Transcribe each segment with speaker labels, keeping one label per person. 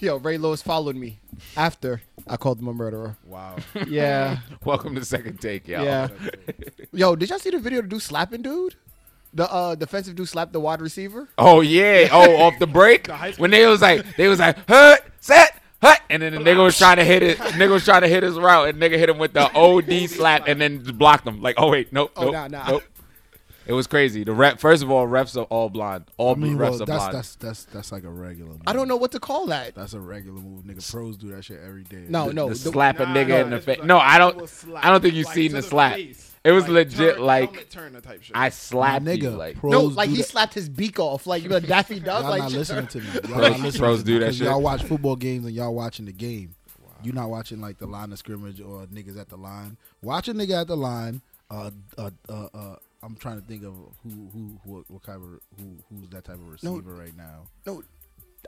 Speaker 1: Yo, Ray Lewis followed me after I called him a murderer.
Speaker 2: Wow.
Speaker 1: Yeah.
Speaker 3: Welcome to second take, y'all.
Speaker 1: Yeah. Yo, did y'all see the video of the dude slapping dude? The uh, defensive dude slapped the wide receiver.
Speaker 3: Oh yeah. Oh, off the break
Speaker 2: high school-
Speaker 3: when they was like they was like hut set hut, and then the nigga was trying to hit it. Nigga was trying to hit his route, and nigga hit him with the OD slap, and then just blocked him. Like oh wait, nope,
Speaker 1: Oh,
Speaker 3: nope,
Speaker 1: nah, nah.
Speaker 3: nope. It was crazy. The rep, first of all, refs are all blind. All
Speaker 2: I mean,
Speaker 3: refs
Speaker 2: well,
Speaker 3: are
Speaker 2: that's,
Speaker 3: blind.
Speaker 2: that's that's that's like a regular. Move.
Speaker 1: I don't know what to call that.
Speaker 2: That's a regular move, nigga. Pros do that shit every day.
Speaker 1: No, no.
Speaker 3: to
Speaker 1: the-
Speaker 3: slap a
Speaker 4: Nah,
Speaker 3: nigga
Speaker 4: nah,
Speaker 3: in the
Speaker 4: this
Speaker 3: face.
Speaker 4: was
Speaker 3: No,
Speaker 4: like-
Speaker 3: I
Speaker 4: it
Speaker 3: don't.
Speaker 4: was slap,
Speaker 3: I don't think you've
Speaker 4: like,
Speaker 3: seen
Speaker 4: to
Speaker 3: the
Speaker 4: the
Speaker 3: slap.
Speaker 4: face.
Speaker 3: It was
Speaker 4: Like,
Speaker 3: legit.
Speaker 4: turn- helmet
Speaker 3: like
Speaker 4: turner type shit.
Speaker 3: I slapped you.
Speaker 2: nigga.
Speaker 3: Like
Speaker 2: pros
Speaker 1: no, like
Speaker 2: do
Speaker 1: he
Speaker 2: that.
Speaker 1: slapped his beak off. Like you know, Daffy Duck.
Speaker 2: Y'all
Speaker 1: like uh,
Speaker 2: not
Speaker 1: shit.
Speaker 2: listening to me. Y'all
Speaker 3: Pros-
Speaker 2: not listening
Speaker 3: pros
Speaker 2: to
Speaker 3: do
Speaker 2: me
Speaker 3: that
Speaker 2: 'cause
Speaker 3: shit.
Speaker 2: Y'all watch football games and y'all watching the game. You're not watching like the line of scrimmage or niggas at the line. Watch a nigga at the line. Uh, uh, uh, uh, I'm trying to think of who who who what kind of who who's that type of receiver right now.
Speaker 1: no,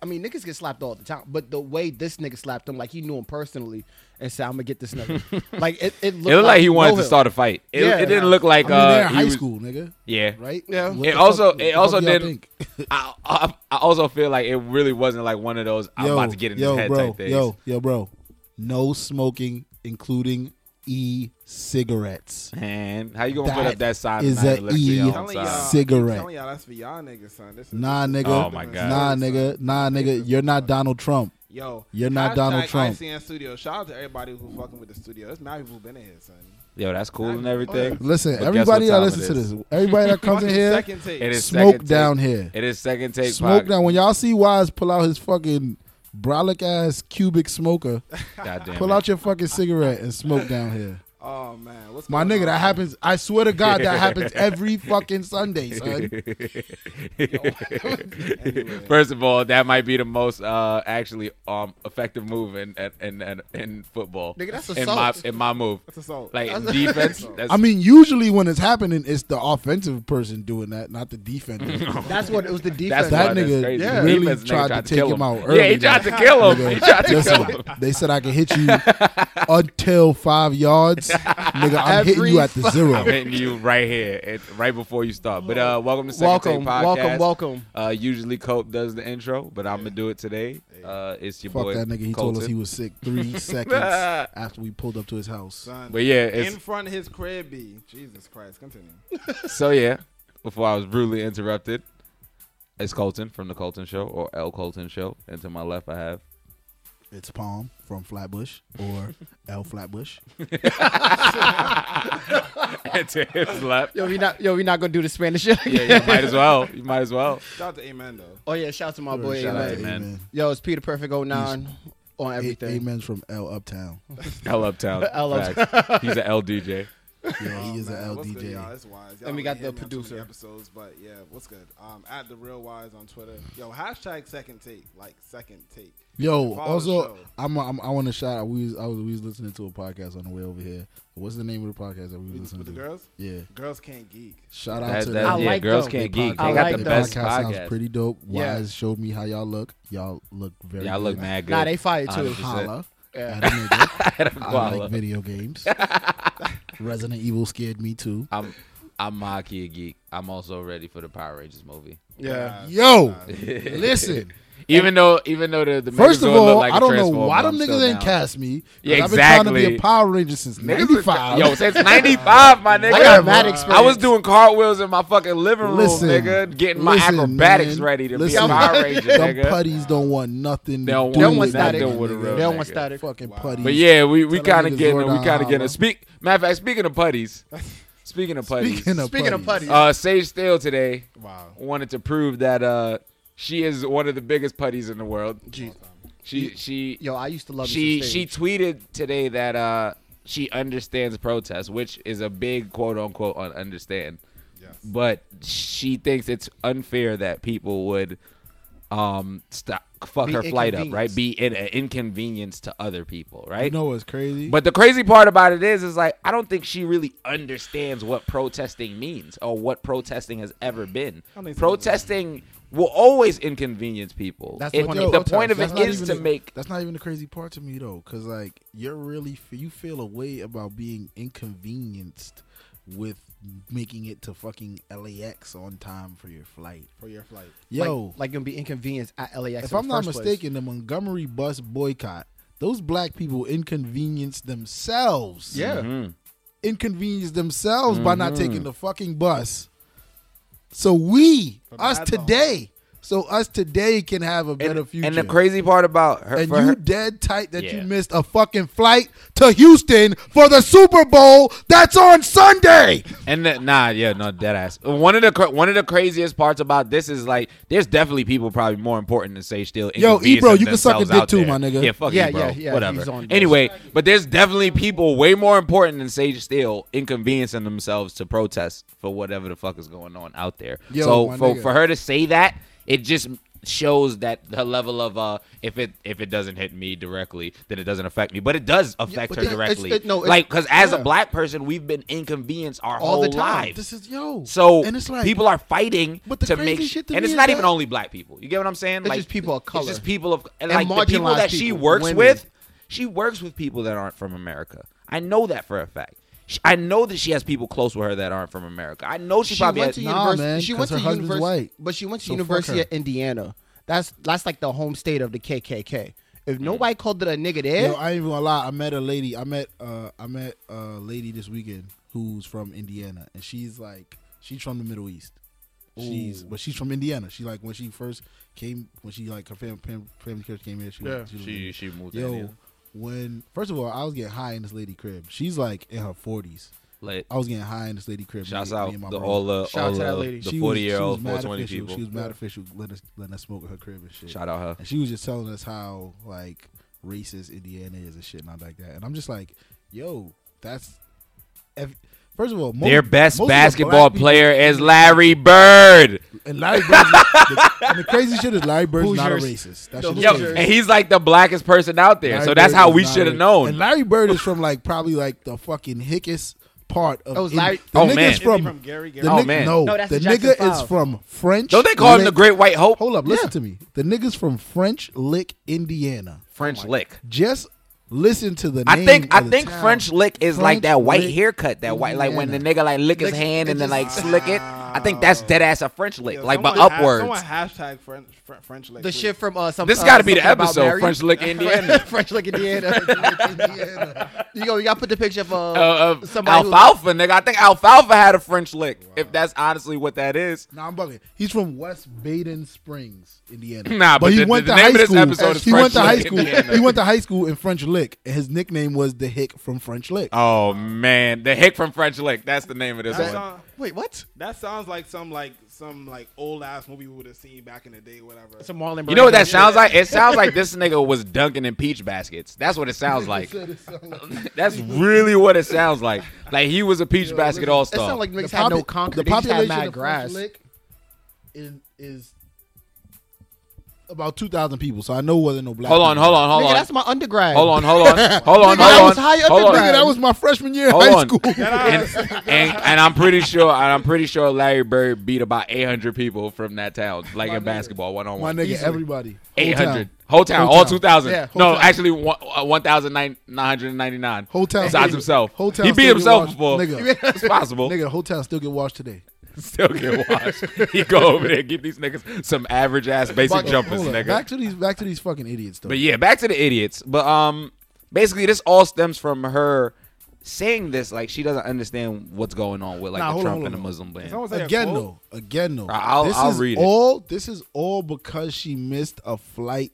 Speaker 1: I mean niggas get slapped all the time, but the way this nigga slapped him, like he knew him personally, and said, "I'm gonna get this nigga." like it, it looked,
Speaker 3: it looked like he wanted to
Speaker 1: Hill.
Speaker 3: start a fight. It,
Speaker 1: Yeah.
Speaker 3: it didn't look like
Speaker 2: I mean,
Speaker 3: uh,
Speaker 2: they're in
Speaker 3: he
Speaker 2: high
Speaker 3: was-
Speaker 2: school, nigga.
Speaker 3: Yeah,
Speaker 2: Right?
Speaker 1: Yeah.
Speaker 2: What
Speaker 3: It
Speaker 2: the
Speaker 3: also-
Speaker 2: what
Speaker 3: it
Speaker 2: the
Speaker 3: also
Speaker 2: y'all
Speaker 3: did-
Speaker 2: think?
Speaker 3: I, I I also feel like it really wasn't like one of those I'm about to get in
Speaker 2: yo,
Speaker 3: his head
Speaker 2: bro,
Speaker 3: type things.
Speaker 2: Yo, yo, bro. No smoking, including e-cigarettes.
Speaker 3: Man, how you gonna put
Speaker 2: That
Speaker 3: up that sign
Speaker 2: is
Speaker 3: tonight
Speaker 2: a
Speaker 3: and look to your
Speaker 2: E.
Speaker 3: own
Speaker 4: Telling
Speaker 3: side?
Speaker 4: y'all, I'm
Speaker 2: Cigarette.
Speaker 4: Telling y'all that's for y'all niggas, son. This is
Speaker 2: Nah, nigga.
Speaker 3: Oh, my God.
Speaker 2: Nah, nigga. Nah, nigga. You're not Donald Trump.
Speaker 4: Yo,
Speaker 2: You're not
Speaker 4: hashtag
Speaker 2: Donald Trump.
Speaker 4: ICN Studio. Shout out to everybody who fucking with the studio. There's mad people been in here, son.
Speaker 3: Yo, that's cool and everything.
Speaker 2: Listen,
Speaker 3: But guess
Speaker 2: everybody
Speaker 3: what
Speaker 2: that
Speaker 3: time
Speaker 2: listens to
Speaker 3: it is?
Speaker 2: this, everybody that comes in
Speaker 4: Fucking
Speaker 2: here,
Speaker 4: Second take.
Speaker 3: It is
Speaker 2: smoke
Speaker 3: second take.
Speaker 2: down here.
Speaker 3: It is second take.
Speaker 2: Smoke
Speaker 3: podcast.
Speaker 2: down. When y'all see Wise pull out his fucking brolic ass cubic smoker,
Speaker 3: Goddamn
Speaker 2: pull
Speaker 3: it.
Speaker 2: out your fucking cigarette and smoke down here.
Speaker 4: Oh man, what's
Speaker 2: My
Speaker 4: going
Speaker 2: nigga,
Speaker 4: on?
Speaker 2: that happens. I swear to God, that happens every fucking Sunday, son.
Speaker 4: Anyway.
Speaker 3: First of all, that might be the most uh, actually um, effective move in in, in, in football.
Speaker 1: Nigga, that's
Speaker 3: in my
Speaker 1: assault.
Speaker 3: in my move.
Speaker 4: That's assault.
Speaker 3: Like in defense. That's,
Speaker 2: I mean, usually when it's happening, it's the offensive person doing that, not the defender.
Speaker 1: That's what it was. The defense.
Speaker 3: that's
Speaker 2: that
Speaker 3: why that's
Speaker 2: nigga
Speaker 3: crazy.
Speaker 1: yeah.
Speaker 2: really
Speaker 3: Defense nigga
Speaker 2: tried to take
Speaker 3: kill
Speaker 2: him out
Speaker 3: Yeah, he
Speaker 2: early,
Speaker 3: tried to
Speaker 2: though.
Speaker 3: kill him.
Speaker 2: Nigga,
Speaker 3: He tried to
Speaker 2: listen,
Speaker 3: kill him.
Speaker 2: They said I can hit you until five yards. Nigga, I'm hitting
Speaker 1: Every
Speaker 2: you at the zero.
Speaker 3: I'm hitting you right here, at, right before you start. But uh, welcome to Second
Speaker 1: Welcome,
Speaker 3: Take Podcast.
Speaker 1: welcome, welcome.
Speaker 3: Uh, usually Cope does the intro, but I'm gonna do it today. Uh, it's your
Speaker 2: Fuck
Speaker 3: boy.
Speaker 2: that nigga. He told us he was sick three seconds after we pulled up to his house.
Speaker 4: son.
Speaker 3: But yeah,
Speaker 4: in
Speaker 3: it's,
Speaker 4: front of his crib, B. Jesus Christ, continue.
Speaker 3: so yeah. Before I was rudely interrupted, it's Colton from the Colton Show or L Colton Show, and to my left I have
Speaker 2: It's Palm from Flatbush or L Flatbush.
Speaker 3: and to his left.
Speaker 1: Yo, we not. Yo, we not gonna do the Spanish shit.
Speaker 3: Yeah, you might as well. You might as well.
Speaker 4: Shout out to Amen though.
Speaker 1: Oh yeah, shout out to my boy.
Speaker 2: Shout out
Speaker 1: Amen.
Speaker 2: to
Speaker 3: Amen.
Speaker 2: Amen.
Speaker 1: Yo, it's Peter Perfect 09 on
Speaker 2: A-
Speaker 1: everything.
Speaker 2: Amen's from L Uptown.
Speaker 3: L Uptown.
Speaker 1: L Uptown.
Speaker 3: Facts. He's an L DJ.
Speaker 2: Yeah, he is
Speaker 4: Oh, Man,
Speaker 2: an
Speaker 4: what's good, y'all?
Speaker 2: LDJ.
Speaker 4: It's Wise. Y'all
Speaker 1: And we
Speaker 4: don't
Speaker 1: got
Speaker 4: hear
Speaker 1: the
Speaker 4: me on too many
Speaker 1: producer.
Speaker 4: episodes, but yeah, what's good? Um, at the real Wise on Twitter. Yo, hashtag second take, like second take. Follow
Speaker 2: Yo,
Speaker 4: the
Speaker 2: also,
Speaker 4: show.
Speaker 2: I'm, I'm, I want to shout. out- We was, I was we was listening to a podcast on the way over here. What's the name of the podcast that we was
Speaker 4: with,
Speaker 2: listening
Speaker 4: with the
Speaker 2: to?
Speaker 4: girls,
Speaker 2: Yeah,
Speaker 4: girls can't geek.
Speaker 2: shout out
Speaker 3: That,
Speaker 2: to
Speaker 3: that,
Speaker 1: I
Speaker 2: them.
Speaker 3: yeah,
Speaker 1: like
Speaker 3: girls
Speaker 1: them.
Speaker 3: can't
Speaker 2: They
Speaker 3: geek. They
Speaker 1: I
Speaker 3: got
Speaker 1: like
Speaker 3: the
Speaker 1: them.
Speaker 3: best
Speaker 2: podcast
Speaker 3: podcast.
Speaker 2: sounds pretty dope.
Speaker 1: Yeah.
Speaker 2: Wise showed me how y'all look. Y'all look very.
Speaker 3: Y'all look
Speaker 2: good.
Speaker 3: mad good.
Speaker 1: Nah, they fired
Speaker 2: I
Speaker 1: too.
Speaker 3: Hundred percent.
Speaker 2: holla
Speaker 1: Yeah.
Speaker 2: at a nigga. I
Speaker 3: Koala.
Speaker 2: like video games. Resident Evil scared me too.
Speaker 3: I'm I'm Maki a geek. I'm also ready for the Power Rangers movie.
Speaker 1: Yeah.
Speaker 2: Yo, listen.
Speaker 3: Even though even though the, the
Speaker 2: First of
Speaker 3: Megazord look
Speaker 2: all,
Speaker 3: like a
Speaker 2: I don't know
Speaker 3: Transformer,
Speaker 2: why them
Speaker 3: I'm
Speaker 2: niggas
Speaker 3: still
Speaker 2: ain't
Speaker 3: down.
Speaker 2: cast me. 'cause
Speaker 3: Yeah,
Speaker 2: I've been trying to be
Speaker 3: exactly.
Speaker 2: a Power Ranger since '95.
Speaker 3: Yo, since '95, my nigga.
Speaker 1: I got mad
Speaker 3: I was
Speaker 1: experience.
Speaker 3: doing cartwheels in my fucking living room,
Speaker 2: listen,
Speaker 3: nigga, getting my
Speaker 2: listen,
Speaker 3: acrobatics
Speaker 2: man.
Speaker 3: ready to
Speaker 2: listen,
Speaker 3: be a Power Ranger,
Speaker 2: Them
Speaker 3: nigga.
Speaker 2: putties don't want nothing.
Speaker 3: They
Speaker 2: to
Speaker 3: don't
Speaker 2: do
Speaker 3: want
Speaker 2: with
Speaker 1: nothing
Speaker 2: that
Speaker 1: to do
Speaker 3: with a
Speaker 2: nigga.
Speaker 3: real
Speaker 1: They don't want
Speaker 3: nigga.
Speaker 1: static.
Speaker 2: Fucking
Speaker 4: Wow.
Speaker 2: putties.
Speaker 3: But yeah, we we
Speaker 2: Tell them
Speaker 3: kind of
Speaker 2: niggas
Speaker 3: getting we
Speaker 2: Zordon
Speaker 3: kind of getting
Speaker 2: holla.
Speaker 3: a speak. Matter of fact, speaking of putties, speaking of putties,
Speaker 2: speaking of
Speaker 1: Speaking of putties.
Speaker 3: uh, Sage Steele today
Speaker 4: Wow.
Speaker 3: wanted to prove that uh, she is one of the biggest putties in the world.
Speaker 1: Jeez.
Speaker 2: Uh,
Speaker 3: She she
Speaker 1: Yo, I used to love
Speaker 3: she
Speaker 1: me some
Speaker 3: she
Speaker 1: stage.
Speaker 3: tweeted today that uh she understands protest, which is a big quote unquote on understand.
Speaker 4: Yes.
Speaker 3: But she thinks it's unfair that people would um stop fuck
Speaker 1: Be
Speaker 3: her flight up, right?
Speaker 1: inconvenienced.
Speaker 3: Be in an inconvenience to other people, right?
Speaker 2: You know what's crazy?
Speaker 3: But the crazy part about it is, is like I don't think she really understands what protesting means or what protesting has ever been.
Speaker 4: don't think so.
Speaker 3: Protesting will always inconvenience people.
Speaker 1: That's
Speaker 3: It-
Speaker 1: the
Speaker 3: the
Speaker 1: point
Speaker 3: point
Speaker 1: of
Speaker 3: of,
Speaker 1: protest.
Speaker 3: it
Speaker 2: That's not
Speaker 3: is
Speaker 2: even
Speaker 3: to
Speaker 2: the-
Speaker 3: make.
Speaker 2: That's not even the crazy part to me though, because like you're really f- you feel a way about being inconvenienced with making it to fucking LAX on time for your flight.
Speaker 4: for your flight.
Speaker 2: Yo,
Speaker 1: like, like gonna be inconvenienced at LAX.
Speaker 2: if
Speaker 1: in the
Speaker 2: I'm not
Speaker 1: first place.
Speaker 2: mistaken, the Montgomery bus boycott, those black people inconvenienced themselves.
Speaker 1: yeah,
Speaker 3: Mm-hmm.
Speaker 2: Inconvenienced themselves by not taking the fucking bus. So we,
Speaker 4: For
Speaker 2: us
Speaker 4: bad laws.
Speaker 2: today, so us today can have a better
Speaker 3: And,
Speaker 2: future.
Speaker 3: and the crazy part about her,
Speaker 2: and
Speaker 3: for
Speaker 2: you
Speaker 3: her-
Speaker 2: dead tight that
Speaker 3: Yeah.
Speaker 2: you missed a fucking flight to Houston for the Super Bowl that's on Sunday.
Speaker 3: And the, nah, yeah, no, dead ass. One of the cra- one of the craziest parts about this is like, there's definitely people probably more important to say still.
Speaker 2: Yo,
Speaker 3: inconveniencing
Speaker 2: Ebro, you can suck a
Speaker 3: themselves
Speaker 2: dick
Speaker 3: out
Speaker 2: too,
Speaker 3: there.
Speaker 2: my nigga.
Speaker 3: Yeah, fuck
Speaker 1: Yeah,
Speaker 3: Ebro,
Speaker 1: yeah, yeah, he's
Speaker 3: whatever.
Speaker 1: on this.
Speaker 3: Anyway, but there's definitely people way more important than Sage still inconveniencing themselves to protest for whatever the fuck is going on out there.
Speaker 2: Yo,
Speaker 3: so
Speaker 2: my
Speaker 3: for,
Speaker 2: nigga.
Speaker 3: for her to say that, it just shows that her level of uh if it if it doesn't hit me directly then it doesn't affect me but it does affect
Speaker 1: but
Speaker 3: her
Speaker 1: that- it's-
Speaker 3: directly
Speaker 1: it- no, it's-
Speaker 3: like because as a
Speaker 1: yeah.
Speaker 3: black person we've been inconvenienced our
Speaker 1: All
Speaker 3: whole
Speaker 1: the time.
Speaker 3: lives
Speaker 2: This is yo.
Speaker 3: so
Speaker 2: and it's like
Speaker 3: people are fighting
Speaker 2: But the
Speaker 3: to
Speaker 2: crazy
Speaker 3: make
Speaker 2: shit to
Speaker 3: and
Speaker 2: me
Speaker 3: it's
Speaker 2: is
Speaker 3: not
Speaker 2: that-
Speaker 3: even only black people. You get what I'm saying?
Speaker 1: It's just people of
Speaker 3: It's
Speaker 1: color.
Speaker 3: just people of and like
Speaker 1: And
Speaker 3: the people
Speaker 1: marginalized
Speaker 3: that she
Speaker 1: people,
Speaker 3: works
Speaker 1: women.
Speaker 3: with. She works with people that aren't from America. I know that for a fact. Sh- I know that she has people close with her that aren't from America. I know she,
Speaker 1: she
Speaker 3: probably
Speaker 1: went
Speaker 3: has,
Speaker 1: to
Speaker 2: Nah,
Speaker 1: university.
Speaker 2: man,
Speaker 1: she
Speaker 2: 'cause
Speaker 1: went to
Speaker 2: her husband's
Speaker 1: university,
Speaker 2: white.
Speaker 1: but she went to
Speaker 2: So fuck
Speaker 1: University
Speaker 2: her.
Speaker 1: of Indiana. That's that's like the home state of the KKK. If
Speaker 3: Mm.
Speaker 1: nobody called it a nigga there,
Speaker 2: Yo, I ain't even gonna lie. I met a lady. I met uh, I met a lady this weekend who's from Indiana, and she's like, she's from the Middle East. She's, but she's from Indiana. She like when she first came, when she like her fam, fam, family church came here. She, yeah. she, was
Speaker 3: she
Speaker 2: in-
Speaker 3: she moved
Speaker 2: Yo,
Speaker 3: in. here.
Speaker 2: when first of all, I was getting high in this lady crib. She's like in her forties.
Speaker 3: Like,
Speaker 2: I was getting high in this lady crib.
Speaker 3: shouts
Speaker 2: Me- me
Speaker 3: out
Speaker 2: and my
Speaker 3: the
Speaker 2: brother.
Speaker 3: all the
Speaker 1: Shout out
Speaker 3: all
Speaker 1: to that
Speaker 3: uh, the,
Speaker 1: lady.
Speaker 3: the
Speaker 2: She was-
Speaker 3: forty year
Speaker 2: she was
Speaker 3: old
Speaker 2: mad
Speaker 3: four twenty
Speaker 2: official.
Speaker 3: people.
Speaker 2: She was mad official letting us letting us smoke at her crib and shit.
Speaker 3: Shout out her.
Speaker 2: And she was just telling us how like racist Indiana is and shit, not like that. And I'm just like, yo, that's if, first of all, most,
Speaker 3: Their best
Speaker 2: most of the
Speaker 3: basketball
Speaker 2: black people-
Speaker 3: player is Larry Bird.
Speaker 2: And Larry Bird's the, and the crazy shit is Larry Bird's not a
Speaker 1: Hoosiers.
Speaker 2: racist. That
Speaker 1: The
Speaker 2: shit is
Speaker 3: Yo,
Speaker 2: crazy.
Speaker 3: and he's like the blackest person out there.
Speaker 2: Larry
Speaker 3: so that's
Speaker 2: Bird
Speaker 3: how
Speaker 2: is
Speaker 3: we
Speaker 2: not
Speaker 3: should have
Speaker 2: racist.
Speaker 3: known.
Speaker 2: And Larry Bird is from like probably like the fucking hickest part of.
Speaker 1: That was
Speaker 2: Indi-
Speaker 1: Larry-
Speaker 2: the
Speaker 3: Oh,
Speaker 2: nigga
Speaker 3: man.
Speaker 2: is
Speaker 3: Isn't
Speaker 4: From,
Speaker 2: from.
Speaker 4: from Gary Gary.
Speaker 2: the
Speaker 3: Oh,
Speaker 2: nigga-
Speaker 3: man.
Speaker 2: no,
Speaker 1: No, that's
Speaker 2: the
Speaker 1: the Jackson
Speaker 2: nigga is
Speaker 1: Five.
Speaker 2: from French.
Speaker 3: Don't they call him the
Speaker 2: Lick-
Speaker 3: Great White Hope?
Speaker 2: Hold up, listen to me. The nigga's from French Lick, Indiana.
Speaker 3: French lick.
Speaker 2: Just listen to the.
Speaker 3: I
Speaker 2: Oh name
Speaker 3: think I
Speaker 2: of the
Speaker 3: think
Speaker 2: town.
Speaker 3: French lick is
Speaker 2: French
Speaker 3: like that white
Speaker 2: lick
Speaker 3: haircut, that white like when the nigga like lick his
Speaker 1: Lick-
Speaker 3: hand
Speaker 1: it
Speaker 3: and then like
Speaker 1: just-
Speaker 3: slick it. I think that's dead ass a French lick,
Speaker 4: Yeah,
Speaker 3: like but
Speaker 4: someone ha-
Speaker 3: upwards.
Speaker 4: someone hashtag French Fr- French lick.
Speaker 1: the
Speaker 4: please.
Speaker 1: shit from uh, some.
Speaker 3: This
Speaker 1: uh,
Speaker 3: got to be the
Speaker 1: something about
Speaker 3: episode
Speaker 1: Mary.
Speaker 3: French lick Indiana.
Speaker 1: French like Indiana. Indiana. You go. You gotta put the picture of, uh,
Speaker 3: Uh, uh,
Speaker 1: somebody who-
Speaker 3: alfalfa, nigga. I think alfalfa had a French lick. If that's honestly what that is.
Speaker 2: Nah, I'm bugging. He's from West Baden Springs, Indiana.
Speaker 3: Nah, but the- the name of this episode is
Speaker 2: he
Speaker 3: French
Speaker 2: went to
Speaker 3: Lick,
Speaker 2: high school.
Speaker 3: Indiana.
Speaker 2: He went to high school in French Lick, and his nickname was the Hick from French Lick.
Speaker 3: Oh man, the hick from French lick. That's the name of this
Speaker 4: That,
Speaker 3: one.
Speaker 4: sound-
Speaker 1: Wait, what?
Speaker 4: that sounds like some like some like old ass movie we would have seen back in the day, whatever.
Speaker 1: Some Marlon.
Speaker 3: You know what
Speaker 1: Brando
Speaker 3: that
Speaker 1: shit.
Speaker 3: sounds like? It sounds like this nigga was dunking in peach baskets. That's what it sounds like. That's really what it sounds like. Like he was a peach basket all
Speaker 1: It
Speaker 3: star.
Speaker 1: sounds like
Speaker 2: The
Speaker 1: niggas had no
Speaker 2: popu-
Speaker 1: concrete.
Speaker 2: The
Speaker 1: They just had
Speaker 2: population
Speaker 1: mad
Speaker 2: of French
Speaker 1: grass.
Speaker 2: Lick is, is about two thousand people. So I know it wasn't no black.
Speaker 3: Hold on,
Speaker 2: people.
Speaker 3: hold on, hold
Speaker 1: Nigga,
Speaker 3: on.
Speaker 1: that's my undergrad.
Speaker 3: Hold on, hold on, hold
Speaker 1: Nigga,
Speaker 3: on,
Speaker 1: that
Speaker 3: hold
Speaker 1: was
Speaker 3: on,
Speaker 1: high up
Speaker 3: hold
Speaker 1: in
Speaker 3: on.
Speaker 2: Nigga, that was my freshman year in
Speaker 3: Hold
Speaker 2: high
Speaker 3: on.
Speaker 2: school.
Speaker 3: And, and and I'm pretty sure and I'm pretty sure Larry Bird beat about 800 people from that town, like in basketball, one on
Speaker 2: My
Speaker 3: one.
Speaker 2: nigga, everybody. Whole
Speaker 3: 800,
Speaker 2: town.
Speaker 3: whole town,
Speaker 2: Whole
Speaker 3: all
Speaker 2: town.
Speaker 3: 2,000.
Speaker 1: Yeah, whole
Speaker 3: no,
Speaker 1: town.
Speaker 3: actually one- uh, 1,999.
Speaker 2: Whole town
Speaker 3: besides
Speaker 2: still-
Speaker 3: himself.
Speaker 2: whole town
Speaker 3: he beat
Speaker 2: still get
Speaker 3: himself
Speaker 2: washed.
Speaker 3: before.
Speaker 2: Nigga.
Speaker 3: It's possible.
Speaker 2: Nigga, the whole town still get washed today.
Speaker 3: Still get washed. he go over there and give these niggas some average ass basic jumpers,
Speaker 2: Hold up.
Speaker 3: nigga.
Speaker 2: Back to these, back to these fucking idiots though.
Speaker 3: But yeah, back to the idiots. But um, basically, this all stems from her saying this. Like she doesn't understand what's going on with like
Speaker 2: Nah,
Speaker 3: the
Speaker 2: hold on,
Speaker 3: Trump
Speaker 2: hold
Speaker 3: and the
Speaker 2: on.
Speaker 3: Muslim ban.
Speaker 4: It's almost like a
Speaker 2: again
Speaker 4: quote.
Speaker 2: though, again though.
Speaker 3: I- I'll-
Speaker 2: this
Speaker 3: I'll
Speaker 2: is
Speaker 3: read it.
Speaker 2: all. This is all because she missed a flight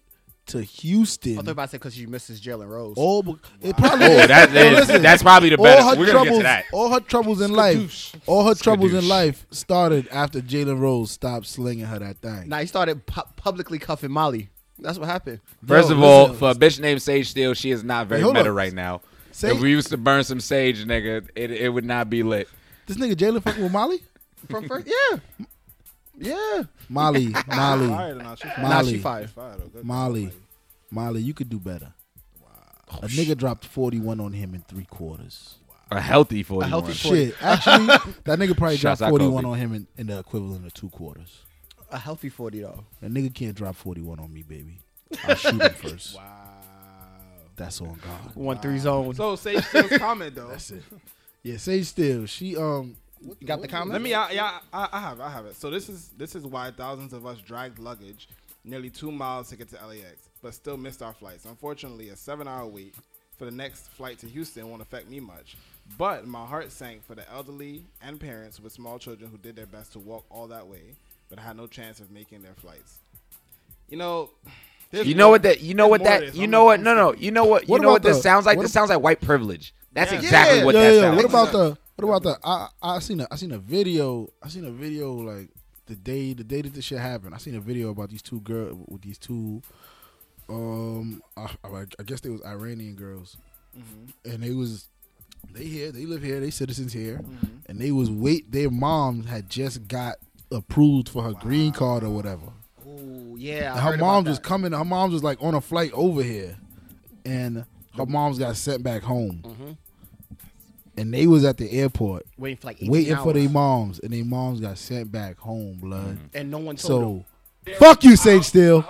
Speaker 2: to Houston.
Speaker 1: I thought Oh, about to say because you missed his Jalen Rose.
Speaker 2: all be- it probably.
Speaker 3: Oh, that
Speaker 2: Yo,
Speaker 3: is,
Speaker 2: listen,
Speaker 3: that's probably the
Speaker 2: all
Speaker 3: best.
Speaker 2: her
Speaker 3: We're gonna get
Speaker 2: troubles,
Speaker 3: to that.
Speaker 2: all her troubles in life, all her troubles in
Speaker 3: Skadoosh.
Speaker 2: life started after Jalen Rose stopped slinging her that thing.
Speaker 1: Now he started pu- publicly cuffing Molly. That's what happened.
Speaker 3: First
Speaker 2: Yo,
Speaker 3: of all,
Speaker 2: listen.
Speaker 3: for a bitch named Sage Steele, she is not very
Speaker 2: Wait, hold
Speaker 3: meta
Speaker 2: up.
Speaker 3: right now.
Speaker 2: Sage-
Speaker 3: if we used to burn some sage, nigga, it, it would not be lit.
Speaker 2: This nigga Jalen fucking with Molly,
Speaker 1: From first, yeah, yeah.
Speaker 2: Molly,
Speaker 4: She's
Speaker 2: Molly,
Speaker 4: fired or not? She's
Speaker 1: Now
Speaker 4: fired.
Speaker 1: she
Speaker 2: Molly.
Speaker 1: fired.
Speaker 4: She's fired, oh, good.
Speaker 2: Molly, Molly. You could do better.
Speaker 1: Oh,
Speaker 2: a nigga dropped forty one on him in three quarters.
Speaker 3: A healthy forty.
Speaker 1: A healthy
Speaker 3: shit.
Speaker 1: 40.
Speaker 2: Shit, actually, that nigga probably
Speaker 3: Shots
Speaker 2: dropped
Speaker 3: out,
Speaker 2: 41
Speaker 3: Kobe.
Speaker 2: on him in, in the equivalent of two quarters.
Speaker 1: A healthy forty though.
Speaker 2: That nigga can't drop 41 on me, baby. I'll shoot him first.
Speaker 4: Wow.
Speaker 2: That's on God.
Speaker 1: One three zone.
Speaker 4: So Sage Steele's comment though.
Speaker 2: That's it. Yeah, say still. She um what
Speaker 1: You got the
Speaker 2: what-
Speaker 1: comment?
Speaker 4: Let me, I, yeah, I, I have, it, I have it. So this is this is why thousands of us dragged luggage nearly two miles to get to LAX, but still missed our flights. Unfortunately, a seven-hour wait for the next flight to Houston won't affect me much, but my heart sank for the elderly and parents with small children who did their best to walk all that way, but had no chance of making their flights. You know, there's
Speaker 3: You
Speaker 4: more-
Speaker 3: know what that? You know
Speaker 4: there's
Speaker 3: what
Speaker 4: more to
Speaker 3: that?
Speaker 4: this.
Speaker 3: You
Speaker 4: I'm-
Speaker 3: know what?
Speaker 4: I'm
Speaker 3: No, no. You know what? You
Speaker 2: What
Speaker 3: know what
Speaker 2: about
Speaker 3: this
Speaker 2: the-
Speaker 3: sounds like?
Speaker 2: what
Speaker 3: This
Speaker 2: ab-
Speaker 3: sounds like white privilege. That's
Speaker 4: Yeah.
Speaker 3: exactly
Speaker 1: Yeah,
Speaker 3: what
Speaker 2: yeah,
Speaker 3: that
Speaker 2: yeah.
Speaker 3: sounds.
Speaker 2: What
Speaker 3: like.
Speaker 2: about the what about the I I I seen a I seen a video I seen a video like the day the day that this shit happened. I seen a video about these two girl with these two um I, I I guess they was Iranian girls. And they was they here, they live here, they citizens here. And they was wait their mom had just got approved for her green card or whatever.
Speaker 1: Ooh, yeah. I
Speaker 2: her
Speaker 1: heard
Speaker 2: mom
Speaker 1: about
Speaker 2: was
Speaker 1: that.
Speaker 2: coming. Her mom was like on a flight over here, and her mom's got sent back home.
Speaker 1: Mm-hmm.
Speaker 2: And they was at the airport
Speaker 1: waiting for like 18
Speaker 2: waiting for
Speaker 1: hours.
Speaker 2: their moms, and their moms got sent back home. Blood.
Speaker 1: and no one told them.
Speaker 2: So, fuck you, Sage Still.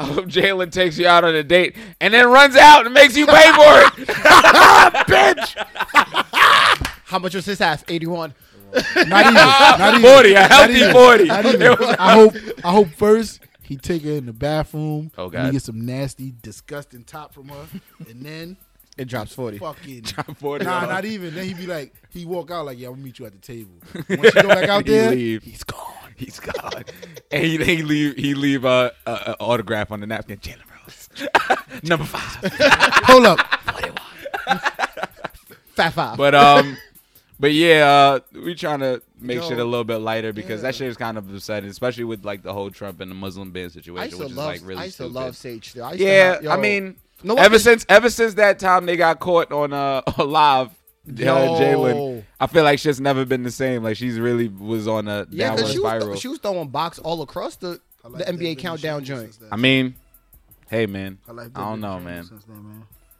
Speaker 3: Oh, Jalen takes you out on a date and then runs out and makes you pay for it.
Speaker 1: How much was his ass? 81.
Speaker 2: Not even. Not even.
Speaker 3: Forty, a healthy forty.
Speaker 2: Not even. I hope. I hope first he take her in the bathroom.
Speaker 3: Oh,
Speaker 2: He
Speaker 3: God.
Speaker 2: get some nasty, disgusting top from her, and then
Speaker 1: It drops 40.
Speaker 2: fucking.
Speaker 3: 40
Speaker 2: Nah,
Speaker 3: on.
Speaker 2: not even. Then he be like, he walk out like, yeah, I'm gonna meet you at the table. Once you go back out
Speaker 3: He
Speaker 2: there,
Speaker 3: leave.
Speaker 2: he's gone.
Speaker 3: He's gone. and he, he leave he leave uh, a, a autograph on the napkin. Jalen Rose, number five.
Speaker 2: Hold up.
Speaker 1: Fat five.
Speaker 3: But um, but yeah, uh, we trying to make
Speaker 2: Yo,
Speaker 3: shit a little bit lighter because that shit is kind of upsetting, especially with like the whole Trump and the Muslim ban situation,
Speaker 1: I used to
Speaker 3: which is
Speaker 1: love,
Speaker 3: like really
Speaker 1: I used to
Speaker 3: stupid.
Speaker 1: love Sage. Still. I used to
Speaker 3: Yeah,
Speaker 1: have- yo,
Speaker 3: I mean,
Speaker 1: No,
Speaker 3: ever
Speaker 1: I-
Speaker 3: since ever since that time they got caught on uh live. uh, Jalen,
Speaker 1: Yo.
Speaker 3: I feel like shit's never been the same. Like she's really was on a
Speaker 1: yeah,
Speaker 3: downward
Speaker 1: because she, was
Speaker 3: spiral.
Speaker 1: th- she was throwing box all across the, the NBA countdown joint.
Speaker 3: I mean, hey man, I, don't know, man.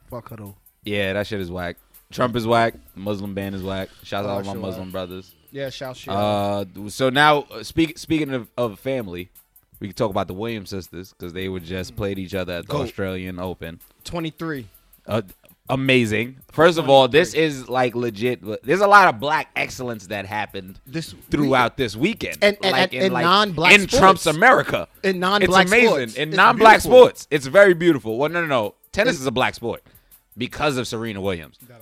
Speaker 2: Fuck her though.
Speaker 3: Yeah, that shit is whack. Trump is whack. Muslim ban is whack. Shout
Speaker 1: Oh,
Speaker 3: out to all my
Speaker 1: sure.
Speaker 3: Muslim brothers.
Speaker 1: Yeah, shout shit.
Speaker 3: Uh, so now uh, speak, speaking of, of family, we can talk about the Williams sisters because they were just played each other at the
Speaker 1: Goat.
Speaker 3: Australian Open.
Speaker 1: 23.
Speaker 3: Uh, amazing. First of all, this is like legit. There's a lot of black excellence that happened
Speaker 1: This
Speaker 3: throughout this weekend,
Speaker 1: And- and-
Speaker 3: like
Speaker 1: and- and non-black
Speaker 3: in
Speaker 1: sports.
Speaker 3: Trump's America,
Speaker 1: In non-black
Speaker 3: it's amazing.
Speaker 1: sports.
Speaker 3: In
Speaker 1: It's
Speaker 3: non-black
Speaker 1: beautiful.
Speaker 3: sports, it's very beautiful. Well, no, no, no. Tennis is a black sport because of Serena Williams.
Speaker 4: That ass.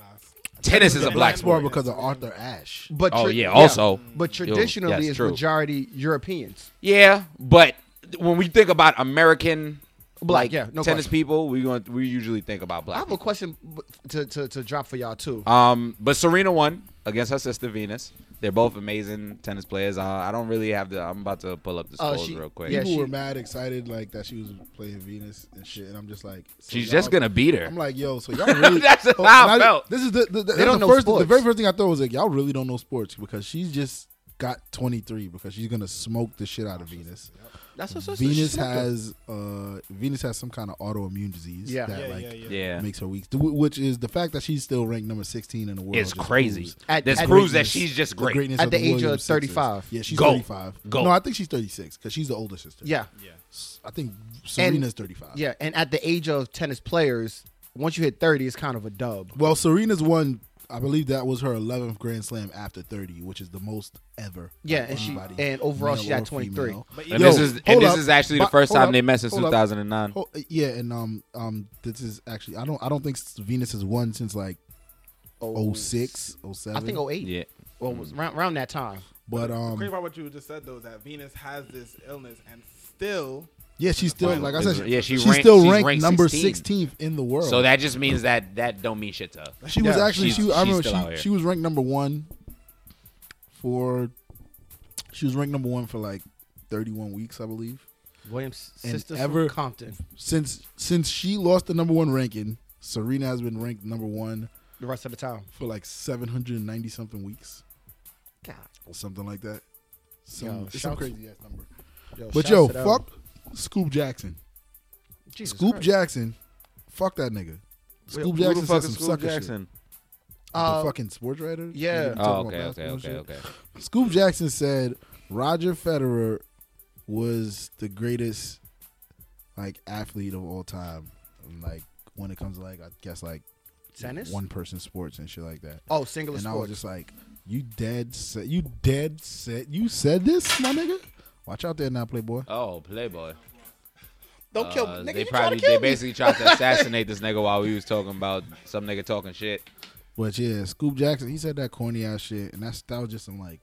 Speaker 3: Tennis is a black
Speaker 2: Black
Speaker 3: sport.
Speaker 2: sport because of Arthur Ashe.
Speaker 1: But
Speaker 3: Oh, yeah, also.
Speaker 1: But
Speaker 3: Yo,
Speaker 1: traditionally,
Speaker 3: yes,
Speaker 1: it's
Speaker 3: true.
Speaker 1: majority Europeans.
Speaker 3: Yeah, but when we think about American
Speaker 1: Black,
Speaker 3: like
Speaker 1: yeah, no
Speaker 3: tennis
Speaker 1: question.
Speaker 3: people, we going we usually think about
Speaker 1: I
Speaker 3: black.
Speaker 1: have a question b- to, to, to drop for y'all, too.
Speaker 3: Um, but Serena won against her sister Venus. They're both amazing tennis players. Uh, I don't really have to. I'm about to pull up the
Speaker 1: Oh,
Speaker 3: scores
Speaker 1: she-
Speaker 3: real quick.
Speaker 1: yeah,
Speaker 2: People
Speaker 1: she-
Speaker 2: were mad excited like that she was playing Venus and shit, and I'm just like, so
Speaker 3: She's
Speaker 2: y'all-
Speaker 3: just gonna beat her.
Speaker 2: I'm like, yo, so y'all really?
Speaker 3: That's
Speaker 2: oh,
Speaker 3: how I
Speaker 2: not-
Speaker 3: felt.
Speaker 2: This is the, the, the, that's
Speaker 1: don't
Speaker 2: the
Speaker 1: know
Speaker 2: first. The
Speaker 1: sports.
Speaker 2: very first thing I thought was like, y'all really don't know sports because she's just got 23 because she's gonna smoke the shit out of Venus.
Speaker 1: That's what's so
Speaker 2: Venus has uh Venus has some kind of autoimmune disease
Speaker 1: Yeah.
Speaker 2: that
Speaker 4: Yeah,
Speaker 2: like
Speaker 4: yeah, yeah.
Speaker 3: yeah,
Speaker 2: makes her weak, th- which is the fact that she's still ranked number 16 in the world.
Speaker 3: it's
Speaker 2: just
Speaker 3: crazy.
Speaker 2: proves
Speaker 1: At-
Speaker 3: this
Speaker 1: at
Speaker 3: proves that
Speaker 2: greatness-
Speaker 3: she's just
Speaker 2: the
Speaker 3: great.
Speaker 2: greatness
Speaker 1: At
Speaker 2: the
Speaker 1: the age of
Speaker 2: Williams sisters.
Speaker 1: 35.
Speaker 2: Yeah, she's
Speaker 3: Go.
Speaker 2: 35.
Speaker 3: Go.
Speaker 2: No, I think she's 36 because she's the older sister.
Speaker 1: Yeah,
Speaker 4: Yeah.
Speaker 2: S- I think Serena's 35.
Speaker 1: yeah. And at the age of tennis players, once you hit 30, it's kind of a dub.
Speaker 2: Well, Serena's won. I believe that was her 11th Grand Slam after 30, which is the most ever.
Speaker 1: Yeah,
Speaker 2: by
Speaker 1: and she-
Speaker 2: anybody,
Speaker 1: and overall she
Speaker 2: male
Speaker 1: got
Speaker 2: or
Speaker 1: 23.
Speaker 2: female.
Speaker 4: But
Speaker 3: And
Speaker 4: Yo,
Speaker 3: this is and
Speaker 2: hold
Speaker 3: this
Speaker 2: up.
Speaker 3: is actually the
Speaker 2: But-
Speaker 3: first
Speaker 2: hold
Speaker 3: time
Speaker 2: up.
Speaker 3: they met since
Speaker 2: Hold up.
Speaker 3: 2009.
Speaker 2: Oh, uh, yeah, and um, um, this is actually I don't I don't think Venus has won since like
Speaker 1: Oh,
Speaker 2: 06, 07.
Speaker 1: I think 08.
Speaker 3: Yeah,
Speaker 1: Well, it was around, around that time.
Speaker 2: but
Speaker 4: The crazy
Speaker 2: um,
Speaker 4: about what you just said though is that Venus has this illness and still
Speaker 2: yeah, she's still like I said,
Speaker 3: Yeah, she
Speaker 2: she's
Speaker 3: ranked-
Speaker 2: still
Speaker 3: she's
Speaker 2: ranked,
Speaker 3: ranked
Speaker 2: number
Speaker 3: 16th.
Speaker 2: 16th in the world.
Speaker 3: so that just means that that don't mean shit to her.
Speaker 2: She was
Speaker 1: Yeah,
Speaker 2: actually
Speaker 3: she's-
Speaker 2: she. I
Speaker 3: she's
Speaker 2: remember
Speaker 3: still out
Speaker 2: she,
Speaker 3: here.
Speaker 2: she was ranked number one for. She was ranked number one for like thirty-one weeks, I believe.
Speaker 1: Williams'
Speaker 2: And
Speaker 1: sister
Speaker 2: ever-
Speaker 1: from Compton.
Speaker 2: Since since she lost the number one ranking, Serena has been ranked number one
Speaker 1: The rest of the time.
Speaker 2: for like seven hundred and ninety something weeks,
Speaker 1: God.
Speaker 2: or something like that. Some,
Speaker 1: Yo,
Speaker 2: it's some
Speaker 1: shouts-
Speaker 2: crazy ass number. But yo,
Speaker 1: shouts to them.
Speaker 2: fuck Scoop Jackson.
Speaker 1: Jesus
Speaker 2: Scoop
Speaker 1: Christ.
Speaker 2: Jackson, fuck that nigga. Scoop Jackson said some sucker shit.
Speaker 1: Uh,
Speaker 2: the fucking sports writer.
Speaker 1: yeah.
Speaker 2: Nigga,
Speaker 3: Oh,
Speaker 2: talking
Speaker 3: okay,
Speaker 2: about
Speaker 3: okay,
Speaker 2: basketball
Speaker 3: okay,
Speaker 2: shit.
Speaker 3: okay.
Speaker 2: Scoop Jackson said Roger Federer was the greatest like athlete of all time. Like when it comes to like I guess like
Speaker 1: Tennis?
Speaker 2: one person sports and shit like that.
Speaker 1: Oh, singular
Speaker 2: and I was
Speaker 1: sports.
Speaker 2: just like, you dead set, you dead set, you said this, my nigga. Watch out there now, Playboy.
Speaker 3: Oh, Playboy.
Speaker 1: Don't kill me,
Speaker 3: Uh,
Speaker 1: nigga.
Speaker 3: they
Speaker 1: you trying
Speaker 3: probably
Speaker 1: to kill
Speaker 3: they
Speaker 1: me?
Speaker 3: basically tried to assassinate this nigga while we was talking about some nigga talking shit.
Speaker 2: But yeah, Scoop Jackson, he said that corny ass shit, and that's that was just some like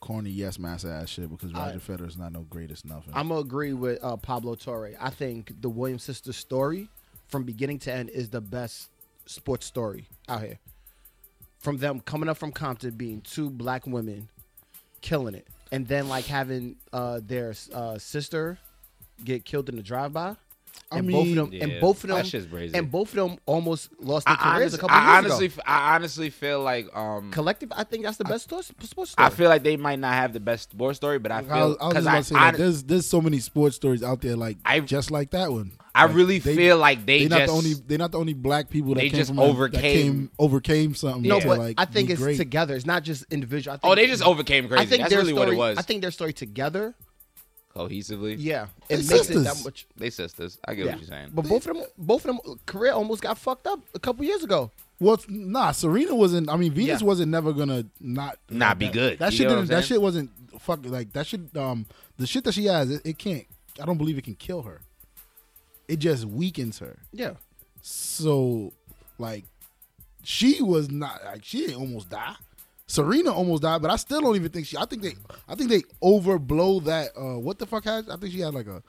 Speaker 2: corny yes master ass shit because
Speaker 1: I-
Speaker 2: Roger Federer's not no greatest nothing.
Speaker 1: I'm gonna agree with uh, Pablo Torre. I think the Williams sister story, from beginning to end, is the best sports story out here. From them coming up from Compton, being two black women, killing it, and then like having uh, their uh, sister get killed in the drive-by,
Speaker 2: I
Speaker 1: and
Speaker 2: mean-
Speaker 1: both of them,
Speaker 3: Yeah,
Speaker 1: and both of
Speaker 3: that
Speaker 1: them,
Speaker 3: shit's crazy.
Speaker 1: and both of them almost lost their
Speaker 3: I
Speaker 1: careers a
Speaker 3: honestly,
Speaker 1: couple
Speaker 3: I
Speaker 1: years
Speaker 3: honestly,
Speaker 1: ago.
Speaker 3: I honestly feel like um,
Speaker 1: Collective, I think that's the best sto- sports story.
Speaker 3: I feel like they might not have the best sports story, but I
Speaker 2: I,
Speaker 3: feel
Speaker 2: was- I was
Speaker 3: because
Speaker 2: just
Speaker 3: I,
Speaker 2: about
Speaker 3: I,
Speaker 2: to say that there's there's so many sports stories out there like
Speaker 3: I-
Speaker 2: just like that one.
Speaker 3: I
Speaker 2: Like,
Speaker 3: really
Speaker 2: they-
Speaker 3: feel like they,
Speaker 2: They're
Speaker 3: just
Speaker 2: not the only they're not the only black people that
Speaker 3: they
Speaker 2: came
Speaker 3: just
Speaker 2: from a- that
Speaker 3: overcame-
Speaker 2: came- overcame something.
Speaker 1: no,
Speaker 2: to,
Speaker 1: but
Speaker 2: like,
Speaker 1: I think
Speaker 2: be
Speaker 1: it's
Speaker 2: great.
Speaker 1: together. It's not just individual. I think,
Speaker 3: oh they just overcame crazy.
Speaker 1: I think
Speaker 3: That's
Speaker 1: their
Speaker 3: really
Speaker 1: story,
Speaker 3: what it was.
Speaker 1: I think their story together,
Speaker 3: cohesively.
Speaker 1: yeah, it
Speaker 2: They're
Speaker 1: makes it that
Speaker 2: sisters.
Speaker 1: much.
Speaker 3: They sisters. I get
Speaker 1: Yeah.
Speaker 3: what you're saying.
Speaker 1: But both of them, both of them, career almost got fucked up a couple years ago.
Speaker 2: Well, nah, Serena wasn't. I mean, Venus
Speaker 1: Yeah.
Speaker 2: wasn't never gonna not
Speaker 3: Not be
Speaker 2: that-
Speaker 3: good.
Speaker 2: That
Speaker 3: You get
Speaker 2: shit
Speaker 3: what
Speaker 2: didn't.
Speaker 3: I'm
Speaker 2: That
Speaker 3: saying?
Speaker 2: shit wasn't fucking like that. Shit. Um, the shit that she has, it, it can't. I don't believe it can kill her. It just weakens her.
Speaker 1: Yeah,
Speaker 2: So, like, she was not. Like, she didn't almost die. Serena almost died, but I still don't even think she. I think they. I think they overblow that. Uh, what the fuck has? I think she had like a,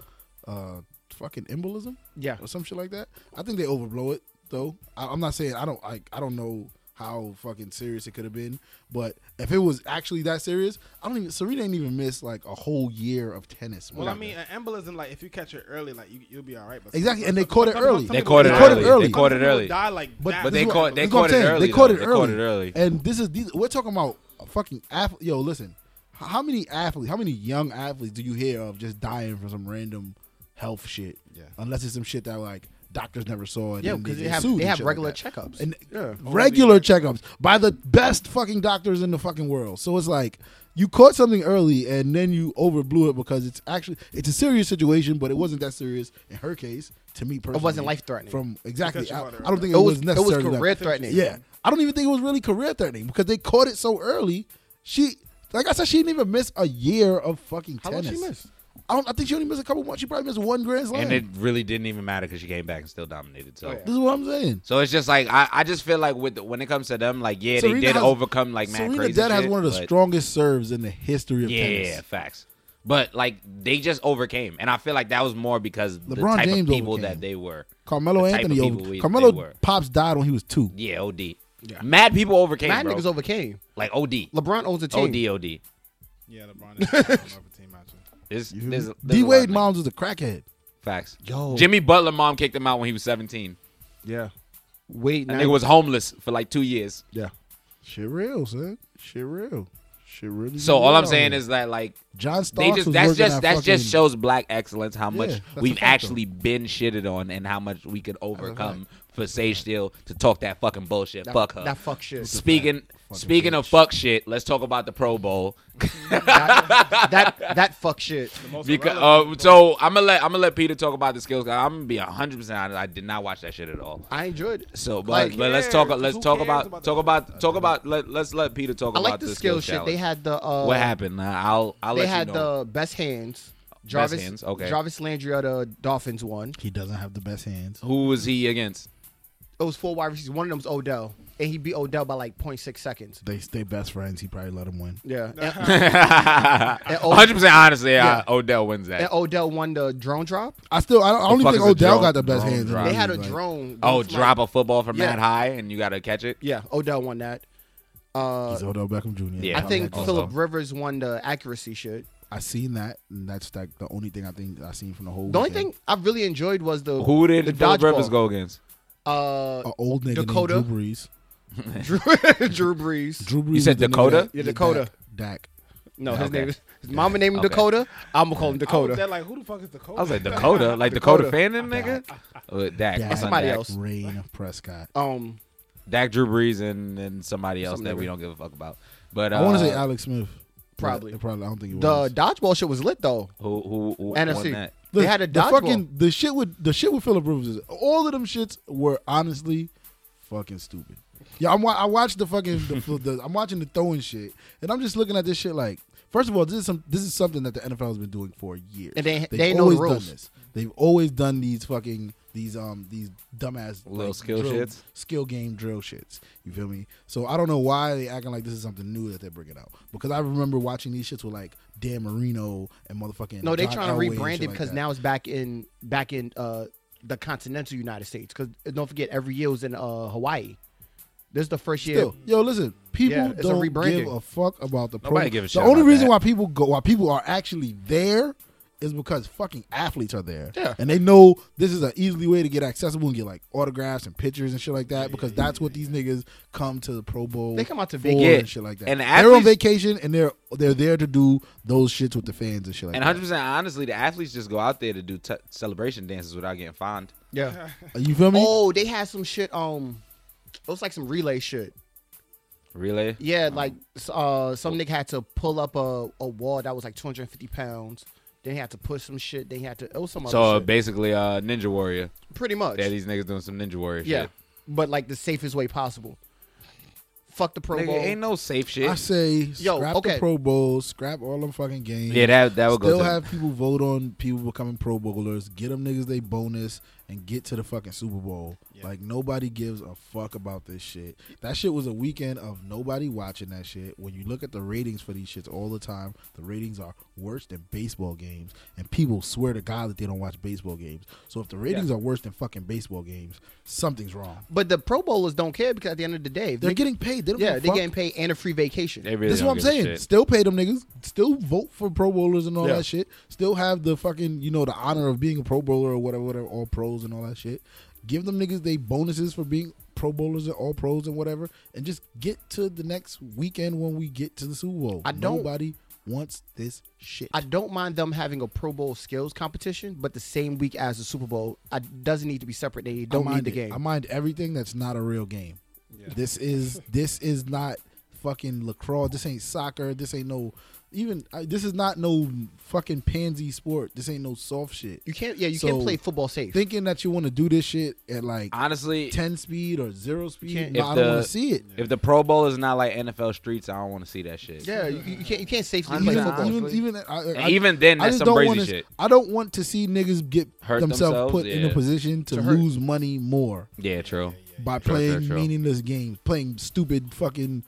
Speaker 2: uh, fucking embolism
Speaker 1: yeah.
Speaker 2: or some shit like that. I think they overblow it though. I, I'm not saying I don't like I don't know how fucking serious it could have been, but if it was actually that serious, I don't even Serena didn't even miss like a whole year of tennis.
Speaker 4: Well, I
Speaker 2: motherfucker.
Speaker 4: mean, an embolism like if you catch it early, like you, you'll be all right. But
Speaker 2: exactly,
Speaker 4: some-
Speaker 2: and they
Speaker 4: some-
Speaker 2: caught it
Speaker 4: some people-
Speaker 2: early.
Speaker 4: some
Speaker 3: They
Speaker 4: people
Speaker 3: caught it
Speaker 4: die-
Speaker 2: caught
Speaker 3: early.
Speaker 2: it early.
Speaker 3: They caught it
Speaker 4: some people
Speaker 3: early.
Speaker 4: Die like
Speaker 2: But-
Speaker 4: that.
Speaker 3: But
Speaker 2: This
Speaker 3: they
Speaker 2: is what-
Speaker 3: caught they
Speaker 2: this is what
Speaker 3: caught
Speaker 2: I'm
Speaker 3: it
Speaker 2: saying.
Speaker 3: early.
Speaker 2: They caught
Speaker 3: though.
Speaker 2: it
Speaker 3: They
Speaker 2: early.
Speaker 3: caught it early.
Speaker 2: And this is these. We're talking about a fucking athlete. Yo, listen, h- how many athletes, how many young athletes do you hear of just dying from some random health shit?
Speaker 4: Yeah.
Speaker 2: Unless it's some shit that like doctors never saw. And
Speaker 1: Yeah,
Speaker 2: then
Speaker 1: 'cause
Speaker 2: they
Speaker 1: they
Speaker 2: get
Speaker 1: have-
Speaker 2: sued
Speaker 1: they
Speaker 2: and
Speaker 1: have
Speaker 2: shit
Speaker 1: regular
Speaker 2: like that.
Speaker 1: checkups.
Speaker 2: And
Speaker 1: Yeah.
Speaker 2: regular checkups by the best fucking doctors in the fucking world. So it's like. You caught something early and then you overblew it because it's actually it's a serious situation, but it wasn't that serious in her case. To me personally,
Speaker 1: life-threatening.
Speaker 2: From exactly,
Speaker 4: Because you
Speaker 2: I, I
Speaker 4: caught it
Speaker 2: don't
Speaker 4: early.
Speaker 2: think it,
Speaker 1: It was-
Speaker 2: was,
Speaker 1: it was
Speaker 2: necessarily that-
Speaker 1: career threatening.
Speaker 2: Yeah, I don't even think it was really career threatening because they caught it so early. She, like I said, she didn't even miss a year of fucking
Speaker 1: How long
Speaker 2: tennis.
Speaker 1: she missed?
Speaker 2: I don't. I think she only missed a couple months. She probably missed one Grand Slam.
Speaker 3: And it really didn't even matter because she came back and still dominated. So.
Speaker 1: Oh, yeah.
Speaker 2: this is what I'm saying.
Speaker 3: So it's just like I, I just feel like with when it comes to them, like yeah, they
Speaker 2: Serena
Speaker 3: did
Speaker 2: has-
Speaker 3: overcome like man
Speaker 2: Serena
Speaker 3: crazy.
Speaker 2: Dead has
Speaker 3: shit,
Speaker 2: one of the
Speaker 3: but-
Speaker 2: strongest serves in the history of
Speaker 3: Yeah,
Speaker 2: tennis.
Speaker 3: facts. But like they just overcame, and I feel like that was more because the
Speaker 2: LeBron
Speaker 3: type
Speaker 2: James
Speaker 3: of people
Speaker 2: overcame.
Speaker 3: that they were.
Speaker 2: Carmelo
Speaker 3: The type of
Speaker 2: Anthony.
Speaker 3: people
Speaker 2: Over,
Speaker 3: we- they
Speaker 2: Carmelo
Speaker 3: were.
Speaker 2: pops died when he was two.
Speaker 3: Yeah, OD. Mad people overcame,
Speaker 1: Mad
Speaker 3: bro.
Speaker 1: niggas overcame.
Speaker 3: like OD,
Speaker 1: LeBron owns a team.
Speaker 3: OD, OD.
Speaker 4: Yeah, LeBron. Is, I don't know if a team matches.
Speaker 3: There's, there's, there's
Speaker 2: D
Speaker 3: a lot of
Speaker 2: Wade Moms was a crackhead.
Speaker 3: facts.
Speaker 1: Yo.
Speaker 3: Jimmy Butler mom kicked him out when he was 17.
Speaker 1: Yeah. Wait,
Speaker 3: That
Speaker 1: now
Speaker 3: nigga was homeless for like two years.
Speaker 1: yeah.
Speaker 2: Shit real, son. Shit real. Shit really.
Speaker 3: So all I'm saying is that like
Speaker 2: John Starks
Speaker 3: they just
Speaker 2: was
Speaker 3: that's
Speaker 2: working
Speaker 3: just
Speaker 2: at
Speaker 3: that
Speaker 2: fucking-
Speaker 3: just shows black excellence how
Speaker 2: Yeah,
Speaker 3: much
Speaker 2: that's a
Speaker 3: we've
Speaker 2: fact,
Speaker 3: actually been shitted on and how much we could overcome for Sage Steele to talk that fucking bullshit.
Speaker 1: That,
Speaker 3: fuck her.
Speaker 1: That fuck shit.
Speaker 3: Speaking
Speaker 2: Fucking
Speaker 3: speaking of
Speaker 2: bitch.
Speaker 3: fuck shit, let's talk about the Pro Bowl.
Speaker 1: that, that that fuck shit.
Speaker 4: Most
Speaker 3: Because
Speaker 4: irrelevant-
Speaker 3: uh, so I'm gonna let I'm gonna let Peter talk about the skills. 'cause I'm gonna be 100 percent honest. I did not watch that shit at all.
Speaker 1: I enjoyed it.
Speaker 3: So, but,
Speaker 1: Like,
Speaker 3: but let's
Speaker 4: cares?
Speaker 3: talk. Let's
Speaker 4: Who
Speaker 3: talk
Speaker 4: cares
Speaker 3: about,
Speaker 4: about
Speaker 3: talk
Speaker 4: the-
Speaker 3: about talk about let let's let Peter talk
Speaker 1: I
Speaker 3: about
Speaker 1: like the
Speaker 3: the
Speaker 1: skill
Speaker 3: skills
Speaker 1: shit. They
Speaker 3: challenge.
Speaker 1: had the uh,
Speaker 3: what happened? Now, I'll I'll
Speaker 1: They
Speaker 3: let
Speaker 1: had
Speaker 3: you know.
Speaker 1: the best hands. Jarvis
Speaker 3: hands, okay.
Speaker 1: Jarvis Landry of the Dolphins won.
Speaker 2: he doesn't have the best hands.
Speaker 3: Who was he against?
Speaker 1: It was four wide receivers. One of them's Odell, and he beat Odell by like 0.6 seconds.
Speaker 2: They stay best friends. He probably let him win.
Speaker 1: Yeah. And-
Speaker 3: 100 percent honestly,
Speaker 1: Yeah.
Speaker 3: I, Odell wins that.
Speaker 1: and Odell won the drone drop.
Speaker 2: I still, I, don't- I only
Speaker 3: fuck
Speaker 2: think
Speaker 3: is a
Speaker 2: Odell
Speaker 3: drone-
Speaker 2: got the best
Speaker 3: drone
Speaker 2: hands. in the
Speaker 3: drive?
Speaker 1: They
Speaker 2: league,
Speaker 1: had a
Speaker 2: like-
Speaker 1: drone.
Speaker 3: oh,
Speaker 1: Like-
Speaker 3: drop a football from
Speaker 1: Yeah.
Speaker 3: that high and you gotta catch it.
Speaker 1: Yeah, Odell won that. Uh,
Speaker 2: He's Odell Beckham Jr.
Speaker 3: Yeah.
Speaker 1: I
Speaker 3: I'll
Speaker 1: think
Speaker 3: also.
Speaker 1: Philip Rivers won the accuracy shit.
Speaker 2: I seen that, and that's like the only thing I think I seen from the whole.
Speaker 1: The only
Speaker 2: weekend.
Speaker 1: thing I really enjoyed was the
Speaker 3: Who
Speaker 1: the
Speaker 3: did Philip Rivers
Speaker 1: dodgeball.
Speaker 3: go against?
Speaker 1: Uh,
Speaker 2: a old nigga
Speaker 1: Dakota.
Speaker 2: named Drew Brees.
Speaker 1: Drew, Drew Brees.
Speaker 2: Drew Brees.
Speaker 3: You said
Speaker 2: is the nigga
Speaker 3: Dakota?
Speaker 2: that-
Speaker 1: Yeah, Dakota.
Speaker 2: Dak.
Speaker 1: No, his
Speaker 3: Okay.
Speaker 1: name is his mama named him
Speaker 3: Okay.
Speaker 1: Dakota. I'm gonna call him
Speaker 4: I was
Speaker 1: Dakota.
Speaker 4: there like, who the fuck is Dakota?
Speaker 3: I was like Dakota, like Dakota,
Speaker 1: Dakota.
Speaker 3: Fanning, nigga. Uh, Dak,
Speaker 2: Dak.
Speaker 3: my son
Speaker 1: Somebody
Speaker 3: Dak.
Speaker 1: else.
Speaker 2: Rain Prescott.
Speaker 1: Um,
Speaker 3: Dak, Drew Brees, and, and somebody else
Speaker 1: Some
Speaker 3: that we
Speaker 1: nigga.
Speaker 3: don't give a fuck about. But uh,
Speaker 2: I want to say Alex Smith. but
Speaker 1: Probably.
Speaker 2: it Probably. I don't think it
Speaker 1: the
Speaker 2: was.
Speaker 1: dodgeball shit was lit though.
Speaker 3: who who, who won
Speaker 1: NFC.
Speaker 3: that?
Speaker 1: They had a
Speaker 2: the
Speaker 1: dodgeball.
Speaker 2: fucking the shit with the shit with Philip Rivers. is- All of them shits were honestly fucking stupid. Yeah, I'm. Wa- I watched the fucking. The, the, I'm watching the throwing shit, and I'm just looking at this shit like. First of all, this is some. This is something that the NFL has been doing for years.
Speaker 1: And they-
Speaker 2: They've
Speaker 1: they know the
Speaker 2: always
Speaker 1: rules.
Speaker 2: done this. They've always done these fucking these um these dumbass
Speaker 3: Little skill
Speaker 2: drill-
Speaker 3: shits.
Speaker 2: skill game drill shits. You feel me? So I don't know why they acting like this is something new that they're bringing out. Because I remember watching these shits with like Dan Marino and motherfucking
Speaker 1: No, they
Speaker 2: John
Speaker 1: trying to
Speaker 2: Elway and
Speaker 1: rebrand
Speaker 2: shit
Speaker 1: it
Speaker 2: like
Speaker 1: because
Speaker 2: that.
Speaker 1: now it's back in back in uh, the continental United States. Because don't forget, every year it was in uh, Hawaii. This is the first year.
Speaker 2: Still, yo, listen. People
Speaker 1: Yeah, it's a
Speaker 2: don't
Speaker 1: rebranding.
Speaker 2: give a fuck about the
Speaker 3: Nobody
Speaker 2: pro.
Speaker 3: give a
Speaker 2: the
Speaker 3: shit
Speaker 2: only
Speaker 3: about
Speaker 2: reason
Speaker 3: that.
Speaker 2: why people go, why people are actually there, is because fucking athletes are there.
Speaker 1: Yeah.
Speaker 2: and they know this is an easily way to get accessible and get like autographs and pictures and shit like that. because that's what these niggas come to the Pro Bowl.
Speaker 1: They come out to
Speaker 2: for
Speaker 1: vac-
Speaker 2: and shit like that.
Speaker 3: And the
Speaker 2: they're on
Speaker 3: athletes-
Speaker 2: vacation and they're they're there to do those shits with the fans and shit like
Speaker 3: And
Speaker 2: that.
Speaker 3: 100 percent honestly, the athletes just go out there to do t- celebration dances without getting fined.
Speaker 1: Yeah.
Speaker 2: You feel me?
Speaker 1: Oh, they had some shit. Um, it was like some relay shit.
Speaker 3: Relay.
Speaker 1: Yeah,
Speaker 2: Oh.
Speaker 1: like uh, some nigga had to pull up a, a wall that was like 250 pounds. Then he had to push some shit. Then he had to. It was some
Speaker 3: So
Speaker 1: other
Speaker 3: uh,
Speaker 1: shit.
Speaker 3: basically, uh, Ninja Warrior.
Speaker 1: pretty much.
Speaker 3: Yeah, these niggas doing some Ninja Warrior
Speaker 1: yeah,
Speaker 3: shit.
Speaker 1: but like the safest way possible. Fuck the Pro
Speaker 3: Nigga,
Speaker 1: Bowl.
Speaker 3: ain't no safe shit.
Speaker 2: I say,
Speaker 1: Yo,
Speaker 2: scrap
Speaker 1: okay.
Speaker 2: the Pro Bowl, scrap all them fucking games.
Speaker 3: yeah, that that would
Speaker 2: Still
Speaker 3: go. To,
Speaker 2: have people vote on people becoming Pro Bowlers, get them niggas they bonus, and get to the fucking Super Bowl. Like nobody gives a fuck about this shit. That shit was a weekend of nobody watching that shit. When you look at the ratings for these shits all the time, the ratings are worse than baseball games, and people swear to God that they don't watch baseball games. So if the ratings are worse than fucking baseball games, something's wrong.
Speaker 1: but the Pro Bowlers don't care because at the end of the day, if
Speaker 2: They're
Speaker 1: nigga-
Speaker 2: getting paid. They don't
Speaker 1: yeah,
Speaker 2: give a
Speaker 1: they're
Speaker 2: fuck.
Speaker 1: getting paid and a free vacation.
Speaker 3: they really
Speaker 2: That's
Speaker 3: don't
Speaker 2: what I'm
Speaker 3: give a
Speaker 2: saying.
Speaker 3: shit.
Speaker 2: Still pay them niggas. Still vote for Pro Bowlers and all
Speaker 1: Yeah.
Speaker 2: that shit. Still have the fucking you know the honor of being a Pro Bowler or whatever, whatever, all pros and all that shit. Give them niggas they bonuses for being Pro Bowlers and all pros and whatever, and just get to the next weekend when we get to the Super Bowl.
Speaker 1: I don't-
Speaker 2: Nobody wants this shit.
Speaker 1: I don't mind them having a Pro Bowl skills competition, but the same week as the Super Bowl, it doesn't need to be separate. They don't
Speaker 2: mind
Speaker 1: need the
Speaker 2: it. I
Speaker 1: game.
Speaker 2: mind everything that's not a real game.
Speaker 4: Yeah.
Speaker 2: This is this is not fucking lacrosse. This ain't soccer. This ain't no even. I, this is not no fucking pansy sport. This ain't no soft shit.
Speaker 1: You can't. Yeah, you
Speaker 2: So,
Speaker 1: can't play football safe.
Speaker 2: Thinking that you want to do this shit at like
Speaker 3: Honestly,
Speaker 2: ten speed or zero speed,
Speaker 1: can't-
Speaker 2: no,
Speaker 3: If
Speaker 2: I don't
Speaker 3: the-
Speaker 2: want to see it.
Speaker 3: if the Pro Bowl is not like NFL streets, I don't want to see that shit.
Speaker 1: yeah, you, you can't. You can't safely
Speaker 3: Even-
Speaker 1: play
Speaker 2: Even,
Speaker 1: football.
Speaker 2: even,
Speaker 3: honestly.
Speaker 2: even, I, I-
Speaker 3: And even then,
Speaker 2: I
Speaker 3: that's
Speaker 2: just
Speaker 3: some
Speaker 2: don't
Speaker 3: crazy
Speaker 2: wanna-
Speaker 3: shit.
Speaker 2: I don't want to see niggas get
Speaker 3: Hurt
Speaker 2: themselves,
Speaker 3: themselves,
Speaker 2: put in a
Speaker 3: yeah.
Speaker 2: position to,
Speaker 1: To hurt.
Speaker 2: lose money more.
Speaker 3: Yeah, true.
Speaker 2: by
Speaker 3: Sure, sure,
Speaker 2: playing
Speaker 3: sure.
Speaker 2: meaningless games, playing stupid fucking.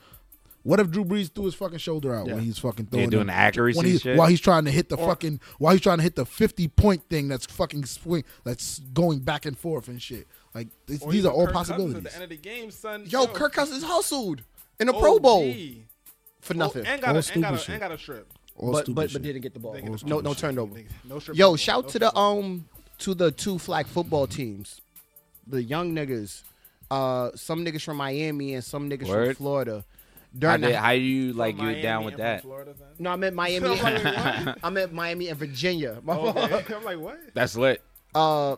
Speaker 2: What if Drew Brees threw his fucking shoulder out when he's fucking throwing?
Speaker 3: doing
Speaker 2: them-
Speaker 3: the accuracy
Speaker 2: when he's,
Speaker 3: shit?
Speaker 2: while he's trying to hit the fucking while he's trying to hit the fifty point thing that's fucking swing that's going back and forth and shit. Like it's,
Speaker 4: Or
Speaker 2: these
Speaker 4: even
Speaker 2: are all
Speaker 4: Kirk Cousins
Speaker 2: possibilities.
Speaker 4: At the end of the game, son.
Speaker 1: Yo, Kirk Cousins hustled in a Pro
Speaker 4: OD.
Speaker 1: Bowl
Speaker 4: Oh,
Speaker 1: for nothing,
Speaker 4: and
Speaker 2: All
Speaker 4: got a and
Speaker 2: stupid
Speaker 4: got a,
Speaker 2: shit.
Speaker 4: and got a trip.
Speaker 2: all
Speaker 1: but
Speaker 2: stupid
Speaker 1: but,
Speaker 2: shit.
Speaker 1: but didn't get the ball.
Speaker 4: They get the
Speaker 1: No
Speaker 4: ball.
Speaker 1: no turnover.
Speaker 4: No strip.
Speaker 1: Yo,
Speaker 4: football.
Speaker 1: shout
Speaker 4: No
Speaker 1: to
Speaker 4: strip
Speaker 1: the um to the two flag football teams, the young niggas, uh, some niggas from Miami and some niggas from
Speaker 3: Word.
Speaker 1: Florida.
Speaker 3: How,
Speaker 1: During
Speaker 3: did,
Speaker 1: the,
Speaker 3: how you
Speaker 4: football.
Speaker 3: like
Speaker 4: From
Speaker 3: you down
Speaker 4: Miami
Speaker 3: with
Speaker 4: and from
Speaker 3: that?
Speaker 4: Florida, son.
Speaker 1: no, I meant Miami.
Speaker 4: I'm like, what?
Speaker 1: I meant Miami and Virginia. My fault.
Speaker 4: Okay. I'm like, what?
Speaker 3: That's lit.
Speaker 1: uh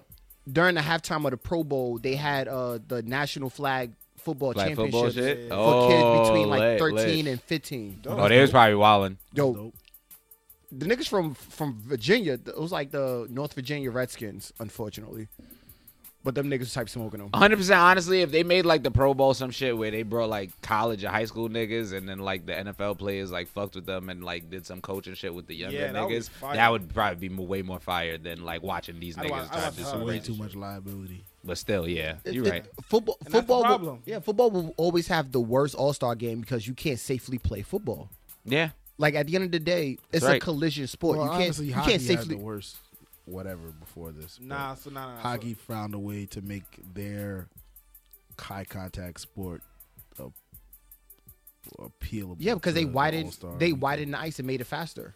Speaker 1: during the halftime of the Pro Bowl, they had uh the national flag football
Speaker 3: Like football
Speaker 1: championships
Speaker 3: shit.
Speaker 1: for
Speaker 3: oh,
Speaker 1: kids between like
Speaker 3: lit,
Speaker 1: 13
Speaker 3: lit.
Speaker 1: and 15.
Speaker 3: oh, they was probably wilding.
Speaker 1: Yo,
Speaker 2: Dope.
Speaker 1: the niggas from from Virginia, th- it was like the North Virginia Redskins, unfortunately. But them niggas was type smoking them.
Speaker 3: 100 percent honestly, if they made like the Pro Bowl some shit where they brought like college and high school niggas and then like the NFL players like fucked with them and like did some coaching shit with the younger
Speaker 4: Yeah, that would be
Speaker 3: niggas,
Speaker 4: fire.
Speaker 3: that would probably be m- way more fire than like watching these
Speaker 4: I'd
Speaker 3: niggas
Speaker 4: watch- I'd
Speaker 3: try
Speaker 4: watch
Speaker 3: to do
Speaker 4: the
Speaker 3: some
Speaker 4: highlights.
Speaker 2: way
Speaker 3: crazy
Speaker 2: too
Speaker 3: shit.
Speaker 2: much liability.
Speaker 3: But still, yeah,
Speaker 1: It-
Speaker 3: you're
Speaker 1: it-
Speaker 3: right.
Speaker 1: Football,
Speaker 4: that's the
Speaker 1: football, will-
Speaker 4: problem.
Speaker 1: yeah, football will always have the worst All Star game because you can't safely play football.
Speaker 3: Yeah,
Speaker 1: Like at the end of the day, it's a
Speaker 3: right.
Speaker 1: collision sport.
Speaker 2: Well,
Speaker 1: you can't,
Speaker 2: honestly,
Speaker 1: you
Speaker 2: hockey
Speaker 1: can't
Speaker 2: had the
Speaker 1: safely.
Speaker 2: worst whatever before this. but-
Speaker 4: Nah, so nah, nah, nah.
Speaker 2: hockey found a way to make their high contact sport a, appealable.
Speaker 1: Yeah, because they
Speaker 2: to the
Speaker 1: widened,
Speaker 2: All-Star
Speaker 1: they
Speaker 2: weekend.
Speaker 1: widened the ice and made it faster.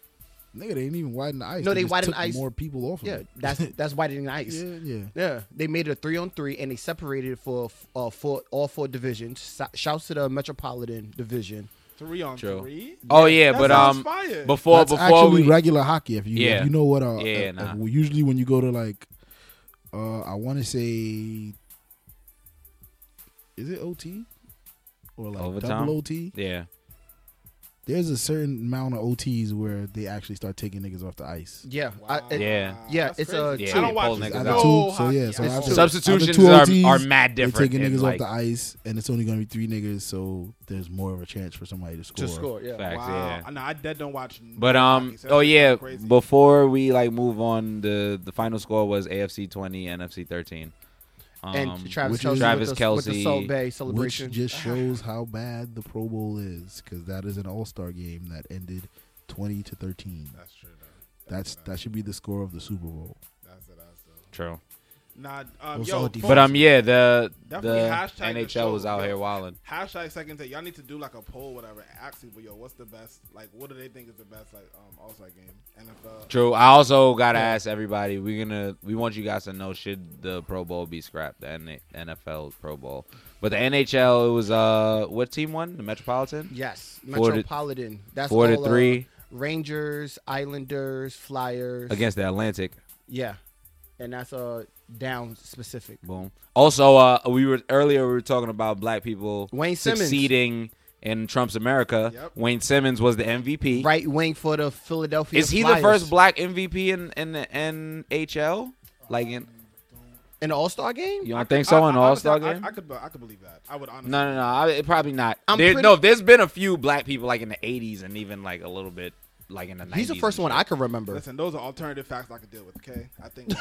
Speaker 2: Nigga, they didn't even widen the ice.
Speaker 1: No, they
Speaker 2: just
Speaker 1: widened
Speaker 2: took
Speaker 1: the ice.
Speaker 2: More people off. Of
Speaker 1: Yeah,
Speaker 2: it.
Speaker 1: that's that's widening the ice.
Speaker 2: Hmm. yeah,
Speaker 1: Yeah.
Speaker 2: yeah.
Speaker 1: they made it a three on three, and they separated it for uh, for all four divisions. So- Shouts to the Metropolitan Division.
Speaker 4: So, three on
Speaker 3: True.
Speaker 4: three.
Speaker 3: Oh yeah,
Speaker 4: That
Speaker 3: but
Speaker 4: sounds
Speaker 3: um,
Speaker 4: fire.
Speaker 3: before
Speaker 2: that's
Speaker 3: before
Speaker 2: actually
Speaker 3: we
Speaker 2: regular hockey. If you if
Speaker 3: Yeah.
Speaker 2: you know what, uh,
Speaker 3: Yeah,
Speaker 2: uh,
Speaker 3: nah.
Speaker 2: uh, usually when you go to like, uh, I want to say, is it OT or like
Speaker 3: Overtime?
Speaker 2: double OT?
Speaker 3: yeah,
Speaker 2: there's a certain amount of OTs where they actually start taking niggas off the ice.
Speaker 1: Yeah, I, it-
Speaker 3: Yeah.
Speaker 1: yeah,
Speaker 4: That's
Speaker 1: it's a
Speaker 4: crazy.
Speaker 3: Yeah,
Speaker 4: I don't watch
Speaker 3: pole
Speaker 4: this.
Speaker 3: niggas
Speaker 4: no
Speaker 3: out.
Speaker 2: Out of two, so
Speaker 4: hockey.
Speaker 2: yeah, so
Speaker 4: I
Speaker 1: It's
Speaker 4: don't
Speaker 1: two.
Speaker 4: watch
Speaker 1: Sub-
Speaker 3: Substitutions
Speaker 2: Out
Speaker 3: are,
Speaker 2: of two
Speaker 3: are
Speaker 2: OTs,
Speaker 3: mad
Speaker 2: They're
Speaker 3: different.
Speaker 2: taking
Speaker 3: in,
Speaker 2: niggas
Speaker 3: like,
Speaker 2: off the ice, and it's only going to be three niggas, so there's more of a chance for somebody to score.
Speaker 1: to score. Yeah,
Speaker 3: Fact.
Speaker 4: it.
Speaker 3: Facts,
Speaker 4: Wow.
Speaker 3: yeah.
Speaker 4: No, I dead don't watch.
Speaker 3: But um,
Speaker 4: hockey, so
Speaker 3: oh
Speaker 4: that's
Speaker 3: yeah.
Speaker 4: crazy.
Speaker 3: Before we like move on, the the final score was AFC twenty, NFC thirteen. Um,
Speaker 1: and Travis
Speaker 2: which
Speaker 1: Kelsey,
Speaker 2: is-
Speaker 3: Travis
Speaker 1: with the, with the
Speaker 3: Kelce,
Speaker 1: Soul Bay
Speaker 2: Which
Speaker 1: celebration.
Speaker 3: Ah.
Speaker 2: just shows how bad the Pro Bowl is, because that is an All Star game that ended twenty to thirteen.
Speaker 4: That's true. Though.
Speaker 2: That's that should be the score of the Super Bowl.
Speaker 4: That's it. That's it.
Speaker 3: true.
Speaker 4: Nah, um,
Speaker 2: Those
Speaker 4: yo,
Speaker 2: all
Speaker 4: folks,
Speaker 2: defense.
Speaker 3: But um, yeah, the
Speaker 4: Definitely
Speaker 3: the
Speaker 4: hashtag the
Speaker 3: NHL was
Speaker 4: show,
Speaker 3: out
Speaker 4: yo.
Speaker 3: here wilding.
Speaker 4: hashtag second take. Y'all need to do like a poll, whatever. Ask people, yo, what's the best? Like, what do they think is the best? Like, um, All Star game, NFL.
Speaker 3: True. I also gotta ask everybody. We're gonna we want you guys to know should the Pro Bowl be scrapped? The N- NFL Pro Bowl, but the NHL it was uh what team won? The Metropolitan.
Speaker 1: Yes,
Speaker 3: Four to-
Speaker 1: Metropolitan. That's
Speaker 3: four to
Speaker 1: all, uh,
Speaker 3: three.
Speaker 1: Rangers, Islanders, Flyers.
Speaker 3: Against the Atlantic,
Speaker 1: yeah, and that's uh down specific.
Speaker 3: boom. Also, uh, we were earlier we were talking about black people
Speaker 1: Wayne Simmons.
Speaker 3: succeeding in Trump's America.
Speaker 4: Yep.
Speaker 3: Wayne Simmons was the MVP.
Speaker 1: Right wing for the Philadelphia.
Speaker 3: Is he the
Speaker 1: Flyers.
Speaker 3: first black MVP in in the NHL? Like in
Speaker 1: in the All Star game?
Speaker 3: you don't think so in
Speaker 4: I- I- I
Speaker 3: All
Speaker 4: would-
Speaker 3: Star
Speaker 4: I-
Speaker 3: game?
Speaker 4: I, could, be- I could believe that. I would honestly.
Speaker 3: No, no, no. I, it probably not.
Speaker 1: I'm
Speaker 3: There-
Speaker 1: pretty-
Speaker 3: No, there's been a few black people like in the '80s and even like a little bit like in the '90s.
Speaker 1: He's the first
Speaker 3: and
Speaker 1: one
Speaker 3: shit.
Speaker 1: I can remember.
Speaker 4: Listen, those are alternative facts I could deal with. Okay, I think.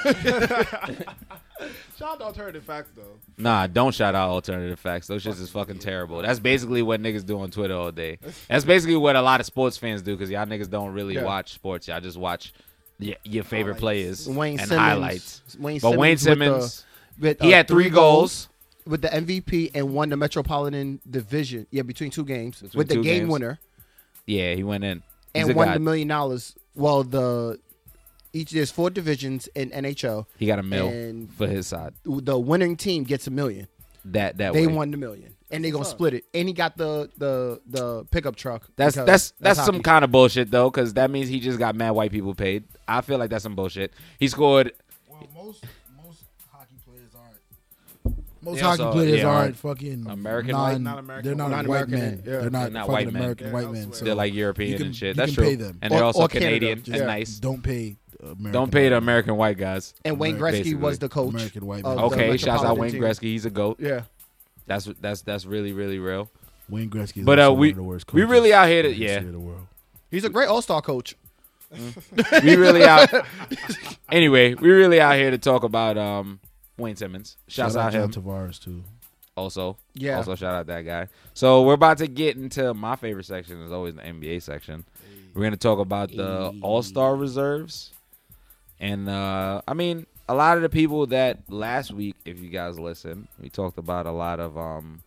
Speaker 4: Shout out to alternative facts though.
Speaker 3: Nah, don't shout out alternative facts. Those shits is fucking terrible. That's basically what niggas do on Twitter all day. That's basically what a lot of sports fans do because y'all niggas don't really
Speaker 1: Yeah.
Speaker 3: watch sports. Y'all just watch y- your
Speaker 4: Highlights.
Speaker 3: favorite players
Speaker 1: Wayne
Speaker 3: and
Speaker 1: Simmons.
Speaker 3: highlights.
Speaker 1: Wayne
Speaker 3: But Wayne Simmons,
Speaker 1: Simmons. with, uh,
Speaker 3: he had three goals.
Speaker 1: with the MVP and won the Metropolitan Division. Yeah, between two games
Speaker 3: Between
Speaker 1: with the
Speaker 3: two
Speaker 1: game
Speaker 3: games.
Speaker 1: winner
Speaker 3: Yeah, he went in. He's
Speaker 1: and
Speaker 3: a
Speaker 1: won
Speaker 3: god.
Speaker 1: the million dollars. Well, the each there's four divisions in NHL.
Speaker 3: He got a mill
Speaker 1: And
Speaker 3: for his side.
Speaker 1: the winning team gets a million.
Speaker 3: That that
Speaker 1: They
Speaker 3: way.
Speaker 1: won the million, and they're gonna
Speaker 4: what's up.
Speaker 1: split it. And he got the the the pickup truck.
Speaker 3: That's
Speaker 1: because
Speaker 3: that's that's, some
Speaker 1: hockey.
Speaker 3: kind of bullshit though, because that means he just got mad white people paid. I feel like that's some bullshit. He scored.
Speaker 2: Well, most most hockey players aren't. Most
Speaker 3: They
Speaker 2: hockey
Speaker 3: also-
Speaker 2: players
Speaker 3: yeah,
Speaker 2: aren't fucking
Speaker 3: American
Speaker 2: Non,
Speaker 3: white?
Speaker 4: Not American
Speaker 2: They're not
Speaker 1: white.
Speaker 2: white
Speaker 1: Non-American,
Speaker 2: men.
Speaker 1: yeah.
Speaker 2: They're not,
Speaker 3: They're not
Speaker 2: fucking
Speaker 3: white men.
Speaker 2: American
Speaker 4: They're
Speaker 2: white men.
Speaker 4: elsewhere.
Speaker 2: So
Speaker 3: They're like European
Speaker 2: you can-
Speaker 3: and
Speaker 2: you
Speaker 3: shit. That's true.
Speaker 2: can pay them.
Speaker 3: And they're
Speaker 1: Or-
Speaker 3: also
Speaker 1: or Canada,
Speaker 3: Canadian
Speaker 1: just-
Speaker 3: and
Speaker 1: yeah.
Speaker 3: nice.
Speaker 2: Don't pay. American
Speaker 3: Don't pay the
Speaker 2: white men.
Speaker 3: American white guys.
Speaker 1: And Wayne Gretzky
Speaker 3: American,
Speaker 1: was the coach.
Speaker 2: American white
Speaker 1: of
Speaker 2: man.
Speaker 1: the
Speaker 3: Okay, shouts out Wayne
Speaker 1: Metropolitan
Speaker 3: Gretzky. He's a goat.
Speaker 1: team. Yeah,
Speaker 3: That's that's that's really really real.
Speaker 2: Wayne Gretzky. Is
Speaker 3: But, uh,
Speaker 2: also
Speaker 3: we-
Speaker 2: one of the worst
Speaker 3: we
Speaker 2: coaches
Speaker 3: really out here
Speaker 2: in
Speaker 3: to-
Speaker 2: the history
Speaker 3: yeah.
Speaker 2: of the world.
Speaker 1: he's a great All Star coach.
Speaker 3: We really out. anyway, we really out here to talk about um Wayne Simmons. Shouts
Speaker 2: Shout out
Speaker 3: out him
Speaker 2: John Tavares too.
Speaker 3: also.
Speaker 1: Yeah.
Speaker 3: Also shout out that guy. So we're about to get into my favorite section is always the NBA section. We're gonna talk about the All Star reserves, and uh, I mean a lot of the people that last week, if you guys listen, we talked about a lot of um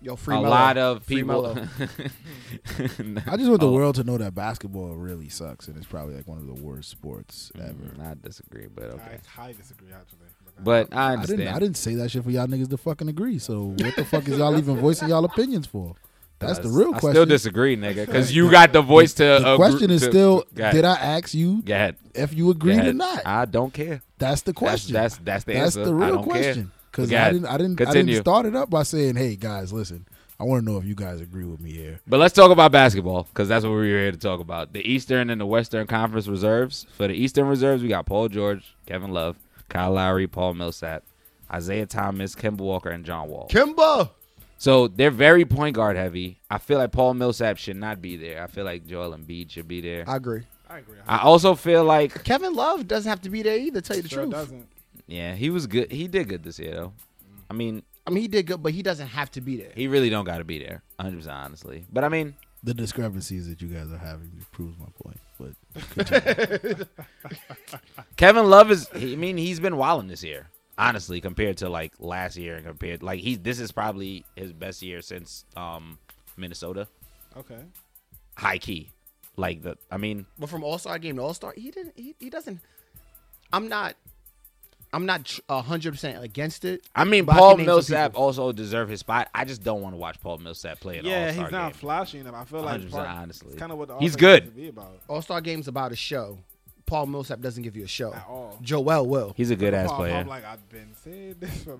Speaker 1: Yo, free
Speaker 3: a
Speaker 1: Melo.
Speaker 3: lot of
Speaker 1: Free
Speaker 3: people.
Speaker 1: Melo.
Speaker 2: I just want the
Speaker 3: Oh.
Speaker 2: world to know that basketball really sucks, and it's probably like one of the worst sports ever.
Speaker 3: Mm, I disagree, but okay.
Speaker 4: I highly disagree actually.
Speaker 3: But I
Speaker 2: I
Speaker 3: understand.
Speaker 2: didn't. I didn't say that shit for y'all niggas to fucking agree. So what the fuck is y'all even voicing y'all opinions for? That's the real
Speaker 3: I
Speaker 2: question.
Speaker 3: still disagree, nigga, because you got the voice to.
Speaker 2: the
Speaker 3: agree-
Speaker 2: question is
Speaker 3: to-
Speaker 2: still:
Speaker 3: Go ahead.
Speaker 2: Did I ask you
Speaker 3: Go ahead.
Speaker 2: if you agreed
Speaker 3: Go
Speaker 2: or
Speaker 3: ahead.
Speaker 2: not?
Speaker 3: I don't care.
Speaker 2: that's the
Speaker 3: That's-
Speaker 2: question.
Speaker 3: That's that's the
Speaker 2: That's
Speaker 3: answer.
Speaker 2: the
Speaker 3: I
Speaker 2: real
Speaker 3: don't care.
Speaker 2: question. Because
Speaker 3: Go
Speaker 2: I
Speaker 3: ahead.
Speaker 2: didn't, I didn't, I
Speaker 3: Continue.
Speaker 2: didn't start it up by saying, "Hey guys, listen, I want to know if you guys agree with me here."
Speaker 3: But let's talk about basketball because that's what we were here to talk about. The Eastern and the Western Conference reserves. For the Eastern reserves, we got Paul George, Kevin Love, Kyle Lowry, Paul Millsap, Isaiah Thomas, Kemba Walker, and John Wall.
Speaker 1: Kimba.
Speaker 3: So they're very point guard heavy. I feel like Paul Millsap should not be there. I feel like Joel Embiid should be there.
Speaker 1: I agree.
Speaker 4: I agree.
Speaker 3: I also feel like
Speaker 1: Kevin Love doesn't have to be there either. Tell you the
Speaker 4: sure
Speaker 1: truth.
Speaker 4: doesn't.
Speaker 3: yeah, he was good. He did good this year though. I mean,
Speaker 1: I mean, he did good, but he doesn't have to be there.
Speaker 3: he really don't got to be there. 100 percent honestly. But I mean,
Speaker 2: The discrepancies that you guys are having proves my point. But continue.
Speaker 3: Kevin Love is. I mean, he's been wilding this year, honestly, compared to like last year and compared like he's. This is probably his best year since um Minnesota.
Speaker 4: Okay.
Speaker 3: High key, like the. I mean,
Speaker 1: But from All Star game to All Star, he didn't. He, he doesn't. I'm not. I'm not hundred percent against it.
Speaker 3: I mean,
Speaker 1: But I
Speaker 3: Paul
Speaker 1: can name some
Speaker 3: Millsap
Speaker 1: people.
Speaker 3: also deserved his spot. I just don't want to watch Paul Millsap play in
Speaker 4: Yeah,
Speaker 3: All Star
Speaker 4: he's not
Speaker 3: game.
Speaker 4: flashing them. I feel like
Speaker 3: 100%
Speaker 4: part-
Speaker 3: honestly.
Speaker 4: it's kind of what the
Speaker 3: He's
Speaker 4: offense
Speaker 3: good.
Speaker 4: has to be about
Speaker 1: All Star game's about a show. Paul Millsap doesn't give you a show.
Speaker 4: at all.
Speaker 1: Joel will.
Speaker 3: he's a good ass
Speaker 4: Paul,
Speaker 3: player.
Speaker 4: I'm like I've been saying this. For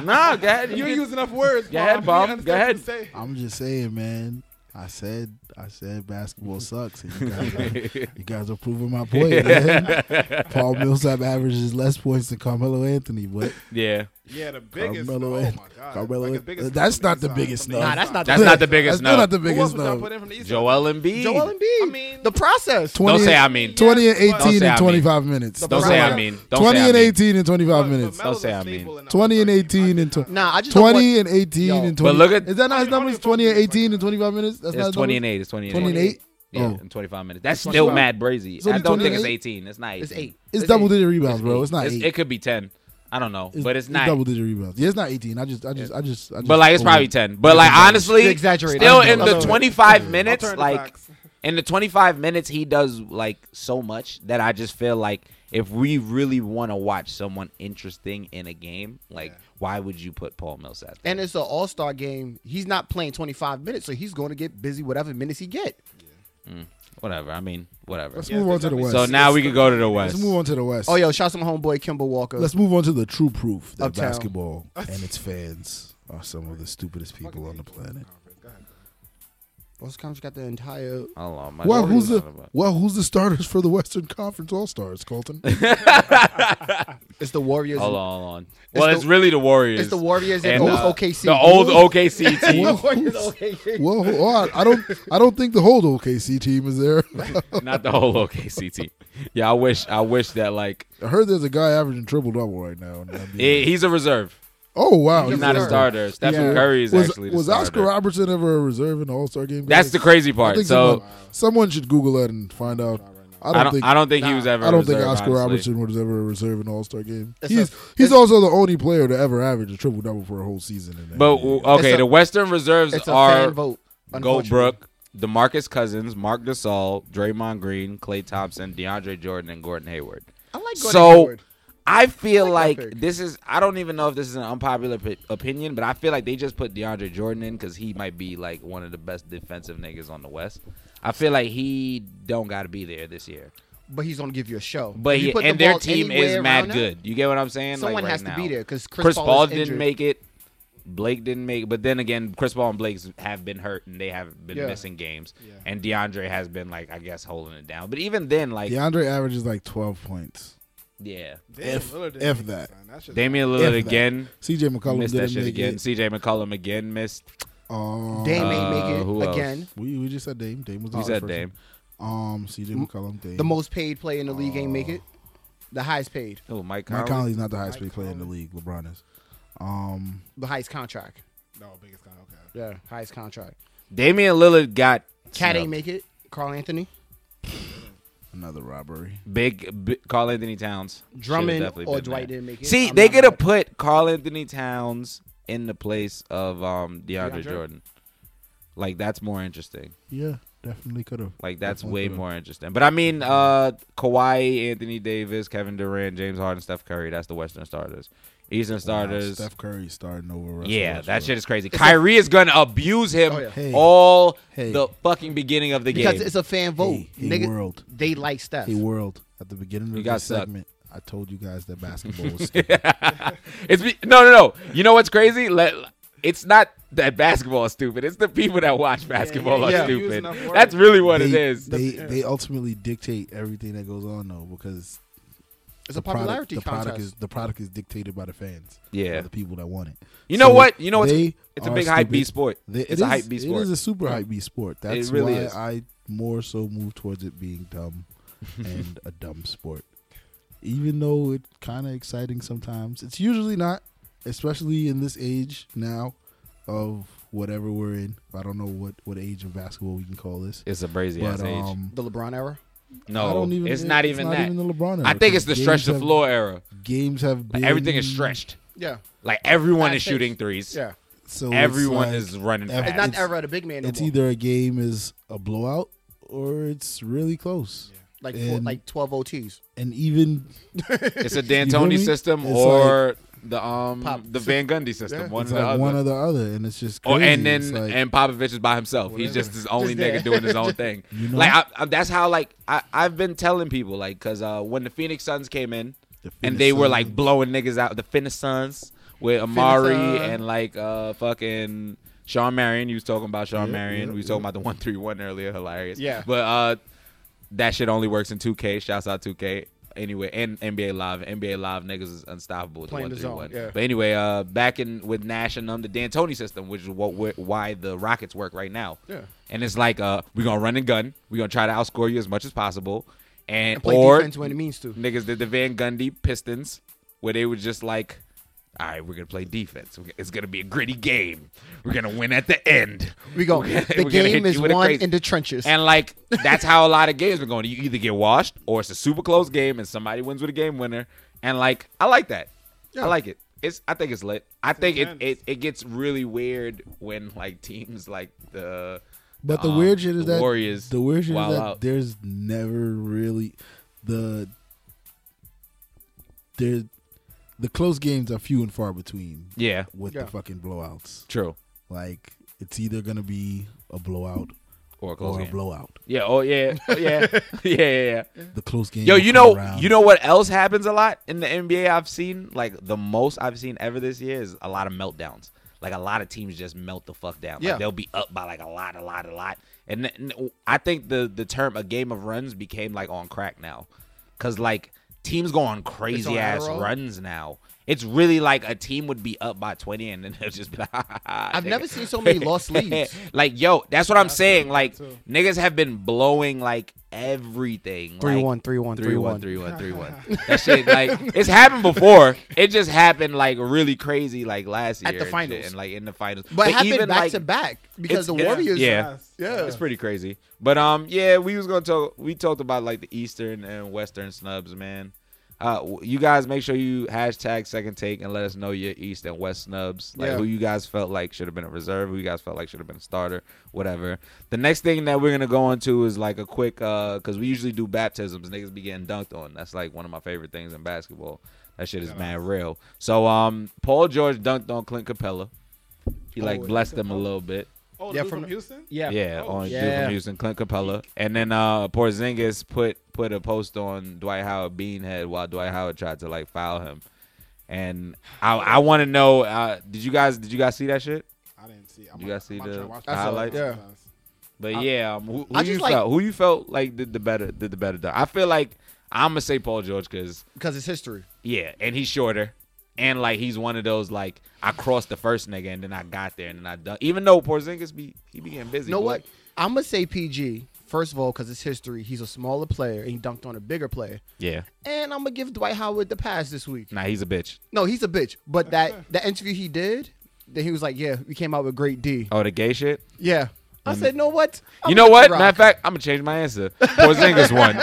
Speaker 3: nah, go ahead.
Speaker 4: you
Speaker 3: You
Speaker 4: ain't
Speaker 3: can-
Speaker 4: use enough words.
Speaker 3: Go ahead,
Speaker 4: Paul.
Speaker 3: Bob.
Speaker 4: I
Speaker 3: Go ahead.
Speaker 4: understand what you're saying.
Speaker 2: I'm just saying, man. I said, I said basketball sucks. And you, guys are, you guys are proving my point. Man. Paul Millsap averages less points than Carmelo Anthony, but
Speaker 3: Yeah.
Speaker 4: Yeah, the biggest.
Speaker 2: Carmelo
Speaker 4: oh my
Speaker 2: and-
Speaker 4: god,
Speaker 2: Carmelo
Speaker 4: Like the
Speaker 2: and-
Speaker 4: biggest
Speaker 2: that's
Speaker 4: from the
Speaker 2: not the
Speaker 4: east side,
Speaker 2: biggest
Speaker 4: from the
Speaker 2: snub.
Speaker 4: east
Speaker 1: Nah, that's
Speaker 4: side.
Speaker 1: not
Speaker 3: That's not the
Speaker 2: that's
Speaker 3: biggest
Speaker 2: still
Speaker 3: no.
Speaker 2: not the
Speaker 4: Who else
Speaker 2: biggest
Speaker 4: was y'all
Speaker 2: no.
Speaker 4: putting from the east side?
Speaker 3: Joel Embiid.
Speaker 1: Joel Embiid.
Speaker 4: I mean-
Speaker 1: the process.
Speaker 2: 20
Speaker 3: say I mean.
Speaker 2: Twenty and
Speaker 4: Don't
Speaker 2: eighteen
Speaker 3: say I
Speaker 2: and
Speaker 3: mean.
Speaker 2: twenty five minutes.
Speaker 3: Don't say I mean. Don't
Speaker 2: Twenty
Speaker 3: say I
Speaker 2: and
Speaker 3: mean.
Speaker 2: eighteen and twenty five
Speaker 4: But- but
Speaker 2: minutes.
Speaker 4: Melo's
Speaker 3: Don't say
Speaker 4: a
Speaker 3: I
Speaker 4: staple
Speaker 3: mean.
Speaker 4: in the
Speaker 2: Twenty and
Speaker 4: All-Star team. I
Speaker 2: eighteen
Speaker 4: do
Speaker 2: and
Speaker 4: not-
Speaker 2: twenty.
Speaker 1: Nah, I just don't
Speaker 2: Twenty and eighteen
Speaker 1: Yo,
Speaker 2: and
Speaker 3: but
Speaker 2: twenty.
Speaker 3: look at-
Speaker 2: is that not his
Speaker 4: How many-
Speaker 2: numbers?
Speaker 4: how many
Speaker 2: Twenty and
Speaker 4: points
Speaker 2: eighteen and twenty five minutes. That's
Speaker 3: It's
Speaker 2: not
Speaker 3: 20 and 8. It's 20 and 8.
Speaker 2: 20 and eight.
Speaker 3: Yeah,
Speaker 2: Oh.
Speaker 3: in 25 minutes. That's
Speaker 1: 25.
Speaker 3: still mad brazy.
Speaker 2: So
Speaker 3: I
Speaker 2: it's
Speaker 3: don't think
Speaker 2: 28?
Speaker 3: it's 18. It's not 18.
Speaker 1: It's eight.
Speaker 2: It's double digit rebounds, bro.
Speaker 3: eight.
Speaker 2: It's not eight.
Speaker 3: It could be 10. I don't know. but it's not.
Speaker 2: double Oh. digit rebounds. Yeah, it's not eighteen. I just, I just, I just. I just
Speaker 3: But like it's probably ten. But like honestly,
Speaker 1: You're exaggerating.
Speaker 3: Still
Speaker 1: I'm
Speaker 3: in
Speaker 1: sorry.
Speaker 3: the twenty five minutes,
Speaker 4: Alternative
Speaker 3: like
Speaker 4: facts.
Speaker 3: in the twenty five minutes, he does like so much that I just feel like if we really want to watch someone interesting in a game, like
Speaker 4: Yeah.
Speaker 3: why would you put Paul Millsap? there?
Speaker 1: and it's an All Star game. He's not playing 25 minutes, so he's going to get busy whatever minutes he get.
Speaker 3: whatever. I mean, whatever.
Speaker 2: Let's move on to the West.
Speaker 3: So now we could go to the West.
Speaker 2: Let's move on to the West.
Speaker 1: Oh yo, shout out to my homeboy Kimball Walker.
Speaker 2: Let's move on to the true proof that
Speaker 1: Uptown.
Speaker 2: basketball and its fans are some of the stupidest people on the planet.
Speaker 1: Those Conference got the entire.
Speaker 3: Hold on, my
Speaker 2: Well, who's the
Speaker 3: daughter's not about-
Speaker 2: well, who's the starters for the Western Conference All Stars, Colton?
Speaker 1: It's the Warriors.
Speaker 3: Hold on, hold on. Well,
Speaker 1: the-
Speaker 3: it's really the Warriors.
Speaker 1: It's the Warriors and,
Speaker 3: and
Speaker 1: old
Speaker 3: uh,
Speaker 1: OKC.
Speaker 3: The old OKC
Speaker 1: The
Speaker 3: team,
Speaker 1: Warriors, OKC.
Speaker 2: well, oh, I, I don't, I don't think the whole OKC team is there.
Speaker 3: not the whole OKC team. Yeah, I wish, I wish that like
Speaker 2: I heard there's a guy averaging triple double right now. in the NBA.
Speaker 3: he- he's a reserve.
Speaker 2: oh wow,
Speaker 3: He's not a
Speaker 1: reserve.
Speaker 3: starter. Stephen
Speaker 2: Yeah.
Speaker 3: Curry is
Speaker 2: was,
Speaker 3: actually the
Speaker 2: was
Speaker 3: starter.
Speaker 2: Oscar Robertson ever a reserve in the All Star game?
Speaker 3: That's the crazy part. So
Speaker 2: someone, someone should Google that and find out. I don't,
Speaker 3: I don't,
Speaker 2: think
Speaker 3: I don't think he was ever.
Speaker 2: I don't think
Speaker 3: reserved,
Speaker 2: Oscar
Speaker 3: honestly.
Speaker 2: Robertson was ever a reserve in All Star game.
Speaker 1: It's
Speaker 2: He's
Speaker 1: a-
Speaker 2: he's
Speaker 1: it's-
Speaker 2: also the only player to ever average a triple double for a whole season. In the
Speaker 3: But
Speaker 2: NBA.
Speaker 3: w- okay,
Speaker 1: It's a-
Speaker 3: the Western reserves
Speaker 1: It's a fan
Speaker 3: are
Speaker 1: vote. unfortunately.
Speaker 3: Goldbrook, DeMarcus Cousins, Mark Gasol, Draymond Green, Klay Thompson, DeAndre Jordan, and Gordon Hayward.
Speaker 1: I like Gordon
Speaker 3: So
Speaker 1: Hayward.
Speaker 3: I feel
Speaker 1: like
Speaker 3: like,
Speaker 1: that pick.
Speaker 3: this is. I don't even know if this is an unpopular p- opinion, but I feel like they just put DeAndre Jordan in because he might be like one of the best defensive niggas on the West. I feel like he don't got to be there this year.
Speaker 1: but he's going to give you a show.
Speaker 3: But
Speaker 1: If you
Speaker 3: he,
Speaker 1: put the
Speaker 3: and their
Speaker 1: ball
Speaker 3: team
Speaker 1: anywhere
Speaker 3: is mad
Speaker 1: around that,
Speaker 3: good. You get what I'm saying?
Speaker 1: Someone
Speaker 3: like, right
Speaker 1: has to
Speaker 3: now.
Speaker 1: be there because Chris,
Speaker 3: Chris, Paul,
Speaker 1: is
Speaker 3: didn't
Speaker 1: injured.
Speaker 3: make it. Blake didn't make it. But then again, Chris Paul and Blake's have been hurt and they have been
Speaker 1: Yeah.
Speaker 3: missing games.
Speaker 4: Yeah.
Speaker 3: And DeAndre has been like, I guess, holding it down. But even then, like, yeah,
Speaker 2: DeAndre averages like twelve points.
Speaker 4: Damian
Speaker 2: If-
Speaker 4: Lillard didn't
Speaker 2: if
Speaker 4: make it,
Speaker 2: that.
Speaker 4: son. shit's-
Speaker 3: Damian
Speaker 2: If
Speaker 3: Lillard
Speaker 2: that.
Speaker 3: again
Speaker 2: CJ McCollum
Speaker 3: missed that
Speaker 2: didn't
Speaker 3: shit
Speaker 2: make
Speaker 3: again.
Speaker 2: it.
Speaker 3: CJ McCollum again missed.
Speaker 2: Um,
Speaker 1: Dame ain't
Speaker 3: Uh, who
Speaker 1: make it
Speaker 3: else?
Speaker 1: again.
Speaker 2: We, we just said Dame. Dame was the
Speaker 3: Who
Speaker 2: first
Speaker 3: said
Speaker 2: one.
Speaker 3: Dame?
Speaker 2: Um, CJ McCollum. Dame.
Speaker 1: The most paid player in the league ain't make it. The highest paid,
Speaker 3: Oh, Mike Conley.
Speaker 2: Mike Conley's not the highest paid
Speaker 4: Mike
Speaker 2: player in the league. LeBron is. Um,
Speaker 1: the highest contract.
Speaker 4: No, biggest guy. Okay.
Speaker 1: Yeah, highest contract.
Speaker 3: Damian Lillard got
Speaker 1: Cat
Speaker 3: snubbed.
Speaker 1: ain't make it. Carl Anthony,
Speaker 2: another robbery.
Speaker 3: big, big Carl Anthony Towns. Should've
Speaker 1: Drummond,
Speaker 3: definitely
Speaker 1: or
Speaker 3: been
Speaker 1: Dwight
Speaker 3: there.
Speaker 1: didn't make it.
Speaker 3: See,
Speaker 1: I'm
Speaker 3: they
Speaker 1: not
Speaker 3: could have
Speaker 1: mad.
Speaker 3: put Carl Anthony Towns in the place of um, DeAndre
Speaker 4: DeAndre?
Speaker 3: Jordan. Like that's more interesting.
Speaker 2: Yeah, definitely could have.
Speaker 3: Like that's
Speaker 2: Definitely
Speaker 3: way
Speaker 2: could've.
Speaker 3: more interesting. But I mean, uh Kawhi, Anthony Davis, Kevin Durant, James Harden, Steph Curry. That's the Western starters. Eastern starters.
Speaker 2: Steph Curry starting over. Russell
Speaker 3: yeah,
Speaker 2: Westbrook.
Speaker 3: that shit is crazy. Kyrie is gonna abuse him
Speaker 1: Oh, yeah.
Speaker 2: Hey.
Speaker 3: all
Speaker 2: Hey.
Speaker 3: the fucking beginning of the
Speaker 1: because
Speaker 3: game.
Speaker 1: it's a fan vote.
Speaker 2: Hey, hey,
Speaker 1: Nigga,
Speaker 2: world.
Speaker 1: they like Steph.
Speaker 2: Hey world, at the beginning
Speaker 3: You
Speaker 2: of
Speaker 3: got
Speaker 2: this
Speaker 3: sucked.
Speaker 2: segment, I told you guys that basketball was stupid.
Speaker 3: It's be- no, no, no. You know what's crazy? Let it's not that basketball is stupid. It's the people that watch basketball
Speaker 4: yeah, yeah.
Speaker 3: are
Speaker 4: Use
Speaker 3: stupid.
Speaker 4: enough words.
Speaker 3: That's really what
Speaker 2: they,
Speaker 3: it is.
Speaker 2: They they ultimately dictate everything that goes on though because
Speaker 1: it's
Speaker 2: the
Speaker 1: a popularity
Speaker 2: product, the product
Speaker 1: contest.
Speaker 2: is the product is dictated by the fans.
Speaker 3: Yeah.
Speaker 2: by the people that want it.
Speaker 3: you know
Speaker 2: So
Speaker 3: what? You know what's
Speaker 2: they
Speaker 3: it's a
Speaker 2: are
Speaker 3: big hype
Speaker 2: stupid.
Speaker 3: B sport.
Speaker 2: They- it
Speaker 3: it's a
Speaker 2: is-
Speaker 3: hype B sport.
Speaker 2: It is a super hype B sport. That's
Speaker 3: really
Speaker 2: why
Speaker 3: is.
Speaker 2: I more so move towards it being dumb and a dumb sport. Even though it's kind of exciting sometimes, it's usually not, especially in this age now of whatever we're in. I don't know what what age of basketball we can call this,
Speaker 3: It's a brazy
Speaker 2: but
Speaker 3: ass age.
Speaker 2: um,
Speaker 1: the LeBron era.
Speaker 3: No,
Speaker 2: I don't even,
Speaker 3: it's not even that.
Speaker 2: the LeBron
Speaker 3: I
Speaker 2: era,
Speaker 3: think it's
Speaker 2: 'cause
Speaker 3: the
Speaker 2: games
Speaker 3: stretch the
Speaker 2: have-
Speaker 3: floor era.
Speaker 2: Games have been
Speaker 3: Like, everything is stretched.
Speaker 1: Yeah,
Speaker 3: Like everyone
Speaker 1: Fast
Speaker 3: is shooting
Speaker 1: paced.
Speaker 3: threes.
Speaker 1: yeah.
Speaker 2: So it's
Speaker 3: Everyone
Speaker 2: like-
Speaker 3: is running
Speaker 2: ev-
Speaker 3: fast.
Speaker 1: It's not the era of the big man. no
Speaker 2: It's
Speaker 1: more.
Speaker 2: either a game is a blowout or it's really close.
Speaker 1: like four,
Speaker 2: and-
Speaker 1: like twelve OTs.
Speaker 2: And even
Speaker 3: It's a
Speaker 2: feel me?
Speaker 3: D'Antoni system
Speaker 2: It's
Speaker 3: or the um
Speaker 1: Pop.
Speaker 3: the Van Gundy system.
Speaker 1: Yeah.
Speaker 3: One
Speaker 2: it's
Speaker 3: or the
Speaker 2: like
Speaker 3: other.
Speaker 2: one or the other, and it's just
Speaker 3: Oh,
Speaker 2: crazy.
Speaker 3: and
Speaker 2: It's
Speaker 3: then
Speaker 2: like,
Speaker 3: and Popovich is by himself. He's
Speaker 4: Whatever.
Speaker 3: just his only
Speaker 1: Just there.
Speaker 3: nigga doing his own thing.
Speaker 2: You know?
Speaker 3: Like I, I, that's how like I I've been telling people like because uh, when the Phoenix Suns came in
Speaker 2: The
Speaker 3: and
Speaker 2: Phoenix
Speaker 3: they were like
Speaker 2: Suns.
Speaker 3: blowing niggas out the Phoenix Suns with Amari
Speaker 1: Suns.
Speaker 3: and like uh fucking Sean Marion, you was talking about Sean
Speaker 2: Yeah,
Speaker 3: Marion.
Speaker 2: yeah,
Speaker 3: we was talking about the one three one earlier, hilarious.
Speaker 1: Yeah.
Speaker 3: But uh that shit only works in two K. Shouts out two K. Anyway, and NBA Live. NBA Live niggas is unstoppable with
Speaker 1: Playing
Speaker 3: the
Speaker 1: the zone,
Speaker 3: 131.
Speaker 1: yeah.
Speaker 3: But anyway, uh back in with Nash and them, the D'Antoni system, which is what wh- why the Rockets work right now.
Speaker 1: Yeah.
Speaker 3: And it's like uh we're gonna run and gun. We're gonna try to outscore you as much as possible. And,
Speaker 1: And play
Speaker 3: or
Speaker 1: defense when it means to.
Speaker 3: niggas did the Van Gundy Pistons, where they were just like, all right, we're gonna play defense. We're- It's gonna be a gritty game. We're gonna win at the end.
Speaker 1: We go.
Speaker 3: We're gonna-
Speaker 1: The
Speaker 3: we're gonna
Speaker 1: game
Speaker 3: hit
Speaker 1: is
Speaker 3: you with a
Speaker 1: won
Speaker 3: crazy-
Speaker 1: in the trenches.
Speaker 3: And like that's how a lot of games are going. You either get washed or it's a super close game and somebody wins with a game winner. And like I like that. I like it. It's I think it's lit. I think it,
Speaker 4: intense.
Speaker 3: it it gets really weird when like teams like the
Speaker 2: But the
Speaker 3: um,
Speaker 2: weird shit is
Speaker 3: the
Speaker 2: that
Speaker 3: Warriors
Speaker 2: the weird shit
Speaker 3: wild
Speaker 2: is that
Speaker 3: out.
Speaker 2: there's never really the there the close games are few and far between
Speaker 3: Yeah.
Speaker 2: with
Speaker 1: Yeah.
Speaker 2: the fucking blowouts.
Speaker 3: True.
Speaker 2: Like it's either gonna be a blowout
Speaker 3: Or a close
Speaker 2: or
Speaker 3: game.
Speaker 2: a blowout.
Speaker 3: Yeah. Oh yeah. Oh, yeah. yeah. Yeah. Yeah.
Speaker 2: The close game.
Speaker 3: Yo,
Speaker 2: will
Speaker 3: you
Speaker 2: come
Speaker 3: know,
Speaker 2: around.
Speaker 3: you know what else happens a lot in the NBA? I've seen like the most I've seen ever this year is a lot of meltdowns. Like a lot of teams just melt the fuck down.
Speaker 1: Yeah.
Speaker 3: Like they'll be up by like a lot, a lot, a lot. And, th- n- I think the the term a game of runs became like on crack now, because like teams go on crazy ass
Speaker 1: Adderall?
Speaker 3: runs now. It's really like a team would be up by twenty and then they'll just be like, "Ah,
Speaker 1: I've never seen so many lost leads.
Speaker 3: like yo, that's what I'm saying. Like
Speaker 4: too.
Speaker 3: niggas have been blowing like everything.
Speaker 1: Three
Speaker 3: like,
Speaker 1: one, three one,
Speaker 3: Three
Speaker 1: three
Speaker 3: one
Speaker 1: one.
Speaker 3: three one three one. That shit like it's happened before. It just happened like really crazy like last year
Speaker 1: At the
Speaker 3: and shit,
Speaker 1: finals.
Speaker 3: and like in the finals.
Speaker 1: But it happened
Speaker 3: even,
Speaker 1: back
Speaker 3: like,
Speaker 1: to back because
Speaker 3: it's-
Speaker 1: the
Speaker 3: yeah,
Speaker 1: Warriors.
Speaker 3: yeah.
Speaker 1: Yeah.
Speaker 3: It's pretty crazy. But um, yeah, we was gonna talk. We talked about like the Eastern and Western snubs, man. Uh, w- you guys make sure you hashtag second take and let us know your East and West snubs. Like
Speaker 1: Yeah.
Speaker 3: who you guys felt like should have been a reserve, who you guys felt like should have been a starter, whatever. The next thing that we're gonna go into is like a quick uh, cause we usually do baptisms. Niggas be getting dunked on. That's like one of my favorite things in basketball. That shit is mad real. So um, Paul George dunked on Clint Capella. He like
Speaker 1: Oh,
Speaker 3: blessed him a little bit.
Speaker 4: Oh,
Speaker 1: Yeah,
Speaker 4: yeah, from,
Speaker 1: from-
Speaker 4: Houston.
Speaker 1: Yeah.
Speaker 3: Yeah,
Speaker 4: Oh,
Speaker 3: on dude
Speaker 1: yeah.
Speaker 3: from Houston, Clint Capella, and then uh Porzingis put put a post on Dwight Howard Beanhead while Dwight Howard tried to like foul him, and I I want to know uh, did you guys did you guys see that shit?
Speaker 4: I didn't see. I'm
Speaker 3: You
Speaker 4: not-
Speaker 3: guys see
Speaker 4: I'm not
Speaker 3: the
Speaker 4: trying to watch
Speaker 1: highlights?
Speaker 4: that.
Speaker 1: Yeah.
Speaker 3: But yeah, um, who, who
Speaker 1: I
Speaker 3: you
Speaker 1: just like-
Speaker 3: felt who you felt like did the better did the better dunk? I feel like I'm gonna say Paul George because
Speaker 1: Because it's history.
Speaker 3: yeah, and he's shorter. And like he's one of those like I crossed the first nigga and then I got there and then I done. Even though Porzingis be he be getting busy.
Speaker 1: You know
Speaker 3: boy.
Speaker 1: what? I'm gonna say PG first of all because it's history. He's a smaller player and he dunked on a bigger player.
Speaker 3: Yeah.
Speaker 1: And I'm gonna give Dwight Howard the pass this week.
Speaker 3: Nah, he's a bitch.
Speaker 1: No, he's a bitch. But that that interview he did, then he was like, "Yeah, we came out with great D."
Speaker 3: Oh, the gay shit.
Speaker 1: Yeah, I said, "No, what? I'm
Speaker 3: you know
Speaker 1: with
Speaker 3: what?
Speaker 1: The Rock."
Speaker 3: Matter of fact, I'm gonna change my answer. Porzingis won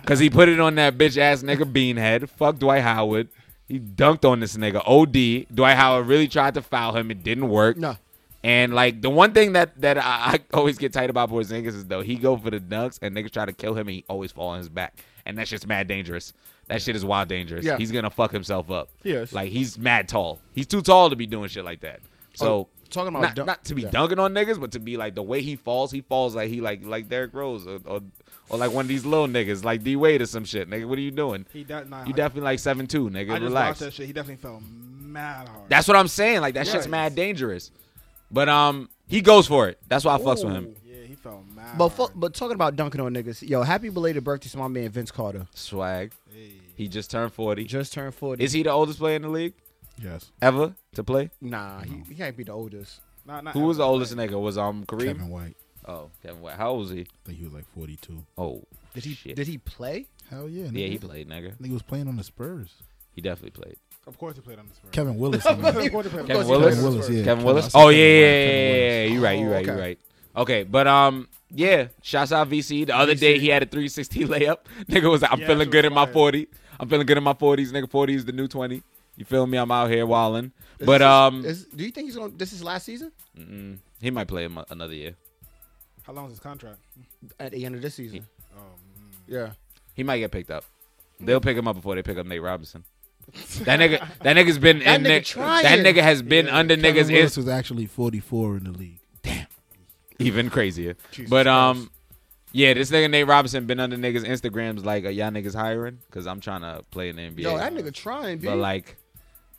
Speaker 3: because he put it on that bitch ass nigga Beanhead. Fuck Dwight Howard. He dunked on this nigga. Od Dwight Howard really tried to foul him. It didn't work.
Speaker 1: No.
Speaker 3: And like the one thing that that I, I always get tight about Porzingis is though he go for the dunks and niggas try to kill him and he always fall on his back and that shit's mad dangerous. That shit is wild dangerous.
Speaker 1: Yeah.
Speaker 3: He's gonna fuck himself up.
Speaker 1: Yes.
Speaker 3: Like he's mad tall. He's too tall to be doing shit like that. So
Speaker 1: Oh, talking about
Speaker 3: not,
Speaker 1: dunk-
Speaker 3: not to be
Speaker 1: yeah.
Speaker 3: dunking on niggas, but to be like the way he falls, he falls like he like like Derrick Rose or, or or like one of these little niggas like D Wade or some shit. Nigga, what are you doing?
Speaker 4: He does not.
Speaker 3: You definitely like seven two, nigga.
Speaker 4: I just
Speaker 3: Relax.
Speaker 4: watched that shit. He definitely fell mad hard.
Speaker 3: That's what I'm saying. Like that
Speaker 4: Yeah.
Speaker 3: shit's mad dangerous. But um, he goes for it. That's why I fucks with
Speaker 1: Ooh.
Speaker 3: him.
Speaker 4: yeah, he fell mad.
Speaker 1: But
Speaker 4: hard.
Speaker 1: fu- but talking about dunking on niggas, yo, happy belated birthday to my man Vince Carter.
Speaker 3: Swag.
Speaker 4: Hey.
Speaker 3: He just turned forty.
Speaker 1: Just turned forty.
Speaker 3: Is he the oldest player in the league
Speaker 2: yes,
Speaker 3: ever to play?
Speaker 1: nah, he, he can't be the oldest.
Speaker 4: Not- not
Speaker 3: Who was the
Speaker 4: Allen,
Speaker 3: oldest
Speaker 4: like,
Speaker 3: nigga? Was um Kareem?
Speaker 2: Kevin White.
Speaker 3: Oh, Kevin White. How old was he?
Speaker 2: I think he was like 42.
Speaker 3: Oh,
Speaker 1: Did he
Speaker 3: Shit.
Speaker 1: did he play?
Speaker 2: Hell yeah.
Speaker 3: yeah, he played,
Speaker 2: played.
Speaker 3: nigga.
Speaker 2: I think he was playing on the Spurs.
Speaker 3: He definitely played.
Speaker 4: Of course, he played on the Spurs.
Speaker 2: Kevin Willis. I mean.
Speaker 4: Of course he played on the
Speaker 3: Kevin
Speaker 4: Spurs.
Speaker 3: Willis?
Speaker 2: Kevin Willis, yeah.
Speaker 3: Kevin
Speaker 2: Kevin- I
Speaker 3: Willis.
Speaker 2: said
Speaker 3: Oh
Speaker 2: Kevin
Speaker 3: yeah,
Speaker 2: Willis,
Speaker 3: yeah,
Speaker 2: Kevin
Speaker 3: yeah, yeah,
Speaker 2: Willis.
Speaker 3: You're right. You're right. You're
Speaker 1: okay.
Speaker 3: right. Okay, but um, yeah. Shouts out VC. The other day he had a 360 layup. Nigga was like, I'm
Speaker 4: Yeah,
Speaker 3: feeling
Speaker 4: shit
Speaker 3: good
Speaker 4: was
Speaker 3: in my
Speaker 4: fire.
Speaker 3: 40. I'm feeling good in my 40s. Nigga, 40 is the new 20. You feel me? I'm out here wilding. But um,
Speaker 1: is, do you think he's gonna? This is last season
Speaker 3: mm, he might play a mo- another year.
Speaker 4: How long is his contract?
Speaker 1: at the end of this season.
Speaker 4: Um,
Speaker 1: Yeah,
Speaker 3: He might get picked up. They'll pick him up before they pick up Nate Robinson. That nigga, that nigga's been
Speaker 1: That
Speaker 3: in
Speaker 1: nigga
Speaker 3: Nick-
Speaker 1: trying.
Speaker 3: That nigga has been under
Speaker 2: Kevin
Speaker 3: niggas.
Speaker 2: Willis
Speaker 3: is
Speaker 2: was actually 44 in the league.
Speaker 3: even crazier.
Speaker 1: Jesus
Speaker 3: but um,
Speaker 1: Christ.
Speaker 3: yeah, this nigga Nate Robinson been under niggas uh, Instagrams like, are y'all niggas hiring? Because I'm trying to play in the NBA.
Speaker 1: yo, that nigga trying. B.
Speaker 3: But like,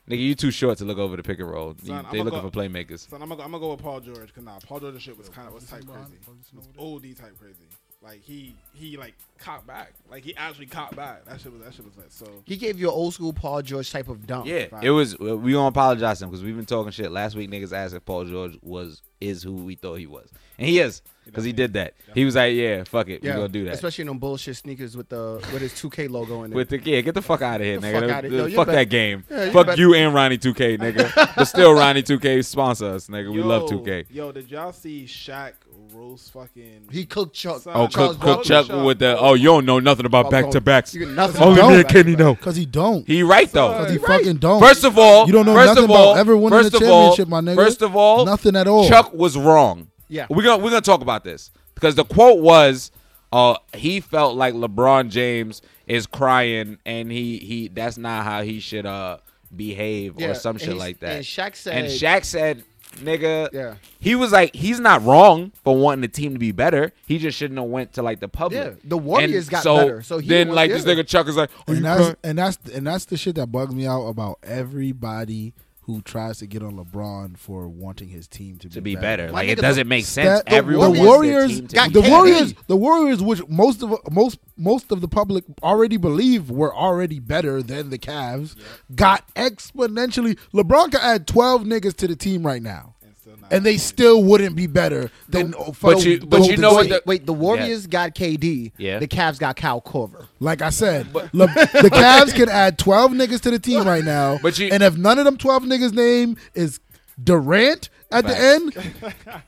Speaker 3: Nigga, you too short to look over the pick and roll. You-
Speaker 4: Son,
Speaker 3: they
Speaker 4: I'ma
Speaker 3: looking
Speaker 4: go-
Speaker 3: for playmakers.
Speaker 4: So I'm gonna go, I'm gonna go with Paul George because nah, Paul George's shit was kind of was type
Speaker 2: behind
Speaker 4: crazy.
Speaker 2: it, bro. Listen
Speaker 4: It was OD type crazy. Like he he like cocked back. Like he actually cocked back. That shit was that shit was lit. So
Speaker 1: He gave you an old school Paul George type of dunk.
Speaker 3: Yeah,
Speaker 4: fine.
Speaker 3: it was. We gonna apologize to him because we've been talking shit. Last week, niggas asked if Paul George was is who we thought he was, and he is because he did that. He was like, "Yeah, fuck it, we gonna do that."
Speaker 1: Especially in them bullshit sneakers with the with his 2K logo in it.
Speaker 3: With the yeah, get the fuck out of here,
Speaker 1: the
Speaker 3: nigga.
Speaker 1: fuck
Speaker 3: The-
Speaker 1: outta-
Speaker 3: the-
Speaker 1: yo, you
Speaker 3: fuck
Speaker 1: better-
Speaker 3: that game.
Speaker 1: Yeah, you
Speaker 3: fuck
Speaker 1: better-
Speaker 3: you and Ronnie 2K, nigga. but still, Ronnie 2K sponsor us, nigga. We love 2K.
Speaker 4: Yo, did y'all see Shaq roast fucking?
Speaker 1: he cooked Chuck.
Speaker 4: Son,
Speaker 3: Oh,
Speaker 1: Charles
Speaker 3: cook,
Speaker 1: Barkley.
Speaker 3: cook Chuck
Speaker 4: Barkley.
Speaker 3: with the. Oh, you don't know nothing about
Speaker 1: Barkley.
Speaker 3: back to backs.
Speaker 1: You get nothing
Speaker 3: Only
Speaker 1: about
Speaker 3: me and
Speaker 1: back-to-back.
Speaker 3: Kenny know.
Speaker 2: Cause he don't.
Speaker 3: He right though.
Speaker 2: Cause he
Speaker 4: Right.
Speaker 2: fucking don't.
Speaker 3: First of all,
Speaker 2: You don't know
Speaker 3: first
Speaker 2: nothing
Speaker 3: of all,
Speaker 2: about ever winning
Speaker 3: first
Speaker 2: a
Speaker 3: of all-
Speaker 2: championship, my nigga.
Speaker 3: First of all,
Speaker 2: Nothing at all.
Speaker 3: Chuck was wrong.
Speaker 1: Oh. Yeah.
Speaker 3: we're gonna we're gonna talk about this because the quote was, "Uh, he felt like LeBron James is crying, and he he that's not how he should uh behave
Speaker 1: Yeah,
Speaker 3: or some
Speaker 1: and
Speaker 3: shit
Speaker 1: he's-
Speaker 3: like that."
Speaker 1: and Shaq said-
Speaker 3: and Shaq said, "Nigga,
Speaker 1: Yeah.
Speaker 3: he was like he's not wrong for wanting the team to be better. He just shouldn't have went to like the public.
Speaker 1: Yeah, the Warriors
Speaker 3: And
Speaker 1: got
Speaker 3: so
Speaker 1: better, so he
Speaker 3: then
Speaker 1: was-
Speaker 3: like this
Speaker 1: yeah.
Speaker 3: nigga Chuck is like, oh, you
Speaker 2: and that's
Speaker 3: crying?
Speaker 2: and that's and that's the shit that bugs me out about everybody who tries to get on LeBron for wanting his team to,
Speaker 3: to be better. Like it
Speaker 1: nigga,
Speaker 3: doesn't
Speaker 1: the-
Speaker 3: make sense.
Speaker 2: That- the,
Speaker 3: Everyone wants
Speaker 2: the
Speaker 3: their
Speaker 2: Warriors,
Speaker 3: team to
Speaker 1: got
Speaker 3: be
Speaker 2: the
Speaker 3: better.
Speaker 1: KD.
Speaker 2: Warriors, the Warriors, which most of most most of the public already believe were already better than the Cavs, got exponentially. LeBron could add twelve niggas to the team right now,
Speaker 4: And still not-
Speaker 2: and they still wouldn't be better than. for
Speaker 3: but you-
Speaker 2: the-
Speaker 3: but you
Speaker 2: the
Speaker 3: know what
Speaker 1: wait,
Speaker 2: team.
Speaker 3: the-
Speaker 1: wait, the Warriors got KD.
Speaker 3: Yeah.
Speaker 1: The Cavs got Kyle Corver.
Speaker 2: Like I said, Le- the Cavs can add 12 niggas to the team right now.
Speaker 3: But you-
Speaker 2: and if none of them 12 niggas' name is Durant at the
Speaker 3: Facts.
Speaker 2: end,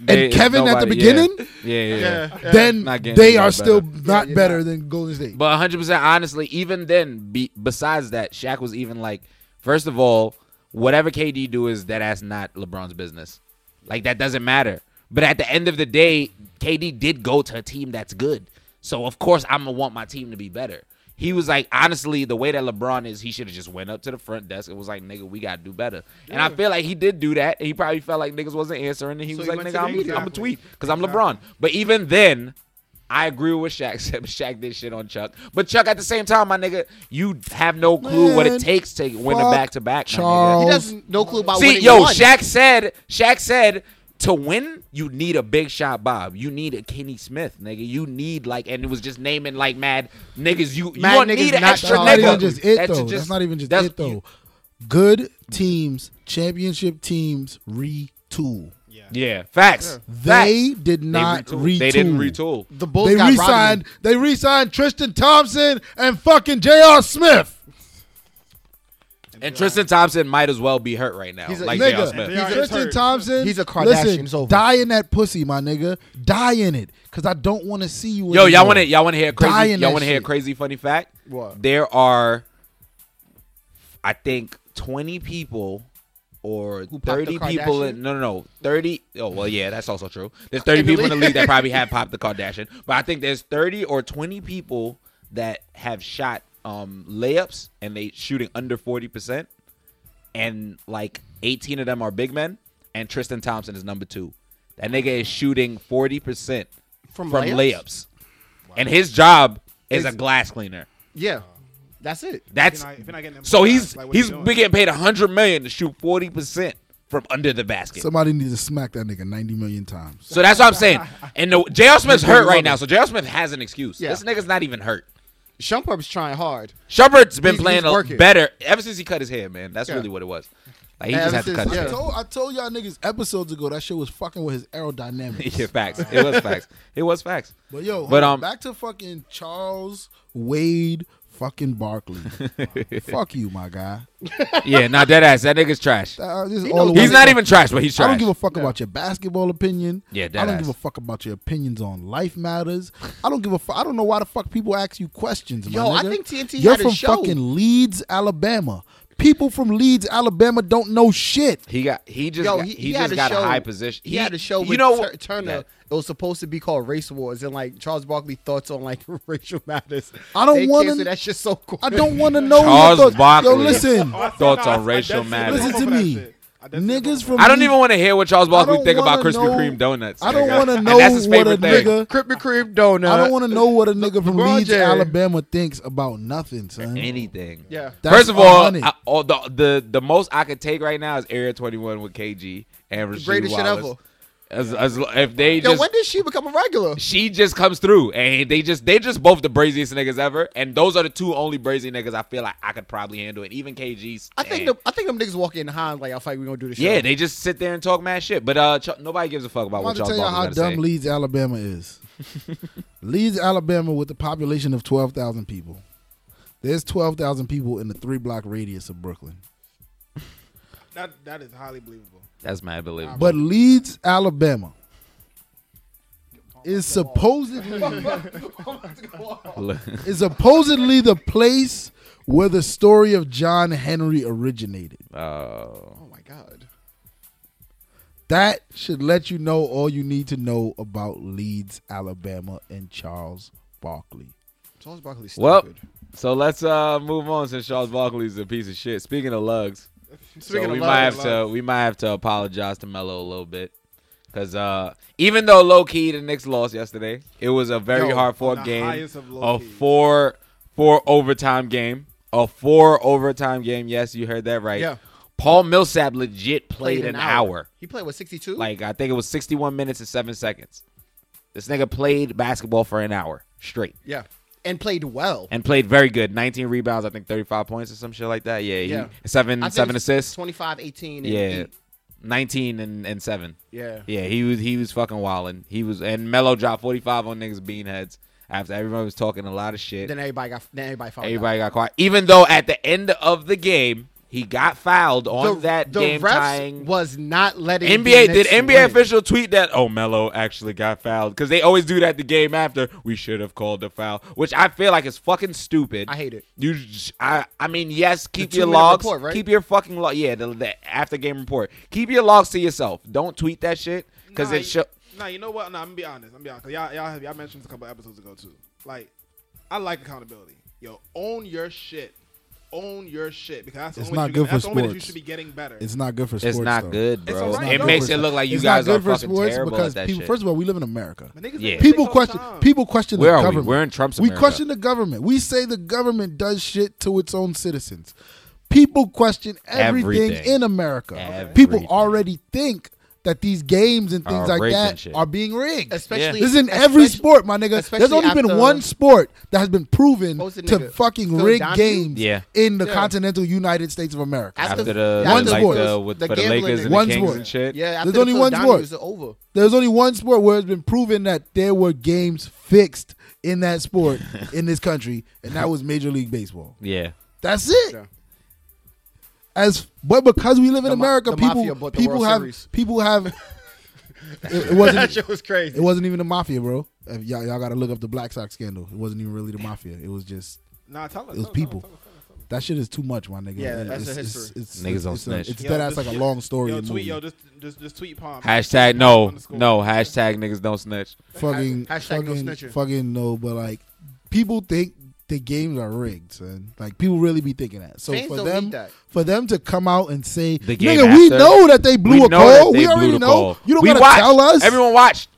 Speaker 3: They-
Speaker 2: and Kevin at
Speaker 3: nobody-
Speaker 2: the
Speaker 3: yeah.
Speaker 2: beginning?
Speaker 3: Yeah, yeah. yeah.
Speaker 2: then
Speaker 3: Not getting
Speaker 2: they
Speaker 3: no
Speaker 2: are
Speaker 3: better.
Speaker 2: still not
Speaker 1: you're
Speaker 2: better than Golden State.
Speaker 3: But 100 percent honestly, even then, be, besides that, Shaq was even like, first of all, whatever KD do is that that's not LeBron's business. Like that doesn't matter. But at the end of the day, KD did go to a team that's good. So of course I'm gonna want my team to be better. He was like, honestly, the way that LeBron is, he should have just went up to the front desk and was like, nigga, we gotta do better. And I feel like he did do that. And he probably felt like niggas wasn't answering. And he
Speaker 1: So
Speaker 3: was
Speaker 1: he
Speaker 3: like,
Speaker 1: went
Speaker 3: nigga,
Speaker 1: to
Speaker 3: I'm,
Speaker 1: the-
Speaker 3: I'm gonna
Speaker 1: Exactly.
Speaker 3: tweet because I'm LeBron. But even then, I agree with Shaq. Except Shaq did shit on Chuck. But Chuck, at the same time, my nigga, you have no clue what
Speaker 2: Man,
Speaker 3: it takes to win a
Speaker 2: fuck
Speaker 3: back to back.
Speaker 1: He
Speaker 2: Charles.
Speaker 1: doesn't no clue about
Speaker 3: See,
Speaker 1: winning
Speaker 3: yo,
Speaker 1: one.
Speaker 3: Shaq said, Shaq said, to win, you need a big shot, Bob. You need a Kenny Smith, nigga. You need like, and it was just naming like mad niggas. You you
Speaker 1: Mad
Speaker 3: don't
Speaker 1: niggas
Speaker 3: need an
Speaker 1: not
Speaker 3: extra
Speaker 2: That's
Speaker 1: Charles.
Speaker 2: not
Speaker 3: nigga.
Speaker 2: even just it
Speaker 3: That's
Speaker 2: though.
Speaker 3: just-
Speaker 2: that's not even just
Speaker 3: that's-
Speaker 2: it though. Good teams, championship teams retool.
Speaker 4: yeah.
Speaker 3: Yeah, facts.
Speaker 2: They
Speaker 3: Facts.
Speaker 2: did not retool.
Speaker 3: They didn't retool.
Speaker 1: the Bulls
Speaker 2: They
Speaker 1: got Rodman.
Speaker 2: re-signed. They re-signed Tristan Thompson and fucking J.R. Smith.
Speaker 3: And Tristan Thompson might as well be hurt right now.
Speaker 1: He's a-
Speaker 3: like J.R.
Speaker 2: nigga,
Speaker 3: Smith.
Speaker 4: He's a-
Speaker 2: Tristan Thompson.
Speaker 1: He's a Kardashian.
Speaker 2: Listen,
Speaker 1: It's over.
Speaker 2: Die in that pussy, my nigga. Die in it, cause I don't want to see you.
Speaker 3: Yo, y'all
Speaker 2: anymore.
Speaker 3: want to y'all want to hear a
Speaker 2: Die
Speaker 3: crazy
Speaker 2: in
Speaker 3: y'all
Speaker 2: that
Speaker 3: want to hear a
Speaker 2: shit.
Speaker 3: crazy funny fact?
Speaker 1: What?
Speaker 3: There are, I think, twenty people or
Speaker 1: popped
Speaker 3: thirty
Speaker 1: the
Speaker 3: people.
Speaker 1: Kardashian?
Speaker 3: In, no, no, no, thirty. Oh, well, yeah, that's also true. There's thirty people in the league that probably have popped the Kardashian, but I think there's thirty or twenty people that have shot um, layups and they shooting under forty percent, and like eighteen of them are big men, and Tristan Thompson is number two. That nigga is shooting forty percent
Speaker 1: From
Speaker 3: from
Speaker 1: layups?
Speaker 3: layups. And his job is
Speaker 1: Ex-
Speaker 3: a glass cleaner.
Speaker 1: Yeah. That's it.
Speaker 4: If
Speaker 3: That's
Speaker 4: you're not- if you're not getting them
Speaker 3: so
Speaker 4: glass,
Speaker 3: he's
Speaker 4: like, what
Speaker 3: he's
Speaker 4: you doing?
Speaker 3: been getting paid a hundred million to shoot forty percent from under the basket. So,
Speaker 2: Somebody needs to smack that nigga ninety million times.
Speaker 3: that's what I'm saying. And the J.R. Smith's
Speaker 2: He's been
Speaker 3: hurt right
Speaker 2: loving
Speaker 3: now,
Speaker 2: it.
Speaker 3: so J.R. Smith has an excuse.
Speaker 1: Yeah.
Speaker 3: This nigga's not even hurt.
Speaker 1: Shumpert's trying hard.
Speaker 3: Shumpert's been
Speaker 1: He's-
Speaker 3: playing
Speaker 1: he's
Speaker 3: a-
Speaker 1: working.
Speaker 3: better ever since he cut his hair, man. That's
Speaker 1: Yeah.
Speaker 3: really what it was. Like he
Speaker 1: Yeah,
Speaker 3: just
Speaker 1: ever
Speaker 3: had to
Speaker 1: since-
Speaker 3: cut his
Speaker 1: yeah.
Speaker 2: I
Speaker 3: hair.
Speaker 2: told, I told y'all niggas episodes ago that shit was fucking with his aerodynamics.
Speaker 3: Yeah, facts. It was facts. It was facts.
Speaker 2: But yo, hold
Speaker 3: But,
Speaker 2: on.
Speaker 3: um,
Speaker 2: back to fucking Charles Wade fucking Barkley. Fuck you, my guy.
Speaker 3: yeah, not dead ass. That nigga's trash.
Speaker 2: Uh, this is
Speaker 1: He
Speaker 2: all
Speaker 1: knows-
Speaker 2: the
Speaker 3: He's
Speaker 2: way-
Speaker 3: not even trash, but he's trash.
Speaker 2: I don't give a fuck about your basketball opinion.
Speaker 3: Yeah,
Speaker 2: I don't
Speaker 3: deadass.
Speaker 2: give a fuck about your opinions on life matters. I don't give a fuck. I don't know why the fuck people ask you questions. my
Speaker 1: Yo, I
Speaker 2: nigga.
Speaker 1: think TNT
Speaker 2: You're
Speaker 1: had a
Speaker 2: from
Speaker 1: show.
Speaker 2: fucking Leeds, Alabama. People from Leeds, Alabama, don't know shit.
Speaker 3: He got. He just.
Speaker 1: Yo,
Speaker 3: got,
Speaker 1: he,
Speaker 3: he,
Speaker 1: he
Speaker 3: just
Speaker 1: had a
Speaker 3: got
Speaker 1: show.
Speaker 3: a high position.
Speaker 1: He, had a show with
Speaker 3: You know
Speaker 1: Tur- Turner.
Speaker 3: Yeah.
Speaker 1: It was supposed to be called Race Wars, and like Charles Barkley thoughts on like racial matters.
Speaker 2: I don't
Speaker 1: They
Speaker 2: wanna-
Speaker 1: cancel that shit so quick.
Speaker 2: I don't want to know. your
Speaker 3: Charles
Speaker 2: thoughts.
Speaker 3: Barkley.
Speaker 2: Yo, listen.
Speaker 4: Oh, I said,
Speaker 3: Thoughts
Speaker 4: nah,
Speaker 3: on
Speaker 4: I- I
Speaker 3: racial
Speaker 4: definitely
Speaker 3: matters.
Speaker 4: was
Speaker 2: Listen to
Speaker 4: hoping
Speaker 2: me.
Speaker 4: that shit. I definitely vote
Speaker 2: Niggas from
Speaker 3: I don't even want to hear what Charles
Speaker 2: I
Speaker 3: Barkley
Speaker 2: don't
Speaker 3: think about
Speaker 2: wanna
Speaker 3: Krispy
Speaker 2: know-
Speaker 3: Kreme donuts.
Speaker 2: I don't
Speaker 3: nigga.
Speaker 2: want to
Speaker 3: And
Speaker 2: know
Speaker 3: that's his
Speaker 2: what a
Speaker 3: favorite thing.
Speaker 2: nigga.
Speaker 1: Krispy Kreme donut.
Speaker 3: uh,
Speaker 2: I don't want to know what a nigga from
Speaker 1: LeBron
Speaker 2: Leeds,
Speaker 1: James.
Speaker 2: Alabama thinks about nothing, son.
Speaker 3: Anything.
Speaker 1: Yeah.
Speaker 2: That's
Speaker 3: First of all,
Speaker 2: 100.
Speaker 3: I, all the, the the most I could take right now is Area 21 with KG and Rasheed
Speaker 1: greatest shit
Speaker 3: Wallace.
Speaker 1: ever.
Speaker 3: As, as, if they
Speaker 1: Yo,
Speaker 3: just
Speaker 1: when did she become a regular?
Speaker 3: she just comes through and they just they just both the braziest niggas ever and those are the two only brazy niggas I feel like I could probably handle and even KG's
Speaker 1: I think
Speaker 3: eh.
Speaker 1: the, I think them niggas walk in high and like I fight we gonna do this.
Speaker 3: yeah they just sit there and talk mad shit but uh Ch- nobody gives a fuck about
Speaker 2: I'm
Speaker 3: what
Speaker 2: about
Speaker 3: Charles
Speaker 2: to tell you how
Speaker 3: Barkley's gonna
Speaker 2: dumb
Speaker 3: say
Speaker 2: Leeds, Alabama is. Leeds, Alabama, with a population of 12,000 people. There's 12,000 people in the three block radius of Brooklyn.
Speaker 4: That that is highly believable.
Speaker 3: that's mad believable
Speaker 2: But Leeds, Alabama is supposedly
Speaker 1: Oh
Speaker 2: is supposedly the place where the story of John Henry originated.
Speaker 3: oh
Speaker 1: Oh my god.
Speaker 2: That should let you know all you need to know about Leeds, Alabama, and Charles Barkley.
Speaker 1: Charles Barkley's stupid.
Speaker 3: well so let's uh move on since Charles Barkley's a piece of shit speaking of lugs so we might have to we might have to apologize to Melo a little bit because uh, even though low key the Knicks lost yesterday, it was a very
Speaker 1: Yo,
Speaker 3: hard fought
Speaker 4: on the
Speaker 3: game,
Speaker 4: highest of low
Speaker 3: a
Speaker 4: key.
Speaker 3: four four overtime game, a four overtime game. Yes, you heard that right.
Speaker 1: Yeah.
Speaker 3: Paul Millsap legit played, an, hour.
Speaker 1: He played what sixty two.
Speaker 3: Like I think it was sixty one minutes and seven seconds. This nigga played basketball for an hour straight
Speaker 1: yeah, and played well.
Speaker 3: and played very good. Nineteen rebounds, I think thirty five points or some shit like that. Yeah, he-
Speaker 1: Yeah.
Speaker 3: seven seven assists.
Speaker 1: 25, 18, and
Speaker 3: Yeah,
Speaker 1: eight.
Speaker 3: nineteen and, and seven.
Speaker 1: Yeah.
Speaker 3: Yeah, he was he was fucking wilding. He was and Melo dropped forty five on niggas beanheads after everyone was talking a lot of shit.
Speaker 1: Then everybody got then everybody fouled. out.
Speaker 3: Everybody got quiet. Even though at the end of the game he got fouled on that
Speaker 1: the
Speaker 3: game
Speaker 1: refs
Speaker 3: tying.
Speaker 1: was not letting the
Speaker 3: NBA did
Speaker 1: Knicks
Speaker 3: NBA
Speaker 1: win.
Speaker 3: official tweet that oh Melo actually got fouled because they always do that the game after we should have called the foul which I feel like is fucking stupid.
Speaker 1: I hate it.
Speaker 3: You, j- I, I mean, yes, keep your
Speaker 1: two-minute
Speaker 3: logs.
Speaker 1: report, right?
Speaker 3: Keep your fucking log. Yeah, the, the after game report. Keep your logs to yourself. Don't tweet that shit because
Speaker 4: Nah,
Speaker 3: it show.
Speaker 4: you- Nah, you know what? Nah, I'm gonna be honest. I'm gonna be honest. 'Cause Y'all, y'all, have, y'all mentioned this a couple episodes ago too. Like, I like accountability. Yo, own your shit. Own your shit because that's the
Speaker 2: It's
Speaker 4: only way
Speaker 2: not
Speaker 4: you
Speaker 2: good
Speaker 4: can-
Speaker 2: for
Speaker 4: that's the only way that you
Speaker 2: sports.
Speaker 4: should be getting better.
Speaker 2: It's not good for sports.
Speaker 3: It's not
Speaker 2: though.
Speaker 3: good,
Speaker 4: It's
Speaker 3: bro.
Speaker 4: alright,
Speaker 3: it
Speaker 4: though.
Speaker 3: makes it look like you
Speaker 2: It's
Speaker 3: guys
Speaker 2: not
Speaker 3: are
Speaker 2: good for
Speaker 3: fucking
Speaker 2: sports
Speaker 3: terrible
Speaker 2: because
Speaker 3: at that
Speaker 2: people.
Speaker 3: shit.
Speaker 2: First of all, we live in America.
Speaker 4: My niggas
Speaker 3: Yeah.
Speaker 4: make mistakes all
Speaker 2: People
Speaker 4: the
Speaker 2: question.
Speaker 4: time.
Speaker 2: People question
Speaker 3: Where
Speaker 2: the
Speaker 3: are we?
Speaker 2: government.
Speaker 3: We're in Trump's
Speaker 2: We
Speaker 3: America.
Speaker 2: question the government. We say the government does shit to its own citizens. People question everything,
Speaker 3: Everything.
Speaker 2: in America.
Speaker 3: Everything.
Speaker 2: People already think that these games and things
Speaker 3: Are
Speaker 2: like
Speaker 3: rigged
Speaker 2: that
Speaker 3: and shit.
Speaker 2: are being rigged.
Speaker 1: Especially
Speaker 2: This is in every
Speaker 1: especially-
Speaker 2: sport, my nigga. There's
Speaker 1: especially
Speaker 2: only been
Speaker 1: after-
Speaker 2: one sport that has been proven
Speaker 1: What was the
Speaker 2: to
Speaker 1: nigga?
Speaker 2: fucking
Speaker 1: Phil
Speaker 2: rig
Speaker 1: Donahue?
Speaker 2: games
Speaker 3: Yeah.
Speaker 2: in the
Speaker 1: Yeah.
Speaker 2: continental United States of America.
Speaker 1: After-
Speaker 3: after the
Speaker 2: One
Speaker 3: like
Speaker 2: sport.
Speaker 3: the, with,
Speaker 1: The
Speaker 3: for the
Speaker 1: gambling
Speaker 3: Lakers and
Speaker 2: thing. One
Speaker 3: the Kings
Speaker 2: sport.
Speaker 3: and shit.
Speaker 1: Yeah,
Speaker 2: There's
Speaker 1: after the
Speaker 2: only one
Speaker 1: Philadelphia
Speaker 2: sport.
Speaker 1: is over.
Speaker 2: There's only one sport where it's been proven that there were games fixed in that sport in this country, and that was Major League Baseball.
Speaker 3: yeah.
Speaker 2: That's it.
Speaker 1: Yeah.
Speaker 2: As but because we live in
Speaker 1: The ma-
Speaker 2: America,
Speaker 1: the
Speaker 2: people
Speaker 1: mafia bought the
Speaker 2: people
Speaker 1: World
Speaker 2: have
Speaker 1: Series.
Speaker 2: people have. It, it wasn't.
Speaker 1: shit was crazy.
Speaker 2: It wasn't even the mafia, bro. If y'all y'all got to look up the Black Sox scandal. It wasn't even really the mafia. It was just
Speaker 4: Nah, tell us.
Speaker 2: it was
Speaker 4: tell us,
Speaker 2: people.
Speaker 4: tell us, tell us, tell us.
Speaker 2: that shit is too much, my nigga.
Speaker 1: Yeah, that's
Speaker 2: it's,
Speaker 1: a
Speaker 2: it's-
Speaker 1: history.
Speaker 2: It's,
Speaker 3: Niggas
Speaker 2: it's,
Speaker 3: don't
Speaker 2: it's
Speaker 3: snitch.
Speaker 2: A, it's
Speaker 4: Yo,
Speaker 2: dead ass
Speaker 4: just-
Speaker 2: like a long story.
Speaker 4: Yo,
Speaker 2: in
Speaker 4: tweet.
Speaker 2: movie.
Speaker 4: Yo, just, just, just tweet palm.
Speaker 3: Hashtag no,
Speaker 4: Underscore.
Speaker 3: no. Hashtag niggas don't snitch.
Speaker 2: fucking
Speaker 1: Hashtag no
Speaker 2: fucking,
Speaker 1: snitching.
Speaker 2: fucking no, but like people think the games are rigged, son. Like people really be thinking that. So
Speaker 1: Fans
Speaker 2: for
Speaker 1: don't
Speaker 2: them,
Speaker 1: need that.
Speaker 2: for them to come out and say,
Speaker 3: The game
Speaker 2: "Nigga, we
Speaker 3: after,
Speaker 2: know that they blew
Speaker 3: we
Speaker 2: a
Speaker 3: know that
Speaker 2: call.
Speaker 3: they
Speaker 2: we
Speaker 3: blew
Speaker 2: already
Speaker 3: the
Speaker 2: know.
Speaker 3: call.
Speaker 2: You don't
Speaker 3: we
Speaker 2: gotta
Speaker 3: watched.
Speaker 2: tell us.
Speaker 3: Everyone watched,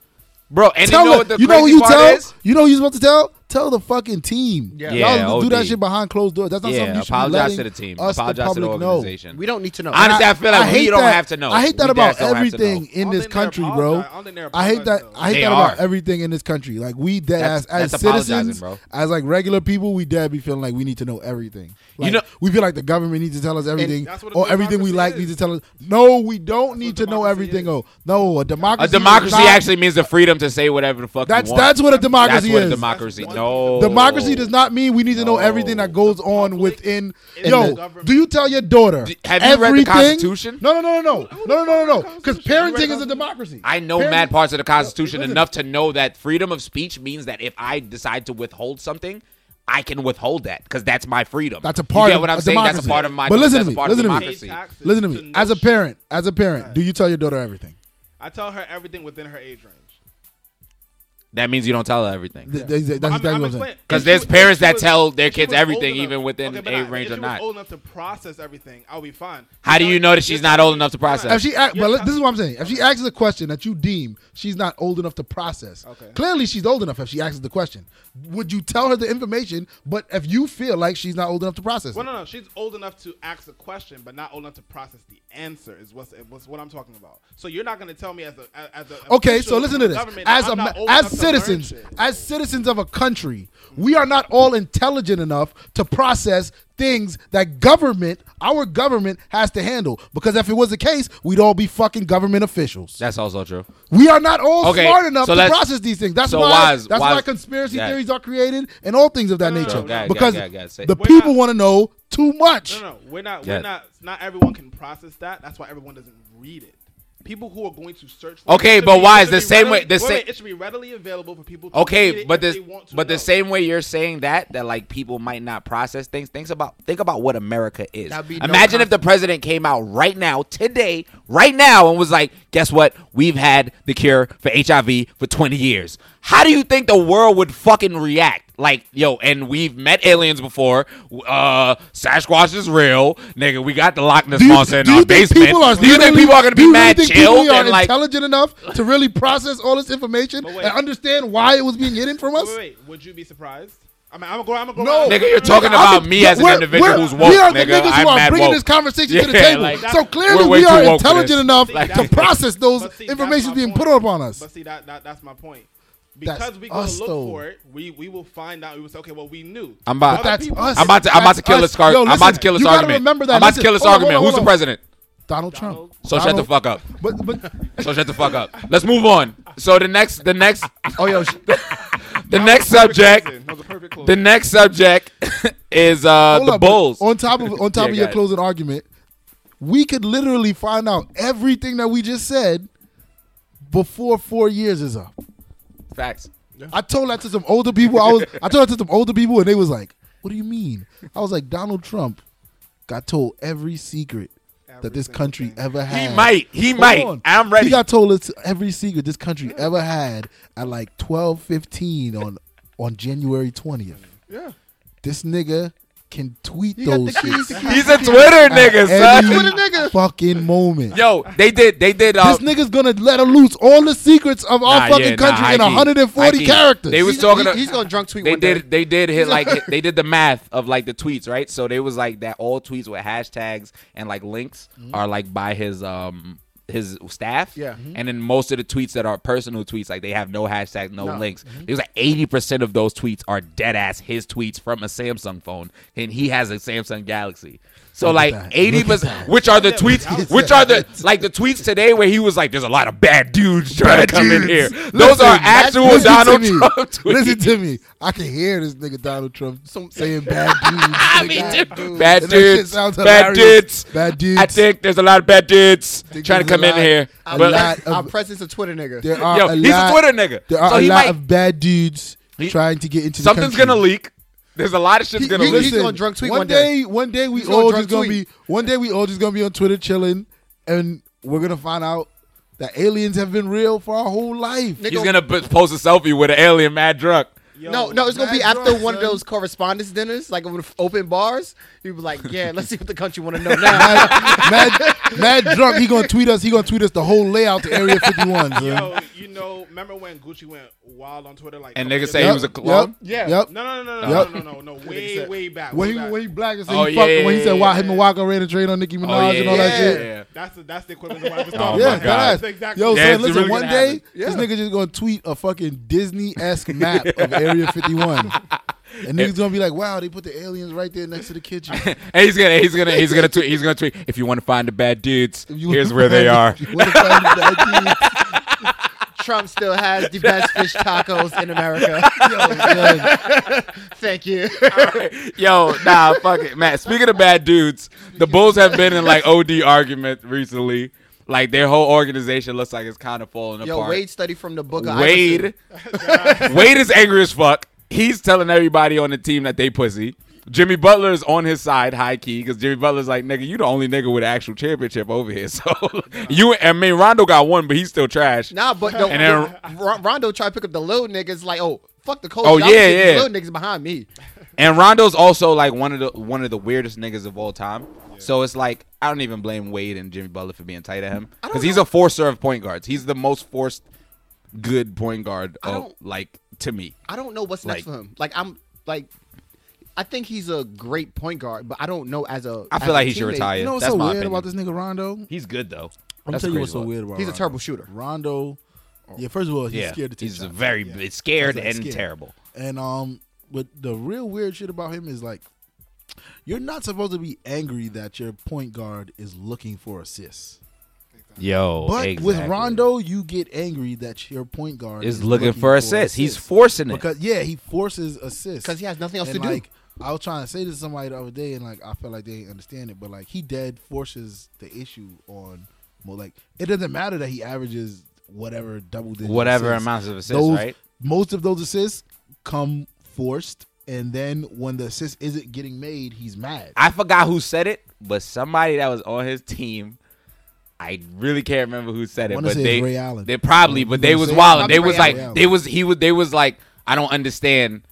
Speaker 3: bro. And
Speaker 2: tell
Speaker 3: you know
Speaker 2: us.
Speaker 3: what the
Speaker 2: you know who
Speaker 3: crazy
Speaker 2: you
Speaker 3: part
Speaker 2: tell?
Speaker 3: is?
Speaker 2: You know who you're supposed to tell? Tell the fucking team.
Speaker 1: Yeah.
Speaker 3: Yeah,
Speaker 2: Y'all do that
Speaker 3: OD.
Speaker 2: shit behind closed doors. That's not something
Speaker 3: Yeah,
Speaker 2: you should be
Speaker 3: apologize
Speaker 2: letting
Speaker 3: to the team.
Speaker 2: us,
Speaker 3: Apologize to the
Speaker 2: public, know.
Speaker 3: organization.
Speaker 1: We don't need to know.
Speaker 3: I Honestly, feel like we
Speaker 2: hate
Speaker 3: don't
Speaker 2: that-
Speaker 3: have to know.
Speaker 2: I hate that
Speaker 3: We
Speaker 2: about
Speaker 3: just don't have to
Speaker 2: everything
Speaker 3: know.
Speaker 2: in
Speaker 4: All
Speaker 2: this
Speaker 4: they never
Speaker 2: country, bro.
Speaker 4: apologize. All they never
Speaker 2: I hate that.
Speaker 4: apologize,
Speaker 2: I hate
Speaker 3: They
Speaker 2: that about
Speaker 3: are.
Speaker 2: everything in this country. Like we dead
Speaker 3: That's-
Speaker 2: ass as
Speaker 3: that's apologizing,
Speaker 2: citizens,
Speaker 3: bro.
Speaker 2: as like regular people, we dead be feeling like we need to know everything. Like,
Speaker 3: know-
Speaker 2: we feel like the government needs to tell us everything,
Speaker 4: That's what a
Speaker 2: or everything we
Speaker 4: democracy
Speaker 2: like
Speaker 4: is.
Speaker 2: needs to tell us. No, we don't need
Speaker 4: what
Speaker 2: to know
Speaker 4: democracy
Speaker 2: everything.
Speaker 4: is.
Speaker 2: Oh, no, a democracy.
Speaker 3: A
Speaker 2: is
Speaker 3: democracy
Speaker 2: not-
Speaker 3: actually means the freedom to say whatever the fuck
Speaker 2: That's
Speaker 3: you want.
Speaker 2: that's what a
Speaker 3: That's
Speaker 2: democracy
Speaker 3: what a
Speaker 2: is.
Speaker 3: democracy.
Speaker 4: That's
Speaker 3: No,
Speaker 4: one-
Speaker 2: Democracy does not mean we need to know
Speaker 3: Oh. No.
Speaker 2: everything that goes on
Speaker 4: public
Speaker 2: within.
Speaker 4: is the
Speaker 2: Yo,
Speaker 4: government.
Speaker 2: do you tell your daughter
Speaker 3: D- have you read the
Speaker 2: everything?
Speaker 3: Constitution?
Speaker 2: No, no, no, no, no, no, no, no, no, no.
Speaker 4: the
Speaker 2: Because
Speaker 4: Constitution? You read the
Speaker 2: parenting is a
Speaker 4: Constitution?
Speaker 2: democracy.
Speaker 3: I know
Speaker 2: Parent-
Speaker 3: mad parts of the Constitution
Speaker 2: listen.
Speaker 3: enough to know that freedom of speech means that if I decide to withhold something, I can withhold that because that's my freedom.
Speaker 2: That's a part
Speaker 3: You get
Speaker 2: of
Speaker 3: what I'm
Speaker 2: a
Speaker 3: saying? That's
Speaker 2: democracy.
Speaker 3: a part of my.
Speaker 2: But listen
Speaker 3: that's
Speaker 2: to
Speaker 3: a
Speaker 2: me,
Speaker 3: part
Speaker 2: listen
Speaker 3: of
Speaker 2: to me.
Speaker 4: Pay
Speaker 3: democracy.
Speaker 4: taxes
Speaker 2: Listen to me.
Speaker 4: no
Speaker 2: As a
Speaker 4: shit.
Speaker 2: parent, as a parent, do you tell your daughter everything?
Speaker 4: I tell her everything within her age range.
Speaker 3: that means you don't tell her everything.
Speaker 2: Th- th- that's
Speaker 4: I'm-
Speaker 2: exactly
Speaker 4: I'm
Speaker 2: what I'm saying.
Speaker 4: explaining.
Speaker 3: Because
Speaker 4: If
Speaker 3: there's
Speaker 4: she was-
Speaker 3: parents
Speaker 4: if she
Speaker 3: that
Speaker 4: was-
Speaker 3: tell their
Speaker 4: if she
Speaker 3: kids
Speaker 4: was
Speaker 3: everything,
Speaker 4: old enough-
Speaker 3: even within
Speaker 4: Okay, but
Speaker 3: age
Speaker 4: I-
Speaker 3: range
Speaker 4: if
Speaker 3: or
Speaker 4: she
Speaker 3: not.
Speaker 4: Was old enough to process everything, I'll be fine.
Speaker 3: How do you know that
Speaker 4: You're
Speaker 3: she's
Speaker 4: telling
Speaker 3: not old
Speaker 4: me-
Speaker 3: enough to
Speaker 4: Hold on.
Speaker 3: process?
Speaker 2: If she, act,
Speaker 4: You're
Speaker 2: but
Speaker 4: tell-
Speaker 2: this is what I'm saying. If she asks a question that you deem she's not old enough to process,
Speaker 4: Okay.
Speaker 2: clearly she's old enough. If she asks the question, would you tell her the information? But if you feel like she's not old enough to process,
Speaker 4: Well,
Speaker 2: it?
Speaker 4: no, no. She's old enough to ask a question, but not old enough to process the answer. Is what's, what's what I'm talking about. So you're not going to tell me as a as a
Speaker 2: okay,
Speaker 4: official
Speaker 2: so listen
Speaker 4: of the
Speaker 2: to this.
Speaker 4: government that
Speaker 2: As
Speaker 4: I'm
Speaker 2: a,
Speaker 4: not
Speaker 2: ma-
Speaker 4: old
Speaker 2: as
Speaker 4: enough to learn
Speaker 2: citizens,
Speaker 4: shit.
Speaker 2: as citizens of a country, we are not all intelligent enough to process things that government, our government, has to handle. Because if it was the case, we'd all be fucking government officials.
Speaker 3: That's also true.
Speaker 2: We are not all
Speaker 3: Okay,
Speaker 2: smart enough
Speaker 3: so
Speaker 2: to
Speaker 3: let's-
Speaker 2: process these things. That's
Speaker 3: so
Speaker 2: why
Speaker 3: wise-
Speaker 2: that's why
Speaker 3: wise-
Speaker 2: conspiracy
Speaker 3: yeah.
Speaker 2: theories are created and all things of that
Speaker 4: No, no,
Speaker 2: nature.
Speaker 4: no, no, no.
Speaker 2: because
Speaker 3: Yeah, yeah, yeah, say-
Speaker 2: the
Speaker 4: We're
Speaker 2: people
Speaker 4: not-
Speaker 2: want to know too much.
Speaker 4: No, no, we're not.
Speaker 3: Yeah.
Speaker 4: We're not. Not everyone can process that. That's why everyone doesn't read it. People who are going to search. for it
Speaker 3: Okay,
Speaker 4: should
Speaker 3: but
Speaker 4: be-
Speaker 3: why
Speaker 4: it
Speaker 3: is
Speaker 4: should
Speaker 3: the
Speaker 4: be
Speaker 3: same way-
Speaker 4: readily-
Speaker 3: the
Speaker 4: wait a
Speaker 3: sa-
Speaker 4: minute, It should be readily available for people. to read
Speaker 3: Okay,
Speaker 4: it
Speaker 3: but
Speaker 4: if
Speaker 3: this,
Speaker 4: they want to
Speaker 3: but the
Speaker 4: know.
Speaker 3: same way you're saying that, that like people might not process things. Think about, think about what America is.
Speaker 1: That'd be no
Speaker 3: Imagine if the president came out right now, today, right now, and was like, "Guess what? We've had the cure for HIV for 20 years." How do you think the world would fucking react? Like, yo, and we've met aliens before. Uh, Sasquatch is real, nigga. We got the Loch Ness
Speaker 2: Do you,
Speaker 3: monster in
Speaker 2: do you
Speaker 3: our
Speaker 2: think
Speaker 3: basement.
Speaker 2: people are
Speaker 3: do you think
Speaker 2: really-
Speaker 3: people are gonna
Speaker 2: do
Speaker 3: be
Speaker 2: you really
Speaker 3: mad
Speaker 2: think people
Speaker 3: chilled
Speaker 2: are
Speaker 3: and like?
Speaker 2: intelligent enough to really process all this information
Speaker 4: But
Speaker 2: and
Speaker 4: wait.
Speaker 2: understand why it was being hidden from
Speaker 4: Wait,
Speaker 2: us?
Speaker 4: wait, wait, would you be surprised? I mean, I'm gonna go. I'm gonna go.
Speaker 2: No.
Speaker 4: around-
Speaker 3: Nigga, you're talking
Speaker 2: I'm
Speaker 3: about me as an
Speaker 2: we're-
Speaker 3: individual
Speaker 2: we're-
Speaker 3: who's woke,
Speaker 2: We are the
Speaker 3: nigga.
Speaker 2: niggas
Speaker 3: I'm
Speaker 2: who are
Speaker 3: mad
Speaker 2: bringing
Speaker 3: woke.
Speaker 2: this conversation to the
Speaker 3: Yeah,
Speaker 2: table.
Speaker 3: like,
Speaker 2: so clearly,
Speaker 3: we're way
Speaker 2: we
Speaker 3: too
Speaker 2: are
Speaker 3: woke for
Speaker 2: intelligent
Speaker 3: this.
Speaker 2: enough
Speaker 3: Like-
Speaker 2: to process those
Speaker 4: But see, that's
Speaker 2: information
Speaker 4: my
Speaker 2: being
Speaker 4: point.
Speaker 2: put upon us.
Speaker 4: But see, that, that that's my point. Because
Speaker 2: That's
Speaker 4: we go
Speaker 2: us,
Speaker 4: look
Speaker 2: though.
Speaker 4: for it, we we will find out. We will say, okay, well, we knew.
Speaker 3: I'm about-
Speaker 4: Other
Speaker 3: But
Speaker 2: that's
Speaker 4: people-
Speaker 2: us.
Speaker 3: I'm about to, I'm about to
Speaker 2: That's
Speaker 3: kill
Speaker 2: us.
Speaker 3: this car.
Speaker 2: Yo,
Speaker 3: I'm about to
Speaker 2: listen,
Speaker 3: kill this
Speaker 2: you gotta
Speaker 3: argument.
Speaker 2: remember that.
Speaker 3: I'm about to
Speaker 2: Listen,
Speaker 3: kill this
Speaker 2: hold on,
Speaker 3: argument.
Speaker 2: hold on,
Speaker 3: Who's the
Speaker 2: hold on.
Speaker 3: president?
Speaker 2: Donald Trump.
Speaker 4: Donald.
Speaker 3: So shut the
Speaker 2: Donald-
Speaker 3: fuck up.
Speaker 2: But but
Speaker 3: So shut the fuck up. Let's move on. So the next, the next,
Speaker 1: Oh yo, sh-
Speaker 3: the next
Speaker 4: Perfect
Speaker 3: subject,
Speaker 4: closing. That was a perfect closing.
Speaker 3: the next subject is uh
Speaker 2: hold
Speaker 3: the
Speaker 2: up,
Speaker 3: Bulls.
Speaker 2: but On top of on top
Speaker 3: Yeah,
Speaker 2: of
Speaker 3: go
Speaker 2: your
Speaker 3: ahead.
Speaker 2: closing argument, we could literally find out everything that we just said before four years is up.
Speaker 3: Facts.
Speaker 2: I told that to some older people. I was I told that to some older people, and they was like, "What do you mean?" I was like, "Donald Trump got told every secret
Speaker 4: Every
Speaker 2: that this
Speaker 4: single
Speaker 2: country
Speaker 4: thing.
Speaker 2: ever
Speaker 3: He
Speaker 2: had."
Speaker 3: might. He
Speaker 2: Hold
Speaker 3: might.
Speaker 2: on.
Speaker 3: I'm ready.
Speaker 2: He got told us every secret this country ever had at like twelve fifteen on on January twentieth.
Speaker 4: Yeah.
Speaker 2: This nigga can tweet
Speaker 1: you got
Speaker 2: those
Speaker 1: the keys.
Speaker 2: shits.
Speaker 1: To
Speaker 3: He's a Twitter nigga,
Speaker 2: at
Speaker 3: son.
Speaker 2: any fucking moment.
Speaker 3: Yo, they did. They did. Uh,
Speaker 2: This nigga's gonna let her loose all the secrets of our
Speaker 3: Nah,
Speaker 2: fucking
Speaker 3: yeah, nah,
Speaker 2: country
Speaker 3: I
Speaker 2: in
Speaker 3: get-
Speaker 2: 140
Speaker 3: I get-
Speaker 2: characters.
Speaker 3: they was
Speaker 1: he's,
Speaker 3: talking
Speaker 1: he-
Speaker 3: to-
Speaker 1: he's gonna drunk tweet.
Speaker 3: they
Speaker 1: one
Speaker 3: did
Speaker 1: Day.
Speaker 3: they did hit like they did the math of like the tweets right so they was like that all tweets with hashtags and like links
Speaker 2: Mm-hmm.
Speaker 3: are like by his um his staff
Speaker 1: Yeah. Mhm.
Speaker 3: and then most of the tweets that are personal tweets like they have no hashtags no,
Speaker 1: No.
Speaker 3: links
Speaker 2: Mm-hmm.
Speaker 3: it was like 80% of those tweets are dead ass his tweets from a samsung phone and he has a samsung galaxy so like
Speaker 2: that.
Speaker 3: eighty
Speaker 2: Look at
Speaker 3: percent, which are the
Speaker 4: Yeah,
Speaker 3: tweets,
Speaker 4: Galaxy.
Speaker 3: which are the like the tweets today where he was like, "There's a lot of bad dudes trying to come in here."
Speaker 2: Dudes,
Speaker 3: Those
Speaker 2: listen,
Speaker 3: are actual
Speaker 2: listen to
Speaker 3: Donald
Speaker 2: me.
Speaker 3: Trump tweets.
Speaker 2: Listen to me. I can hear this nigga Donald Trump saying bad dudes.
Speaker 3: I
Speaker 2: Like,
Speaker 3: mean,
Speaker 2: bad
Speaker 3: dude,
Speaker 2: dudes.
Speaker 3: bad
Speaker 2: And that shit
Speaker 3: dudes,
Speaker 2: sounds
Speaker 3: bad
Speaker 2: hilarious.
Speaker 3: dudes,
Speaker 2: Bad dudes.
Speaker 3: I think there's a lot of bad dudes
Speaker 2: Think
Speaker 3: trying to
Speaker 2: there's a
Speaker 3: come in
Speaker 2: lot-
Speaker 3: here.
Speaker 2: a
Speaker 3: But
Speaker 2: lot
Speaker 1: Our- Our
Speaker 2: of-
Speaker 1: president's a Twitter nigga.
Speaker 2: There are
Speaker 3: yo,
Speaker 2: a
Speaker 3: he's a
Speaker 2: lot-
Speaker 3: Twitter nigga,
Speaker 2: There are
Speaker 3: so
Speaker 2: a
Speaker 3: he
Speaker 2: lot
Speaker 3: might
Speaker 2: of bad dudes
Speaker 3: He-
Speaker 2: trying to get into the
Speaker 3: something's
Speaker 2: country.
Speaker 3: gonna leak. There's a lot of shit's
Speaker 1: He-
Speaker 3: gonna
Speaker 1: he-
Speaker 3: leak.
Speaker 1: he's gonna drunk tweet one
Speaker 2: day. One day we
Speaker 1: He's gonna
Speaker 2: all
Speaker 1: drunk
Speaker 2: just gonna
Speaker 1: tweet.
Speaker 2: be. One day we all just gonna be on Twitter chilling, and we're gonna find out that aliens have been real for our whole life.
Speaker 1: Nigga,
Speaker 3: He's gonna p- post a selfie with an alien mad drunk.
Speaker 4: Yo,
Speaker 1: no, no, it's gonna be
Speaker 2: mad
Speaker 1: after
Speaker 2: drunk,
Speaker 1: one of
Speaker 2: son.
Speaker 1: those correspondence dinners, like with open bars. He'd be like, "Yeah, let's see what the country want to know now."
Speaker 2: mad, mad, mad drunk. He gonna tweet us. He gonna tweet us the whole layout to Area 51. son.
Speaker 4: Yo, you know, remember when Gucci went wild on Twitter like
Speaker 3: And
Speaker 4: couple
Speaker 3: niggas
Speaker 4: years
Speaker 3: say
Speaker 4: ago?
Speaker 3: he was a clone.
Speaker 1: Yeah.
Speaker 2: Yep.
Speaker 4: No, no, no, no, no,
Speaker 2: Yup.
Speaker 4: no, no, no, no, way, way back.
Speaker 2: When
Speaker 4: way
Speaker 2: he
Speaker 4: back.
Speaker 2: when he black and say
Speaker 3: Oh,
Speaker 2: he fucked
Speaker 3: yeah,
Speaker 2: when he
Speaker 3: yeah,
Speaker 2: said
Speaker 3: yeah,
Speaker 2: why
Speaker 4: yeah.
Speaker 2: him and Waka ran a train on Nicki Minaj
Speaker 3: Oh yeah,
Speaker 2: and all that
Speaker 3: yeah,
Speaker 2: shit.
Speaker 3: yeah.
Speaker 4: That's the, that's the equivalent of what I was
Speaker 3: Oh,
Speaker 4: talking
Speaker 2: Yeah,
Speaker 3: my
Speaker 4: about.
Speaker 3: God.
Speaker 4: That's
Speaker 2: deadass.
Speaker 4: exactly.
Speaker 2: Yo,
Speaker 4: what
Speaker 3: Yeah,
Speaker 2: son,
Speaker 3: it's
Speaker 2: listen.
Speaker 3: really
Speaker 2: one
Speaker 3: gonna
Speaker 2: day,
Speaker 3: happen.
Speaker 2: this nigga just gonna tweet a fucking Disney esque map of Area 51, and niggas gonna be like, "Wow, they put the aliens right there next to the kitchen."
Speaker 3: And he's gonna he's gonna he's gonna tweet he's gonna tweet if you want to find the bad dudes,
Speaker 2: If you
Speaker 3: here's
Speaker 2: wanna
Speaker 3: where they are.
Speaker 2: find- if you wanna find the bad
Speaker 1: Trump still has the best fish tacos in America.
Speaker 2: dudes, son,
Speaker 1: Thank you.
Speaker 3: Yo, nah, fuck it, Matt. Speaking of bad dudes, the Bulls have been in like OD argument recently. Like their whole organization looks like it's kind of falling
Speaker 1: Yo,
Speaker 3: apart.
Speaker 1: Wade studied from the book. Of Iverson.
Speaker 3: Wade. Wade is angry as fuck. He's telling everybody on the team that they pussy. Jimmy Butler is on his side, high key, because Jimmy Butler's like, nigga, you the only nigga with an actual championship over here. So you, I mean, Rondo got one, but he's still trash.
Speaker 1: Nah, but the,
Speaker 3: And then-
Speaker 1: the- Ron- Rondo tried to pick up the little niggas. Like, oh, fuck the coach.
Speaker 3: Oh,
Speaker 1: I'm
Speaker 3: yeah,
Speaker 1: getting
Speaker 3: yeah.
Speaker 1: The little niggas behind me.
Speaker 3: And Rondo's also like one of the one of the weirdest niggas of all time. So it's like I don't even blame Wade and Jimmy Butler for being tight at him because he's a force serve point guard. He's the most forced good point guard,
Speaker 1: I
Speaker 3: of,
Speaker 1: don't-
Speaker 3: like to me.
Speaker 1: I don't know what's next
Speaker 3: Like-
Speaker 1: for him. Like, I'm like, I think he's a great point guard, but I don't know as a.
Speaker 3: I
Speaker 1: as
Speaker 3: feel
Speaker 1: a
Speaker 3: like he should
Speaker 1: teammate.
Speaker 3: retire.
Speaker 2: You know what's
Speaker 3: That's
Speaker 2: so
Speaker 3: my
Speaker 2: weird
Speaker 3: opinion.
Speaker 2: about this nigga Rondo?
Speaker 3: He's good though.
Speaker 2: I'm
Speaker 3: That's
Speaker 2: telling
Speaker 3: crazy
Speaker 2: you what's so
Speaker 3: about-
Speaker 2: weird about
Speaker 1: He's a
Speaker 2: Rondo.
Speaker 1: terrible shooter.
Speaker 2: Rondo. Yeah, first of all, he's
Speaker 3: yeah,
Speaker 2: scared to take
Speaker 3: he's a
Speaker 2: shots.
Speaker 3: very
Speaker 2: Yeah.
Speaker 3: scared
Speaker 2: He's, like,
Speaker 3: and
Speaker 2: scared.
Speaker 3: terrible.
Speaker 2: And um, but the real weird shit about him is like, you're not supposed to be angry that your point guard is looking for assists.
Speaker 3: Yo,
Speaker 2: But with Rondo, you get angry that your point guard
Speaker 3: is looking for assists. He's forcing it.
Speaker 2: because yeah, he forces assists
Speaker 1: 'Cause he has nothing else
Speaker 2: And,
Speaker 1: to do.
Speaker 2: like, I was trying to say this to somebody the other day, and like I felt like they didn't understand it, but like he dead forces the issue on more. Like it doesn't matter that he averages whatever double digit
Speaker 3: Whatever
Speaker 2: assists.
Speaker 3: amounts of assists,
Speaker 2: Those-
Speaker 3: right?
Speaker 2: Most of those assists come forced, and then when the assist isn't getting made, he's mad.
Speaker 3: I forgot who said it, but somebody that was on his team. I really can't remember who said it,
Speaker 2: I wanna
Speaker 3: but
Speaker 2: say it's
Speaker 3: they
Speaker 2: Ray Allen.
Speaker 3: they probably,
Speaker 2: You
Speaker 3: but
Speaker 2: gonna
Speaker 3: they was
Speaker 2: say it?
Speaker 3: wilding.
Speaker 2: Probably
Speaker 3: They was
Speaker 2: Ray
Speaker 3: like
Speaker 2: Allen.
Speaker 3: they was he was they was like I don't understand.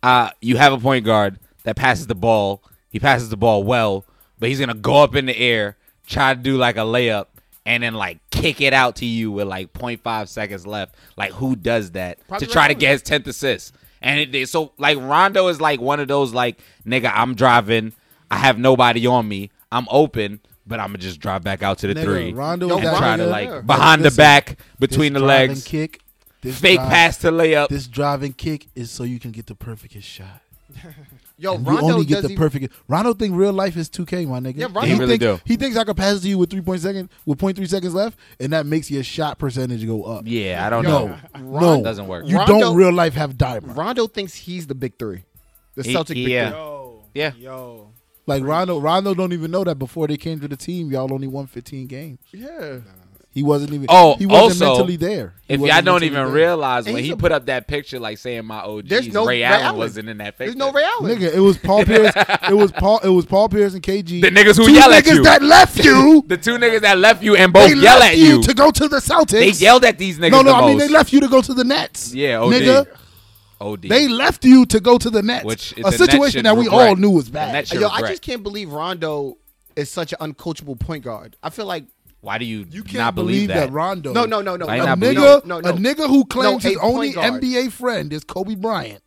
Speaker 3: Uh, you have a point guard that passes the ball. He passes the ball well, but he's gonna go up in the air, try to do like a layup, and then like kick it out to you with like 0.5 seconds left. Like who does that
Speaker 4: Probably
Speaker 3: to try
Speaker 4: Ray
Speaker 3: to
Speaker 4: Allen.
Speaker 3: get his tenth assist? And it, it- so like Rondo is like one of those like nigga, I'm driving, I have nobody on me, I'm open, but I'm gonna just drive back out to the
Speaker 2: Nigga,
Speaker 3: three
Speaker 2: Rondo
Speaker 1: Yo,
Speaker 2: is
Speaker 3: and
Speaker 2: that
Speaker 3: try to
Speaker 2: nigga.
Speaker 3: like
Speaker 1: Yeah.
Speaker 3: behind the
Speaker 2: Listen,
Speaker 3: back, between
Speaker 2: This
Speaker 3: the
Speaker 2: driving
Speaker 3: legs,
Speaker 2: kick, this
Speaker 3: fake
Speaker 2: drive-
Speaker 3: pass to layup.
Speaker 2: This driving kick is so you can get the perfectest shot.
Speaker 1: Yo,
Speaker 2: And
Speaker 1: Oh, Rondo
Speaker 2: you only get
Speaker 1: doesn't
Speaker 2: the perfect. Rondo think real life is 2K, my nigga.
Speaker 1: Yeah, Rondo-
Speaker 2: And
Speaker 1: He
Speaker 3: really
Speaker 2: thinks,
Speaker 3: do.
Speaker 2: He thinks I could pass it to you with three point second with 0.3 seconds left, and that makes your shot percentage go up.
Speaker 3: yeah, I don't
Speaker 2: no,
Speaker 3: know.
Speaker 2: no,
Speaker 3: Doesn't work.
Speaker 2: You
Speaker 1: Rondo-
Speaker 2: don't real life have dimer.
Speaker 1: Rondo thinks he's the big three. The
Speaker 3: He-
Speaker 1: Celtic big
Speaker 3: yeah.
Speaker 1: three.
Speaker 4: Yo.
Speaker 3: Yeah.
Speaker 4: Yo.
Speaker 2: Like Rondo, Rondo don't even know that before they came to the team, y'all only won 15 games.
Speaker 1: Yeah.
Speaker 2: He wasn't even.
Speaker 3: Oh,
Speaker 2: he wasn't
Speaker 3: also,
Speaker 2: mentally there. He
Speaker 3: If y'all
Speaker 2: wasn't
Speaker 3: don't
Speaker 2: mentally
Speaker 3: even
Speaker 2: there.
Speaker 3: realize
Speaker 1: And
Speaker 3: when
Speaker 1: he's
Speaker 3: he
Speaker 1: a-
Speaker 3: put up that picture, like saying my OGs,
Speaker 1: There's no
Speaker 3: Ray,
Speaker 1: Ray
Speaker 3: Allen,
Speaker 1: Allen.
Speaker 3: wasn't in that picture.
Speaker 1: There's no Ray Allen.
Speaker 2: nigga, it was Paul Pierce. It was Paul. It was Paul Pierce and KG.
Speaker 3: The niggas who
Speaker 2: Two
Speaker 3: yell at
Speaker 2: niggas
Speaker 3: you.
Speaker 2: that left you.
Speaker 3: The two niggas that left you and
Speaker 2: they
Speaker 3: both yell
Speaker 2: left
Speaker 3: at you.
Speaker 2: to go to the Celtics.
Speaker 3: they yelled at these niggas.
Speaker 2: No, no,
Speaker 3: the
Speaker 2: I mean
Speaker 3: most.
Speaker 2: they left you to go to the Nets.
Speaker 3: Yeah, OD.
Speaker 2: nigga,
Speaker 3: OD.
Speaker 2: they left you to go to the Nets.
Speaker 3: Which the
Speaker 2: a
Speaker 3: Nets
Speaker 2: situation
Speaker 3: should
Speaker 2: that we
Speaker 3: regret.
Speaker 2: all knew was
Speaker 3: The
Speaker 2: bad.
Speaker 3: Nets should-
Speaker 1: Yo, I
Speaker 3: regret.
Speaker 1: just can't believe Rondo is such an uncoachable point guard. I feel like
Speaker 3: Why do you,
Speaker 2: you can't
Speaker 3: not believe that?
Speaker 2: Rondo.
Speaker 1: no, no, no, no.
Speaker 3: I
Speaker 1: no,
Speaker 2: A
Speaker 3: not
Speaker 1: no,
Speaker 3: believe-
Speaker 2: nigga,
Speaker 1: no, no,
Speaker 2: a nigga who claims
Speaker 1: No, a
Speaker 2: his only
Speaker 1: point guard.
Speaker 2: NBA friend is Kobe Bryant.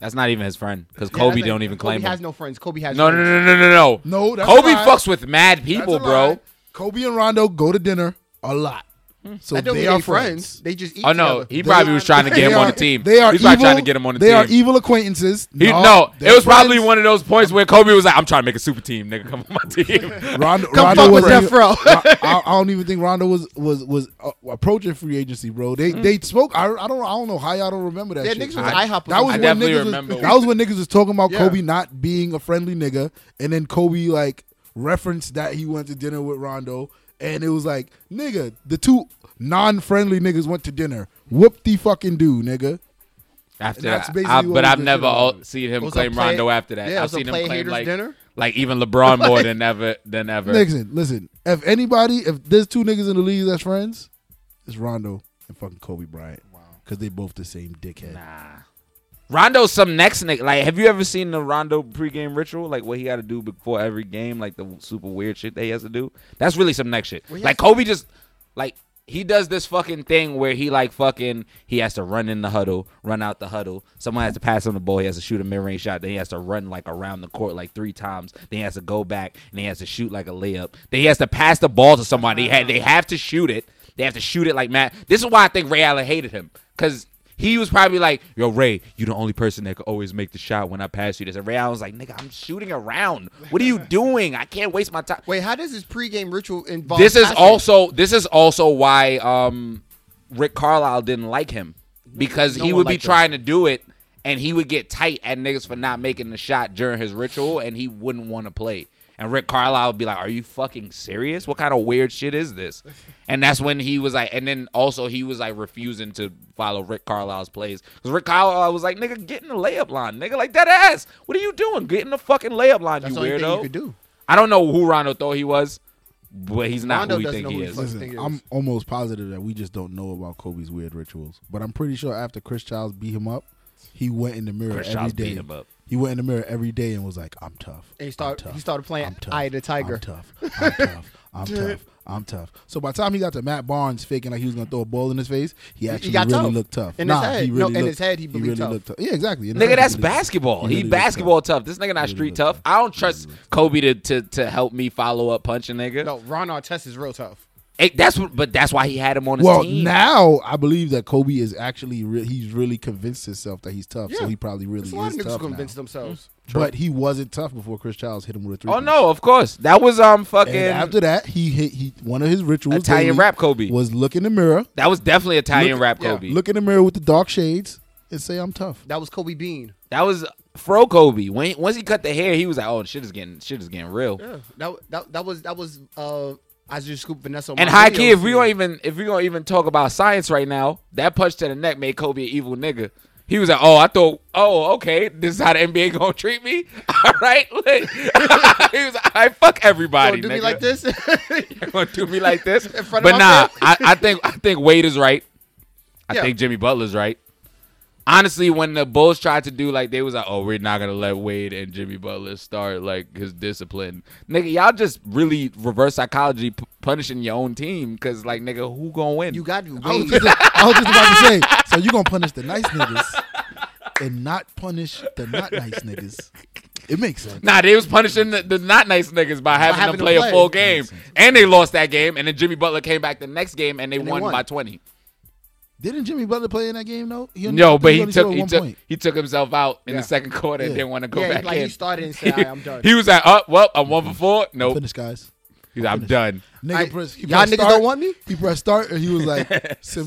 Speaker 3: That's not even his friend because
Speaker 1: Yeah,
Speaker 3: Kobe
Speaker 1: that's
Speaker 3: don't
Speaker 1: it.
Speaker 3: even claim
Speaker 1: Kobe has
Speaker 3: him.
Speaker 1: no friends. Kobe has
Speaker 3: No, no,
Speaker 1: friends.
Speaker 3: no, no, no, no.
Speaker 2: No, that's
Speaker 3: Kobe
Speaker 2: a lie.
Speaker 3: fucks with mad people,
Speaker 2: That's a
Speaker 3: bro.
Speaker 2: lie. Kobe and Rondo go to dinner a lot, so
Speaker 1: Hmm. That don't
Speaker 2: they
Speaker 1: mean
Speaker 2: are
Speaker 1: they
Speaker 2: friends.
Speaker 1: friends. They just eat
Speaker 3: Oh no,
Speaker 1: together.
Speaker 3: he probably was trying to get
Speaker 2: They
Speaker 3: him on
Speaker 2: are-
Speaker 3: the team.
Speaker 2: They are
Speaker 3: He's
Speaker 2: evil,
Speaker 3: probably trying to get him on the
Speaker 2: they
Speaker 3: team.
Speaker 2: are evil acquaintances.
Speaker 3: He, no,
Speaker 2: they're
Speaker 3: it was probably
Speaker 2: friends.
Speaker 3: one of those points where Kobe was like, "I'm trying to make a super team, nigga. Come on my team."
Speaker 2: Rondo,
Speaker 1: Come
Speaker 2: Rondo
Speaker 1: fuck
Speaker 2: was
Speaker 1: with Death Row.
Speaker 2: I, I- I don't even think Rondo was was was uh, approaching free agency, bro. They they spoke. I, I don't I don't know how y'all don't remember
Speaker 1: Mm.
Speaker 2: that.
Speaker 1: Yeah,
Speaker 2: shit.
Speaker 1: niggas was
Speaker 2: I,
Speaker 1: IHOP.
Speaker 2: that was
Speaker 3: I
Speaker 2: when
Speaker 3: definitely
Speaker 2: niggas
Speaker 3: remember.
Speaker 2: Was, that was when niggas was talking about
Speaker 1: Yeah.
Speaker 2: Kobe not being a friendly nigga, and then Kobe like referenced that he went to dinner with Rondo, and it was like nigga, the two non-friendly niggas went to dinner. Whoop the fucking do, nigga.
Speaker 3: After
Speaker 2: That's
Speaker 3: that,
Speaker 2: basically
Speaker 3: I-
Speaker 2: what
Speaker 3: but
Speaker 2: we
Speaker 3: I've
Speaker 2: just
Speaker 3: never
Speaker 2: did about
Speaker 3: all-
Speaker 2: it.
Speaker 3: seen him
Speaker 1: Was a
Speaker 3: claim
Speaker 1: play-
Speaker 3: Rondo after that.
Speaker 1: yeah,
Speaker 3: I've
Speaker 1: was a
Speaker 3: seen him
Speaker 1: play
Speaker 3: claim
Speaker 1: haters
Speaker 3: like,
Speaker 1: dinner?
Speaker 3: like even LeBron more than ever than ever.
Speaker 2: Listen, listen. If anybody, if there's two niggas in the league that's friends, it's Rondo and fucking Kobe Bryant. Wow. Because they both the same dickhead.
Speaker 3: Nah. Rondo's some next nigga. Like, have you ever seen the Rondo pregame ritual? Like, what he got to do before every game? Like, the super weird shit that he has to do? That's really some next shit.
Speaker 1: he
Speaker 3: Like,
Speaker 1: has to-
Speaker 3: Kobe just, like, he does this fucking thing where he, like, fucking, he has to run in the huddle, run out the huddle. Someone has to pass him the ball. He has to shoot a mid range shot. Then he has to run, like, around the court, like, three times. Then he has to go back and he has to shoot, like, a layup. Then he has to pass the ball to somebody. He had- They have to shoot it. They have to shoot it like Matt. This is why I think Ray Allen hated him. Because he was probably like, "Yo, Ray, you the only person that could always make the shot when I pass you." This and Ray Allen was like, "Nigga, I'm shooting around. What are you doing? I can't waste my time."
Speaker 1: Wait, how does his pregame ritual involve?
Speaker 3: this is
Speaker 1: passion?
Speaker 3: also this is also why um, Rick Carlisle didn't like him because
Speaker 1: No
Speaker 3: he
Speaker 1: one
Speaker 3: would be
Speaker 1: liked him.
Speaker 3: trying to do it and he would get tight at niggas for not making the shot during his ritual and he wouldn't want to play. And Rick Carlisle would be like, "Are you fucking serious? What kind of weird shit is this?" And that's when he was like, and then also he was like refusing to follow Rick Carlisle's plays because Rick Carlisle was like, "Nigga, get in the layup line, nigga, like that ass. What are you doing? Get in the fucking layup line,
Speaker 1: That's
Speaker 3: you
Speaker 1: the only
Speaker 3: weirdo."
Speaker 1: thing you could do.
Speaker 3: I don't know who Rondo thought he was, but he's not
Speaker 1: Rondo
Speaker 3: who you
Speaker 1: doesn't
Speaker 3: think
Speaker 1: know who
Speaker 3: he is.
Speaker 1: the fuck
Speaker 2: Listen,
Speaker 1: thing is-
Speaker 2: I'm almost positive that we just don't know about Kobe's weird rituals. But I'm pretty sure after Chris Childs beat him up, he went in the mirror
Speaker 3: Chris
Speaker 2: every
Speaker 3: Childs beat
Speaker 2: day.
Speaker 3: him up.
Speaker 2: He went in the mirror every day and was like, "I'm tough."
Speaker 1: And he
Speaker 2: I'm
Speaker 1: started-
Speaker 2: tough,
Speaker 1: he started playing
Speaker 2: I'm tough,
Speaker 1: Eye of the Tiger."
Speaker 2: I'm tough. I'm tough. I'm tough. I'm tough. So by the time he got to Matt Barnes faking like he was gonna throw a ball in his face, he actually
Speaker 1: got
Speaker 2: really
Speaker 1: tough.
Speaker 2: looked tough.
Speaker 1: In his
Speaker 2: nah,
Speaker 1: head.
Speaker 2: he
Speaker 1: No,
Speaker 2: really
Speaker 1: in
Speaker 2: looked,
Speaker 1: his head, he believed
Speaker 2: really
Speaker 1: tough.
Speaker 2: looked tough. Yeah, exactly. In his
Speaker 3: Nigga,
Speaker 2: head, he
Speaker 3: that's
Speaker 2: believed tough.
Speaker 3: basketball.
Speaker 2: He
Speaker 3: He
Speaker 2: really looked
Speaker 3: basketball tough. This nigga not street
Speaker 2: looked
Speaker 3: tough. I don't trust Kobe to, to to help me follow up punch a nigga.
Speaker 1: No, Ron Artest is real tough.
Speaker 3: Eh, that's what, but that's why he had him on his
Speaker 2: Well,
Speaker 3: team.
Speaker 2: now I believe that Kobe is actually re- he's really convinced himself that he's tough, so
Speaker 1: Yeah.
Speaker 2: he probably really
Speaker 1: There's a lot
Speaker 2: is
Speaker 1: of niggas
Speaker 2: tough
Speaker 1: who
Speaker 2: now.
Speaker 1: convince themselves.
Speaker 2: But he wasn't tough before Chris Childs hit him with a three.
Speaker 3: oh no, of course. That was um fucking
Speaker 2: And after that, he hit he one of his rituals.
Speaker 3: Italian
Speaker 2: daily
Speaker 3: rap Kobe.
Speaker 2: was look in the mirror,
Speaker 3: that was definitely Italian
Speaker 2: Look-
Speaker 3: rap
Speaker 1: yeah,
Speaker 3: Kobe.
Speaker 2: look in the mirror with the dark shades, and say I'm tough.
Speaker 1: That was Kobe Bean.
Speaker 3: that was fro Kobe. When once he cut the hair, he was like, "Oh, shit is getting shit is getting real."
Speaker 1: Yeah. That that, that was that was uh I just scooped Vanessa. on
Speaker 3: And
Speaker 1: my
Speaker 3: high
Speaker 1: videos
Speaker 3: key, if
Speaker 1: for
Speaker 3: we
Speaker 1: you.
Speaker 3: don't even if we gonna even talk about science right now, that punch to the neck made Kobe an evil nigga. He was like, "Oh, I thought, oh, okay, this is how the NBA gonna treat me, all right?" Like, he was like, "I fuck everybody,
Speaker 1: Yo, do
Speaker 3: nigga.
Speaker 1: me like this.
Speaker 3: They gonna do me like this."
Speaker 1: front
Speaker 3: but
Speaker 1: of my
Speaker 3: nah,
Speaker 1: family?
Speaker 3: I, I think I think Wade is right. I
Speaker 1: Yeah.
Speaker 3: think Jimmy Butler's right. Honestly, when the Bulls tried to do like they was like, "Oh, we're not gonna let Wade and Jimmy Butler start like his discipline," nigga, y'all just really reverse psychology p- punishing your own team because like nigga, who gonna win?
Speaker 1: you got to
Speaker 2: I was,
Speaker 1: wait.
Speaker 2: just, I was just about to say, so you gonna punish the nice niggas and not punish the not nice niggas? It makes sense.
Speaker 3: Nah, they was punishing the, the not nice niggas by having,
Speaker 1: having
Speaker 3: to
Speaker 1: to
Speaker 3: play,
Speaker 1: play.
Speaker 3: a full game, and they lost that game, and then Jimmy Butler came back the next game and they,
Speaker 1: And they
Speaker 3: won,
Speaker 1: won.
Speaker 3: by twenty.
Speaker 2: Didn't Jimmy Butler play in that game though? He only-
Speaker 3: No, but he
Speaker 2: only scored
Speaker 3: took he
Speaker 2: one
Speaker 3: took
Speaker 2: point.
Speaker 3: he took himself out in
Speaker 1: Yeah.
Speaker 3: the second quarter and
Speaker 2: Yeah.
Speaker 3: didn't want to go
Speaker 1: Yeah,
Speaker 3: back
Speaker 1: like
Speaker 3: in.
Speaker 1: he started and said, "All right, "I'm done."
Speaker 3: He was like, "Up, well, I'm one for four. Nope.
Speaker 2: Finish, guys.
Speaker 3: He's like, I'm done.
Speaker 2: Nigga
Speaker 1: I-
Speaker 2: press, he
Speaker 1: y'all
Speaker 2: pressed
Speaker 1: niggas
Speaker 2: start,
Speaker 1: don't want me?
Speaker 2: He pressed start and he was like, "Sim,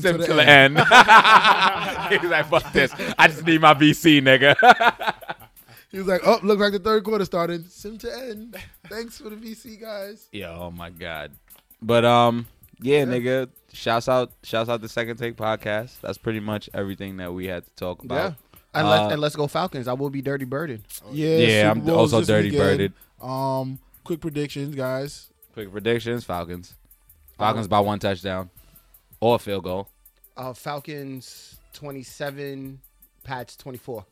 Speaker 3: Sim
Speaker 2: to the,
Speaker 3: to the
Speaker 2: end.
Speaker 3: end. he was like, fuck this. I just need my VC, nigga.
Speaker 2: He was like, "Oh, look like the third quarter started. Sim to end. Thanks for the VC guys."
Speaker 3: yeah, oh my God. But um, yeah, nigga. Shouts out, shouts out the Second Take podcast. That's pretty much everything that we had to talk
Speaker 1: yeah.
Speaker 3: about.
Speaker 1: And let's,
Speaker 3: Uh,
Speaker 1: and let's go Falcons. I will be dirty birded.
Speaker 2: Yeah,
Speaker 3: Yeah,
Speaker 2: Super
Speaker 3: I'm
Speaker 2: Bowl's
Speaker 3: also
Speaker 2: this
Speaker 3: dirty
Speaker 2: weekend. Um, quick predictions, guys.
Speaker 3: Quick predictions: Falcons. Falcons by one touchdown or a field goal.
Speaker 1: Uh, Falcons twenty seven, Pats twenty four.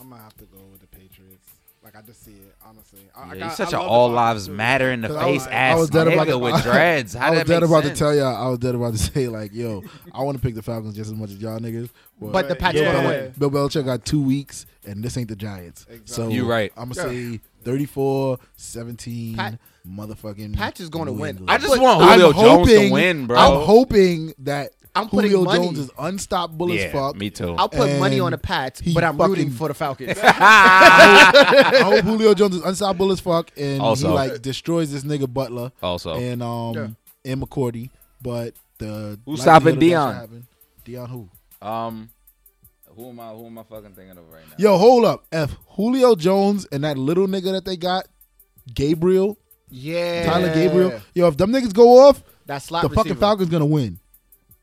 Speaker 4: I'm gonna have to go with the Patriots. Like I just see it honestly. I, I
Speaker 3: Yeah,
Speaker 4: got-
Speaker 3: he's such
Speaker 4: I
Speaker 3: an
Speaker 4: love the
Speaker 3: all
Speaker 4: Falcons,
Speaker 3: lives
Speaker 4: too.
Speaker 3: matter in the
Speaker 2: 'Cause
Speaker 3: face
Speaker 2: I
Speaker 3: ass
Speaker 2: was dead about
Speaker 3: nigga
Speaker 2: to,
Speaker 3: with dreads. How
Speaker 2: I was
Speaker 3: that make
Speaker 2: dead about
Speaker 3: sense?
Speaker 2: to tell y'all. I was dead about to say like, "Yo, I want to pick the Falcons just as much as y'all niggas."
Speaker 1: But the Pats
Speaker 2: Bill,
Speaker 4: Yeah.
Speaker 1: are
Speaker 2: Belichick-
Speaker 1: gonna win.
Speaker 2: Bill Belichick got two weeks, and this ain't the Giants. So
Speaker 4: Exactly.
Speaker 3: You right.
Speaker 2: I'm
Speaker 1: Yeah.
Speaker 2: gonna say 34, 17,
Speaker 1: Pat-
Speaker 2: motherfucking.
Speaker 1: Pats is gonna
Speaker 2: New
Speaker 1: win.
Speaker 2: England.
Speaker 3: I just
Speaker 1: But
Speaker 3: want
Speaker 2: I'm
Speaker 3: Oh, Julio Jones to
Speaker 2: hoping-
Speaker 3: win, bro.
Speaker 2: I'm hoping that
Speaker 1: I'm putting
Speaker 2: Julio
Speaker 1: money-
Speaker 2: Jones is unstoppable
Speaker 3: yeah,
Speaker 2: as fuck.
Speaker 3: me too.
Speaker 1: I'll put money
Speaker 2: And
Speaker 1: on the Pats,
Speaker 2: he
Speaker 1: but I'm rooting
Speaker 2: fucking-
Speaker 1: for the Falcons.
Speaker 2: I hope Julio Jones is unstoppable as fuck, and
Speaker 3: Also. Oh.
Speaker 2: he like destroys this nigga Butler
Speaker 3: also,
Speaker 2: and um and McCourty. But the
Speaker 3: Who's
Speaker 2: likelihood
Speaker 3: stopping
Speaker 2: of that
Speaker 3: Deion?
Speaker 2: should happen- Deion who?
Speaker 3: um, who am I? Who am I fucking thinking of right now?
Speaker 2: Yo, hold up. F Julio Jones and that little nigga that they got, Gabriel,
Speaker 1: yeah,
Speaker 2: Tyler Gabriel. Yo, if them niggas go off,
Speaker 1: That slot
Speaker 2: the fucking
Speaker 1: receiver.
Speaker 2: Falcons gonna win.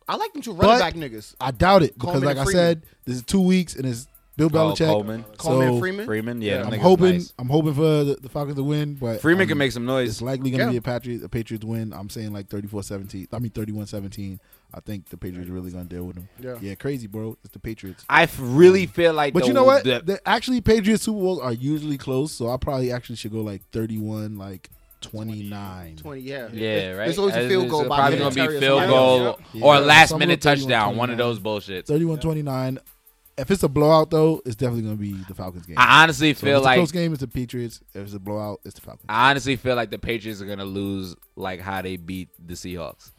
Speaker 1: I like them two running
Speaker 2: But-
Speaker 1: back niggas.
Speaker 2: I doubt it because,
Speaker 1: Coleman
Speaker 2: like
Speaker 1: and
Speaker 2: I
Speaker 1: Freeman.
Speaker 2: said, this is two weeks and it's Bill
Speaker 3: Oh,
Speaker 2: Belichick.
Speaker 3: Coleman,
Speaker 1: Coleman
Speaker 2: so-
Speaker 1: Freeman.
Speaker 3: Freeman. Yeah, them
Speaker 2: I'm
Speaker 3: niggas
Speaker 2: hoping.
Speaker 3: nice.
Speaker 2: I'm hoping for the, the Falcons to win, but
Speaker 3: Freeman
Speaker 2: I'm-
Speaker 3: can make some
Speaker 2: It's
Speaker 3: noise.
Speaker 2: likely going to
Speaker 1: Yeah.
Speaker 2: be a Patriots, a Patriots win. I'm saying like 34-17. I mean 31-17. I think the Patriots are really going to deal with them.
Speaker 1: Yeah.
Speaker 2: crazy, bro. It's the Patriots.
Speaker 3: I f- really feel like,
Speaker 2: But
Speaker 3: the-
Speaker 2: you know what?
Speaker 3: the-
Speaker 2: The- actually, Patriots Super Bowls are usually close, so I probably actually should go like 31, like 29.
Speaker 1: Twenty, yeah,
Speaker 3: yeah, right.
Speaker 1: It's always a field
Speaker 3: It's
Speaker 1: goal. by
Speaker 3: Probably
Speaker 1: the
Speaker 3: gonna be
Speaker 1: Terriers.
Speaker 3: field
Speaker 1: Yeah.
Speaker 3: goal
Speaker 2: Yeah.
Speaker 3: or
Speaker 2: Yeah.
Speaker 3: last
Speaker 2: Some
Speaker 3: minute
Speaker 2: of them
Speaker 3: touchdown. One of
Speaker 2: 31.
Speaker 3: those bullshits.
Speaker 2: 31-29. If it's a blowout, though, it's definitely going to be the Falcons game.
Speaker 3: I honestly
Speaker 2: So if
Speaker 3: feel
Speaker 2: it's a
Speaker 3: like
Speaker 2: close game, it's the Patriots. If it's a blowout, it's the Falcons.
Speaker 3: I honestly feel like the Patriots are gonna lose like how they beat the Seahawks,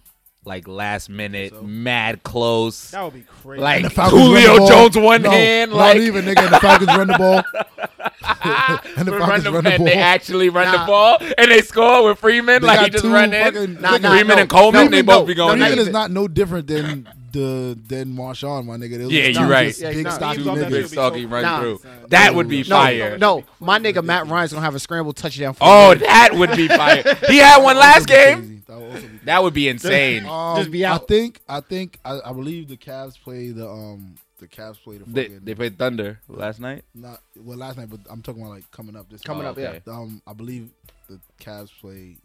Speaker 3: like last minute, mad close.
Speaker 4: That would be crazy.
Speaker 3: Like
Speaker 2: The Falcons run
Speaker 3: Julio
Speaker 2: the ball.
Speaker 3: Jones one
Speaker 2: No,
Speaker 3: hand,
Speaker 2: not
Speaker 3: like
Speaker 2: even nigga. And the Falcons run the ball. and the
Speaker 3: We
Speaker 2: Falcons
Speaker 3: run
Speaker 2: run
Speaker 3: the-
Speaker 2: the
Speaker 3: and
Speaker 2: ball.
Speaker 3: they actually run the
Speaker 1: Nah.
Speaker 3: ball and they score with Freeman.
Speaker 2: They
Speaker 3: like
Speaker 2: got
Speaker 3: he just
Speaker 2: two
Speaker 3: run in.
Speaker 2: fucking-
Speaker 1: Nah, nah,
Speaker 3: Freeman
Speaker 1: no.
Speaker 3: and Coleman,
Speaker 1: No, no,
Speaker 3: they both be
Speaker 1: no,
Speaker 3: going
Speaker 1: not
Speaker 2: Freeman
Speaker 3: in.
Speaker 1: even.
Speaker 2: is not no different than the then Marshawn, my nigga. It was
Speaker 3: Yeah, you're
Speaker 2: just just
Speaker 3: right.
Speaker 2: Big
Speaker 1: Yeah,
Speaker 2: stocky
Speaker 4: nah,
Speaker 2: niggas.
Speaker 4: he's
Speaker 3: Big
Speaker 4: be
Speaker 3: Stocky
Speaker 4: so-
Speaker 3: run
Speaker 1: Nah.
Speaker 3: through. That would be
Speaker 2: No,
Speaker 3: fire.
Speaker 1: No, my nigga Matt Ryan's gonna have a scramble touchdown. For
Speaker 3: Oh,
Speaker 1: you.
Speaker 3: that would be fire. He had one last game.
Speaker 2: That would also be crazy.
Speaker 3: That would be insane.
Speaker 2: Um,
Speaker 1: Just be
Speaker 2: I
Speaker 1: out.
Speaker 2: think I think I, I believe the Cavs play the um the Cavs play the
Speaker 3: They,
Speaker 2: fucking
Speaker 3: they played Thunder last night.
Speaker 2: not well last night, but I'm talking about like coming up this
Speaker 1: coming
Speaker 3: Oh,
Speaker 1: up.
Speaker 3: okay.
Speaker 1: Yeah,
Speaker 2: Um, I believe the Cavs play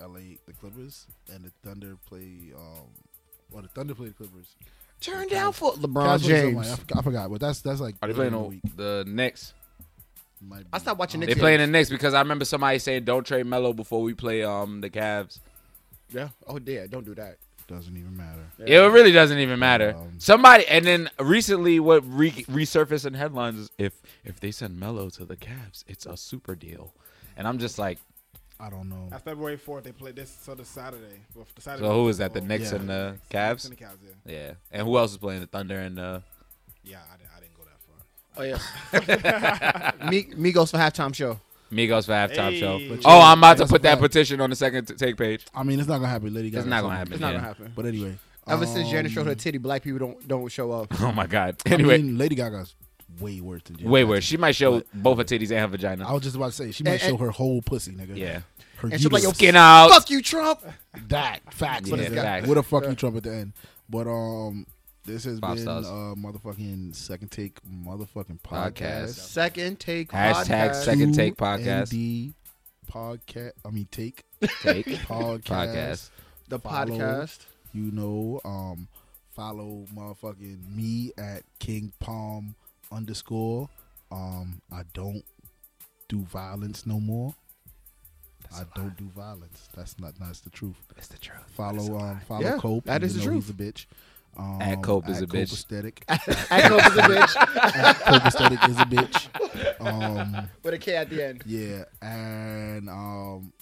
Speaker 2: L.A. the Clippers and the Thunder play um well the Thunder play the Clippers.
Speaker 1: turn down for
Speaker 2: Cavs
Speaker 1: LeBron
Speaker 2: play somebody, I
Speaker 1: James.
Speaker 2: forgot, I forgot, but that's that's like
Speaker 3: Are they
Speaker 2: early
Speaker 3: playing
Speaker 2: in the
Speaker 3: on the Knicks?
Speaker 2: Might
Speaker 1: I
Speaker 2: be.
Speaker 1: stopped watching
Speaker 3: They
Speaker 2: Um,
Speaker 1: Knicks.
Speaker 3: playing the Knicks because I remember somebody saying don't trade Melo before we play um the Cavs.
Speaker 1: Yeah. Oh, yeah. Don't do that.
Speaker 2: Doesn't even matter.
Speaker 3: It really doesn't even matter.
Speaker 2: Um,
Speaker 3: Somebody and then recently what re- resurfaced in headlines is if if they send Melo to the Cavs, it's a super deal. And I'm just like,
Speaker 2: I don't know.
Speaker 4: At February fourth, they play this so the Saturday. Well, the Saturday
Speaker 3: so who is that? The
Speaker 4: Oh,
Speaker 3: Knicks
Speaker 2: yeah.
Speaker 3: and the
Speaker 4: Knicks
Speaker 3: Cavs?
Speaker 4: and the Cavs, yeah.
Speaker 3: Yeah. And who else is playing the Thunder and uh
Speaker 4: Yeah, I didn't, I didn't go that far.
Speaker 1: Oh yeah. Me, Migos for halftime show.
Speaker 3: Migos for halftime
Speaker 4: Hey.
Speaker 3: show?
Speaker 4: But
Speaker 3: Oh, I'm about to
Speaker 2: that's a
Speaker 3: put that
Speaker 2: fact.
Speaker 3: petition on the second t- take page.
Speaker 2: I mean, it's not gonna happen. Lady Gaga.
Speaker 3: It's not
Speaker 2: or
Speaker 3: gonna
Speaker 2: something.
Speaker 1: It's
Speaker 3: happen.
Speaker 1: not gonna
Speaker 3: Yeah.
Speaker 1: happen.
Speaker 2: But anyway,
Speaker 1: Ever since Janet
Speaker 2: um,
Speaker 1: showed her titty, black people don't don't show up.
Speaker 3: Oh my god.
Speaker 2: I
Speaker 3: Anyway,
Speaker 2: mean, Lady Gaga's way worse than Janet
Speaker 3: Wait,
Speaker 2: Jackson.
Speaker 3: wait. She might show both her titties and her vagina.
Speaker 2: I was just about to say she might
Speaker 1: And-
Speaker 2: show
Speaker 1: and-
Speaker 2: her whole pussy, nigga.
Speaker 3: Yeah.
Speaker 2: her
Speaker 1: And she'll be like,
Speaker 2: uterus.
Speaker 1: "Yo,
Speaker 3: Skin out.
Speaker 1: Fuck you, Trump.
Speaker 2: that facts.
Speaker 3: Yeah,
Speaker 2: Yeah,
Speaker 3: facts.
Speaker 2: What a fuck you Trump at the end. But um, this has
Speaker 3: Five
Speaker 2: been
Speaker 3: stars.
Speaker 2: uh motherfucking second take motherfucking
Speaker 3: Podcast.
Speaker 2: podcast.
Speaker 1: Second take.
Speaker 3: Hashtag
Speaker 1: podcast.
Speaker 3: second- Take podcast.
Speaker 2: ND podcast. I mean take
Speaker 3: Take
Speaker 2: podcast.
Speaker 3: podcast.
Speaker 1: the
Speaker 2: Follow.
Speaker 1: podcast.
Speaker 2: You know um, follow motherfucking me at King Palm underscore. Um, I don't do violence no more. I don't do violence. That's not. That's the truth.
Speaker 3: That's the truth.
Speaker 2: Follow um follow
Speaker 1: Yeah,
Speaker 2: Cope.
Speaker 1: that is
Speaker 2: even
Speaker 1: the
Speaker 2: though
Speaker 1: truth.
Speaker 2: He's a bitch. Um,
Speaker 3: At Cope is a bitch.
Speaker 2: Cope aesthetic.
Speaker 1: At Cope is a bitch
Speaker 2: at Cope aesthetic is a bitch. Um,
Speaker 1: with a K at the end.
Speaker 2: yeah, and um,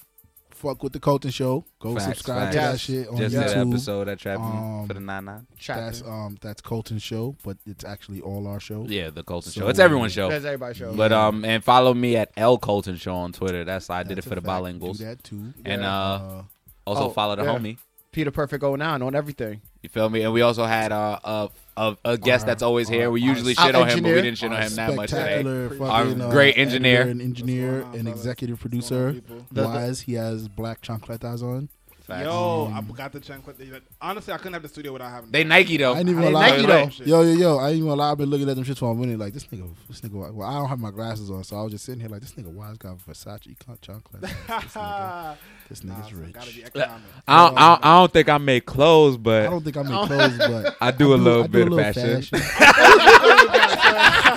Speaker 2: fuck with the Colton show. Go
Speaker 3: Facts,
Speaker 2: subscribe
Speaker 3: facts.
Speaker 2: to that
Speaker 1: Yes.
Speaker 2: shit on
Speaker 3: Just
Speaker 2: YouTube.
Speaker 3: that episode I trapped
Speaker 2: Um,
Speaker 3: for the nine nine.
Speaker 2: That's
Speaker 1: Chapter.
Speaker 2: um that's Colton's show, but it's actually all our show.
Speaker 3: Yeah, the Colton
Speaker 2: So-
Speaker 3: show. It's everyone's show.
Speaker 1: That's everybody's show.
Speaker 3: But um, and follow me at L Colton Show on Twitter. That's I did it
Speaker 2: That's
Speaker 3: for
Speaker 2: a
Speaker 3: the
Speaker 2: fact.
Speaker 3: bilinguals.
Speaker 2: Do that too.
Speaker 3: And
Speaker 1: Yeah.
Speaker 3: uh,
Speaker 2: Uh,
Speaker 3: also
Speaker 1: Oh,
Speaker 3: follow the
Speaker 1: yeah.
Speaker 3: homie.
Speaker 1: Peter Perfect 09 on everything.
Speaker 3: You feel me? And we also had uh, a a, a guest
Speaker 2: Our-
Speaker 3: that's always here. We
Speaker 2: our-
Speaker 3: usually
Speaker 1: our
Speaker 3: shit on him, but we
Speaker 1: engineer.
Speaker 3: didn't shit on him that much today.
Speaker 2: spectacular
Speaker 4: today.
Speaker 2: fucking,
Speaker 3: Our
Speaker 2: uh,
Speaker 3: great
Speaker 2: editor
Speaker 3: engineer.
Speaker 2: and engineer
Speaker 4: What's going on,
Speaker 2: and
Speaker 4: fellas?
Speaker 2: executive
Speaker 4: What's going on,
Speaker 2: producer.
Speaker 4: people?
Speaker 1: The- the-
Speaker 2: Wise, he has black chocolate eyes on.
Speaker 3: Facts.
Speaker 4: Yo,
Speaker 2: Um,
Speaker 4: I got the chunk. with the- Honestly, I couldn't have the studio without having.
Speaker 3: They Nike though.
Speaker 2: I ain't even
Speaker 1: Hey,
Speaker 2: gonna lie.
Speaker 1: Nike
Speaker 2: yo,
Speaker 4: though.
Speaker 2: yo, yo, yo, I ain't even gonna lie. I've been looking at them shits for a minute, like this nigga, this nigga. Well, I don't have my glasses on, so I was just sitting here like this nigga. Wise got Versace chocolate. eyes. This, nigga,
Speaker 4: Nah,
Speaker 2: this
Speaker 4: so
Speaker 2: nigga's
Speaker 4: it
Speaker 2: rich.
Speaker 4: Gotta be economic.
Speaker 3: I don't, I, don't, I don't think I make clothes,
Speaker 2: I
Speaker 3: but
Speaker 2: don't think I'm in clothes, but
Speaker 3: I do a little
Speaker 2: I
Speaker 3: bit of
Speaker 2: do a little
Speaker 3: fashion.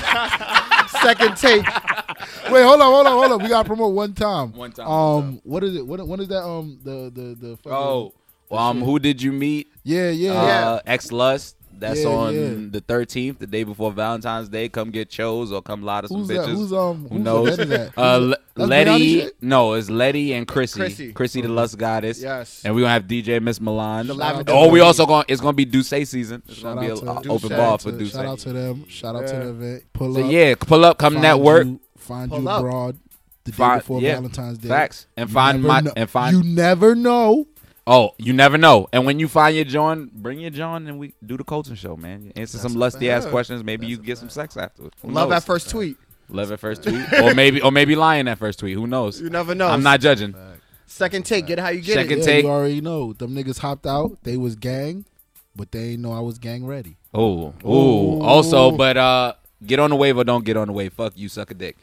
Speaker 1: Second take.
Speaker 2: Wait, hold on, hold on, hold on. We gotta promote one time.
Speaker 3: One time, one
Speaker 2: Um, what is it? What what is that? Um, the the the. Fucking,
Speaker 3: Oh, um, who did you meet?
Speaker 2: yeah, yeah.
Speaker 3: Uh, Ex Lust. That's
Speaker 2: Yeah,
Speaker 3: on
Speaker 2: yeah.
Speaker 3: the 13th, the day before Valentine's Day. Come get chose or come lie to some
Speaker 2: who's
Speaker 3: bitches.
Speaker 2: that? Who's um?
Speaker 3: Who
Speaker 2: who's
Speaker 3: knows?
Speaker 2: The head of that?
Speaker 3: Uh, Le-
Speaker 2: that's Beyonce
Speaker 3: Letty.
Speaker 2: shit? Mm-hmm.
Speaker 3: No, it's Letty and Chrissy. Chrissy,
Speaker 1: Chrissy.
Speaker 3: the Lust Goddess.
Speaker 1: Yes.
Speaker 3: And we're gonna have DJ Miss Milan.
Speaker 1: The
Speaker 2: Shout out
Speaker 1: lavender.
Speaker 2: to
Speaker 3: Oh, we
Speaker 2: them.
Speaker 3: also going. to It's gonna be Duce season. It's
Speaker 2: Shout
Speaker 3: gonna be
Speaker 2: out
Speaker 3: an
Speaker 2: to-
Speaker 3: open
Speaker 1: Duce.
Speaker 3: bar for
Speaker 2: to-
Speaker 3: Duce.
Speaker 2: Shout out to them. Shout out to
Speaker 1: Yeah.
Speaker 2: the event. Pull
Speaker 3: So
Speaker 2: up.
Speaker 3: yeah, pull up, come
Speaker 2: find
Speaker 3: network,
Speaker 2: You, find
Speaker 1: Pull
Speaker 2: you
Speaker 1: up.
Speaker 2: abroad the day
Speaker 3: Fi-
Speaker 2: before
Speaker 3: yeah.
Speaker 2: Valentine's Day.
Speaker 3: facts, and
Speaker 2: You
Speaker 3: find
Speaker 2: never
Speaker 3: my
Speaker 2: know-
Speaker 3: and find.
Speaker 2: You never know.
Speaker 3: oh, you never know. And when you find your John, bring your John, and we do the Colton show, man. You answer
Speaker 2: That's
Speaker 3: some
Speaker 2: a
Speaker 3: lusty ass
Speaker 1: fact.
Speaker 3: questions. Maybe you
Speaker 2: That's a
Speaker 3: get some
Speaker 2: fact.
Speaker 3: sex afterwards. Who
Speaker 1: Love
Speaker 3: knows?
Speaker 1: at first tweet.
Speaker 3: Love at first tweet, or maybe or maybe lying at first tweet. Who knows?
Speaker 1: You never know.
Speaker 3: I'm not judging.
Speaker 1: Second take. Get it how you get
Speaker 3: Second
Speaker 1: it.
Speaker 2: Yeah,
Speaker 3: take-
Speaker 2: you already know. Them niggas hopped out. They was gang, but they ain't know I was gang ready.
Speaker 3: Oh, ooh. Also, but uh, get on the wave or don't get on the wave. Fuck you, suck a dick.